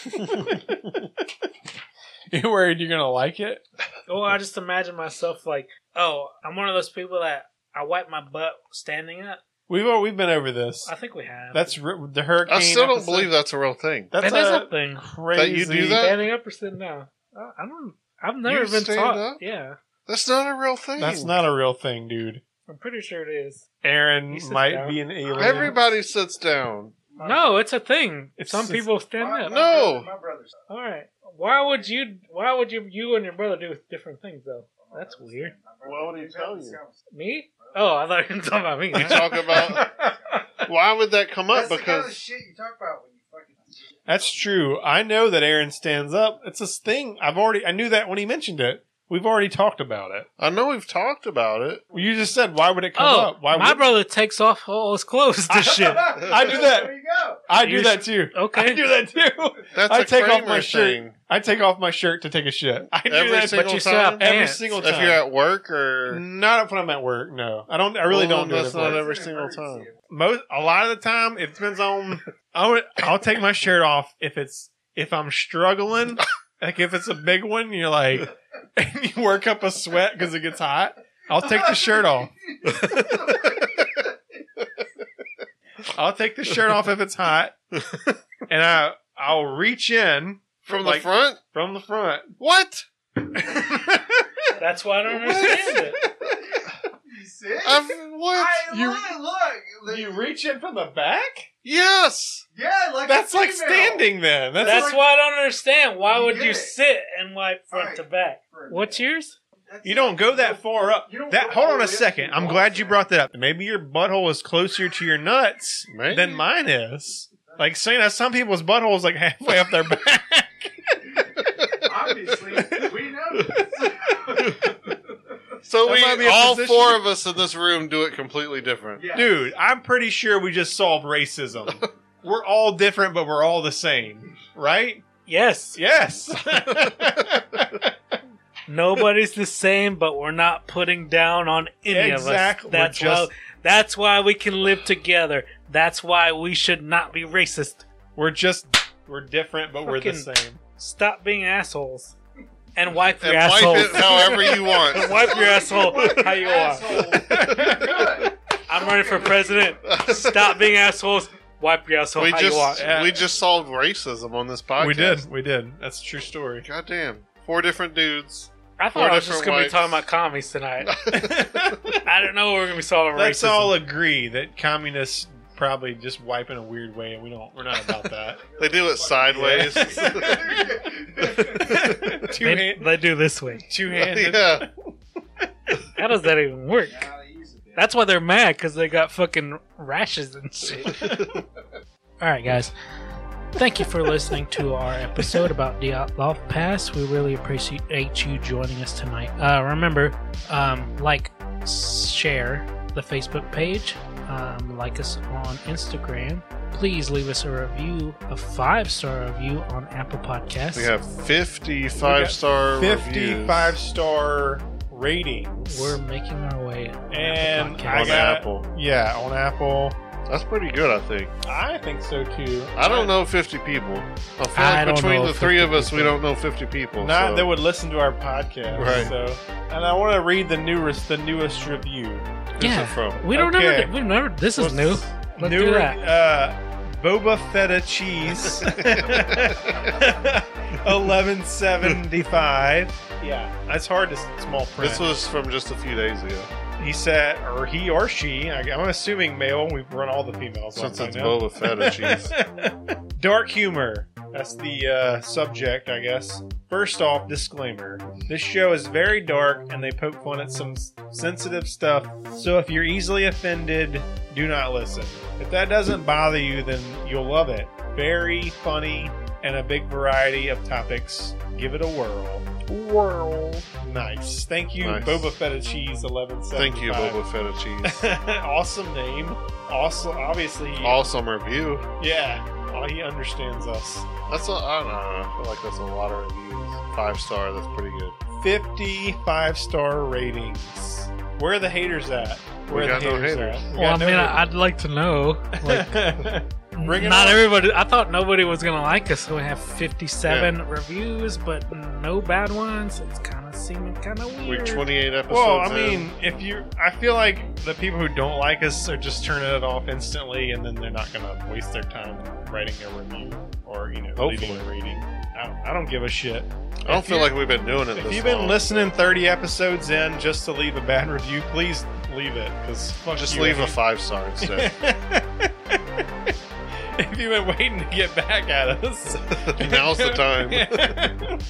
Speaker 4: You worried you're gonna like it?
Speaker 2: Well, I just imagine myself like, oh, I'm one of those people that I wipe my butt standing up.
Speaker 4: We've al- we've been over this.
Speaker 2: I think we have.
Speaker 4: That's ri- the hurricane.
Speaker 3: I still don't
Speaker 4: episode.
Speaker 3: believe that's a real thing.
Speaker 4: that's
Speaker 2: that is
Speaker 4: a
Speaker 2: a thing.
Speaker 4: crazy.
Speaker 3: That you do that?
Speaker 2: Standing up or sitting down? I- I don't. I've never
Speaker 3: You
Speaker 2: been
Speaker 3: stand
Speaker 2: taught.
Speaker 3: up?
Speaker 2: Yeah,
Speaker 3: That's not a real thing.
Speaker 4: That's not a real thing, dude.
Speaker 2: I'm pretty sure it is.
Speaker 4: Aaron
Speaker 2: He sits
Speaker 4: might
Speaker 2: down.
Speaker 4: be an alien.
Speaker 3: Everybody sits down.
Speaker 2: No, it's a thing.
Speaker 4: It's-
Speaker 2: Some
Speaker 4: it's-
Speaker 2: people stand
Speaker 8: My-
Speaker 2: up.
Speaker 8: my
Speaker 3: No.
Speaker 8: brother- My brother's.
Speaker 2: All right. Why would you? Why would you? You and your brother do different things though. That's weird.
Speaker 3: Why would he tell you?
Speaker 2: Me? Oh, I thought you were talking about
Speaker 4: [laughs]
Speaker 2: me.
Speaker 3: You talk about why would that come
Speaker 8: That's
Speaker 3: up?
Speaker 8: the kind of
Speaker 3: Because
Speaker 8: shit you talk about when you fucking.
Speaker 4: That's true. I know that Aaron stands up. It's this thing. I've already. I knew that when he mentioned it. We've already talked about it.
Speaker 3: I know we've talked about it.
Speaker 4: Well, You just said why would it come
Speaker 2: [laughs] oh,
Speaker 4: up? Why
Speaker 2: my
Speaker 4: [laughs] would
Speaker 2: brother takes off all his
Speaker 4: [laughs]
Speaker 2: clothes to shit.
Speaker 4: I do that.
Speaker 8: There you go.
Speaker 4: I do
Speaker 2: You
Speaker 4: that too?
Speaker 2: Okay.
Speaker 4: I do that too.
Speaker 3: That's
Speaker 4: I
Speaker 3: a
Speaker 4: take off
Speaker 3: Kramer
Speaker 4: my shirt.
Speaker 3: thing.
Speaker 4: I take off my shirt to take a shit. I do
Speaker 3: Every
Speaker 4: that
Speaker 3: single
Speaker 2: but you still
Speaker 3: time.
Speaker 2: have
Speaker 4: every
Speaker 2: pants.
Speaker 4: single time.
Speaker 3: If you're at work or
Speaker 4: not when I'm at work. No, I don't. I really
Speaker 3: Well,
Speaker 4: don't do it.
Speaker 3: that's
Speaker 4: at
Speaker 3: not
Speaker 4: work.
Speaker 3: every
Speaker 8: It's an
Speaker 3: single
Speaker 8: emergency.
Speaker 4: most a lot of the time it depends on I would I'll take my shirt off if it's if I'm struggling like if it's a big one you're like [laughs] and you work up a sweat because it gets hot I'll take the shirt off I'll take the shirt off if it's hot and I I'll reach in
Speaker 3: from
Speaker 4: Like-
Speaker 3: the front.
Speaker 4: from the front [laughs]
Speaker 3: What?
Speaker 2: That's why I don't understand it.
Speaker 8: You see? [laughs]
Speaker 3: I've, what?
Speaker 8: I-
Speaker 4: you-
Speaker 8: look, look. Like,
Speaker 4: you reach in from the back
Speaker 3: Yes.
Speaker 8: yeah, like a
Speaker 4: that's like
Speaker 8: female.
Speaker 4: standing then that's,
Speaker 2: That's
Speaker 4: like,
Speaker 2: why I don't understand. Why
Speaker 8: You
Speaker 2: would
Speaker 8: get
Speaker 2: you
Speaker 8: it.
Speaker 2: sit and wipe front
Speaker 8: Right.
Speaker 2: to back?
Speaker 8: For a
Speaker 2: What's
Speaker 8: minute.
Speaker 2: yours?
Speaker 8: That's-
Speaker 4: you don't go that far up
Speaker 8: You don't
Speaker 4: that
Speaker 8: go
Speaker 4: hold
Speaker 8: all
Speaker 4: on
Speaker 8: the
Speaker 4: a
Speaker 8: way up
Speaker 4: second
Speaker 8: to your
Speaker 4: I'm
Speaker 8: balls,
Speaker 4: glad you
Speaker 8: man.
Speaker 4: brought that up maybe your butthole is closer to your nuts
Speaker 3: Maybe.
Speaker 4: than mine is. Like saying that some people's butthole's like halfway up their back.
Speaker 8: [laughs] Obviously, we know.
Speaker 4: [laughs]
Speaker 3: So
Speaker 4: That
Speaker 3: we
Speaker 4: might be a
Speaker 3: all
Speaker 4: position.
Speaker 3: four of us in this room do it completely different.
Speaker 8: Yeah.
Speaker 4: Dude, I'm pretty sure we just solved racism. We're all different, but we're all the same, right?
Speaker 2: Yes.
Speaker 4: Yes.
Speaker 3: [laughs]
Speaker 2: Nobody's the same, but we're not putting down on any
Speaker 4: Exactly.
Speaker 2: of us.
Speaker 4: We're
Speaker 2: That's
Speaker 4: just-
Speaker 2: why. That's why we can live together. That's why we should not be racist.
Speaker 4: [laughs] we're just we're different, but we're the
Speaker 2: Fucking-
Speaker 4: same.
Speaker 2: Stop being assholes and wipe your
Speaker 3: And wipe
Speaker 2: asshole.
Speaker 3: it [laughs] however you
Speaker 4: [laughs]
Speaker 3: want.
Speaker 2: [laughs] wipe your asshole how you are.
Speaker 8: Good.
Speaker 2: I'm running for president. Stop being assholes. Wipe your asshole
Speaker 3: we
Speaker 2: how
Speaker 3: just
Speaker 2: you want.
Speaker 4: Yeah.
Speaker 3: we just solved racism on this podcast.
Speaker 4: We did. We did. That's a true story.
Speaker 3: Goddamn. Four different
Speaker 4: [laughs]
Speaker 3: dudes.
Speaker 2: I
Speaker 3: Four
Speaker 2: thought I was just
Speaker 3: different
Speaker 2: gonna be talking
Speaker 3: wipes.
Speaker 2: about commies tonight. I don't know. We're gonna be solving
Speaker 4: Let's
Speaker 2: racism.
Speaker 4: all agree that communists probably just wipe in a weird way, and we don't. We're not about
Speaker 3: [laughs]
Speaker 4: that.
Speaker 3: They do it sideways.
Speaker 4: [laughs] two
Speaker 2: They,
Speaker 4: hand,
Speaker 2: they do this way.
Speaker 4: two
Speaker 3: [laughs]
Speaker 4: handed.
Speaker 3: yeah.
Speaker 2: How does that even work?
Speaker 8: Nah, they use it, man.
Speaker 2: That's why they're mad because they got fucking rashes and shit. All right, guys. Thank you for listening to our episode about the Outlaw Pass. We really appreciate you joining us tonight. Uh, remember, um, like, share the Facebook page, um, like us on Instagram. Please leave us a review, a five star review on Apple Podcasts.
Speaker 3: We have 55 star reviews
Speaker 4: 55 star ratings.
Speaker 2: We're making our way on
Speaker 4: And
Speaker 2: Apple
Speaker 4: I
Speaker 3: on
Speaker 2: Podcasts.
Speaker 4: got-
Speaker 3: Apple.
Speaker 4: yeah, on Apple.
Speaker 3: That's pretty good, I think.
Speaker 4: I think so too.
Speaker 3: I don't know 50 people. I feel
Speaker 2: I
Speaker 3: like
Speaker 2: don't
Speaker 3: between
Speaker 2: know
Speaker 3: the three of
Speaker 2: 50
Speaker 3: us, we
Speaker 2: people.
Speaker 3: don't know 50 people.
Speaker 4: Not
Speaker 3: so.
Speaker 4: that would listen to our podcast.
Speaker 3: Right.
Speaker 4: So, and I want to read the newest, the newest review.
Speaker 3: Who's
Speaker 2: Yeah.
Speaker 3: it from?
Speaker 2: We don't
Speaker 4: Okay.
Speaker 2: ever. We've never. This is new.
Speaker 4: What's-
Speaker 2: Let's
Speaker 4: new,
Speaker 2: do
Speaker 4: re-
Speaker 2: that.
Speaker 4: Uh, Boba Feta cheese. [laughs] Eleven seventy five. Yeah, that's hard to s- small print.
Speaker 3: This was from just a few days ago.
Speaker 4: he said, or he or she. I, I'm assuming male. We've run all the females. on
Speaker 3: Since
Speaker 4: by
Speaker 3: it's
Speaker 4: now.
Speaker 3: Boba Fett and cheese.
Speaker 4: [laughs] Dark humor. That's the uh, subject, I guess. First off, disclaimer. This show is very dark and they poke fun at some s- sensitive stuff. So if you're easily offended, do not listen. If that doesn't bother you, then you'll love it. Very funny and a big variety of topics. Give it a whirl. Whirl. Nice. Thank you,
Speaker 3: Nice.
Speaker 4: Boba Feta Cheese 1175.
Speaker 3: Thank you, Boba Fett and cheese.
Speaker 4: [laughs] awesome name. Also, obviously,
Speaker 3: awesome review.
Speaker 4: yeah, oh, he understands us.
Speaker 3: That's a, I don't know. I feel like that's a lot of reviews. Five star. That's pretty good.
Speaker 4: 55 star ratings. Where are the haters at?
Speaker 3: We
Speaker 4: Where are
Speaker 3: got no
Speaker 4: at?
Speaker 3: haters.
Speaker 4: We
Speaker 2: Well, I
Speaker 4: got
Speaker 2: mean,
Speaker 4: no
Speaker 2: I I'd like to
Speaker 4: [laughs]
Speaker 2: know. Like,
Speaker 4: haters. Bring it
Speaker 2: not
Speaker 4: on.
Speaker 2: everybody. I thought nobody was gonna like us. So we have 57 reviews, but no bad ones. It's kind of seeming kind of
Speaker 3: We're
Speaker 2: weird.
Speaker 3: 28 episodes.
Speaker 4: well, I
Speaker 3: in.
Speaker 4: mean, if you, I feel like the people who don't like us are just turning it off instantly, and then they're not going to waste their time writing a review or you know, leaving a
Speaker 3: Hopefully.
Speaker 4: rating. I don't, I don't give a shit.
Speaker 3: I don't
Speaker 4: if
Speaker 3: feel
Speaker 4: you-
Speaker 3: like we've been doing it.
Speaker 4: If
Speaker 3: this
Speaker 4: you've been
Speaker 3: long.
Speaker 4: listening 30 episodes in just to leave a bad review, please leave it because
Speaker 3: just leave
Speaker 4: [laughs]
Speaker 3: a five star instead.
Speaker 4: if you've been waiting to get back at [laughs] us,
Speaker 3: Now's the time.
Speaker 4: time.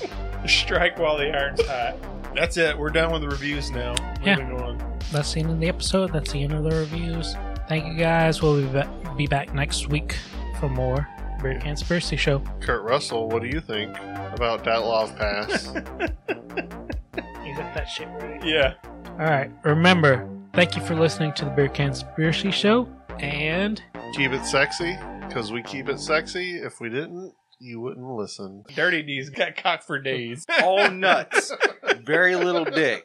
Speaker 4: [laughs] Strike while the iron's hot. That's it. We're done with the reviews now.
Speaker 2: Yeah.
Speaker 4: Moving on.
Speaker 2: That's the end of the episode. That's the end of the reviews. Thank you guys. We'll be, ba- be back next week for more Beer Conspiracy Show.
Speaker 3: Kurt Russell, what do you think about Datlov
Speaker 4: [laughs]
Speaker 3: Pass?
Speaker 2: You got that shit right.
Speaker 4: Yeah.
Speaker 2: All right. Remember, thank you for listening to the Beer Conspiracy Show. And
Speaker 3: keep it sexy, because we keep it sexy. If we didn't, you wouldn't listen.
Speaker 4: Dirty D's got cock for days. [laughs]
Speaker 9: All nuts. Very little dick.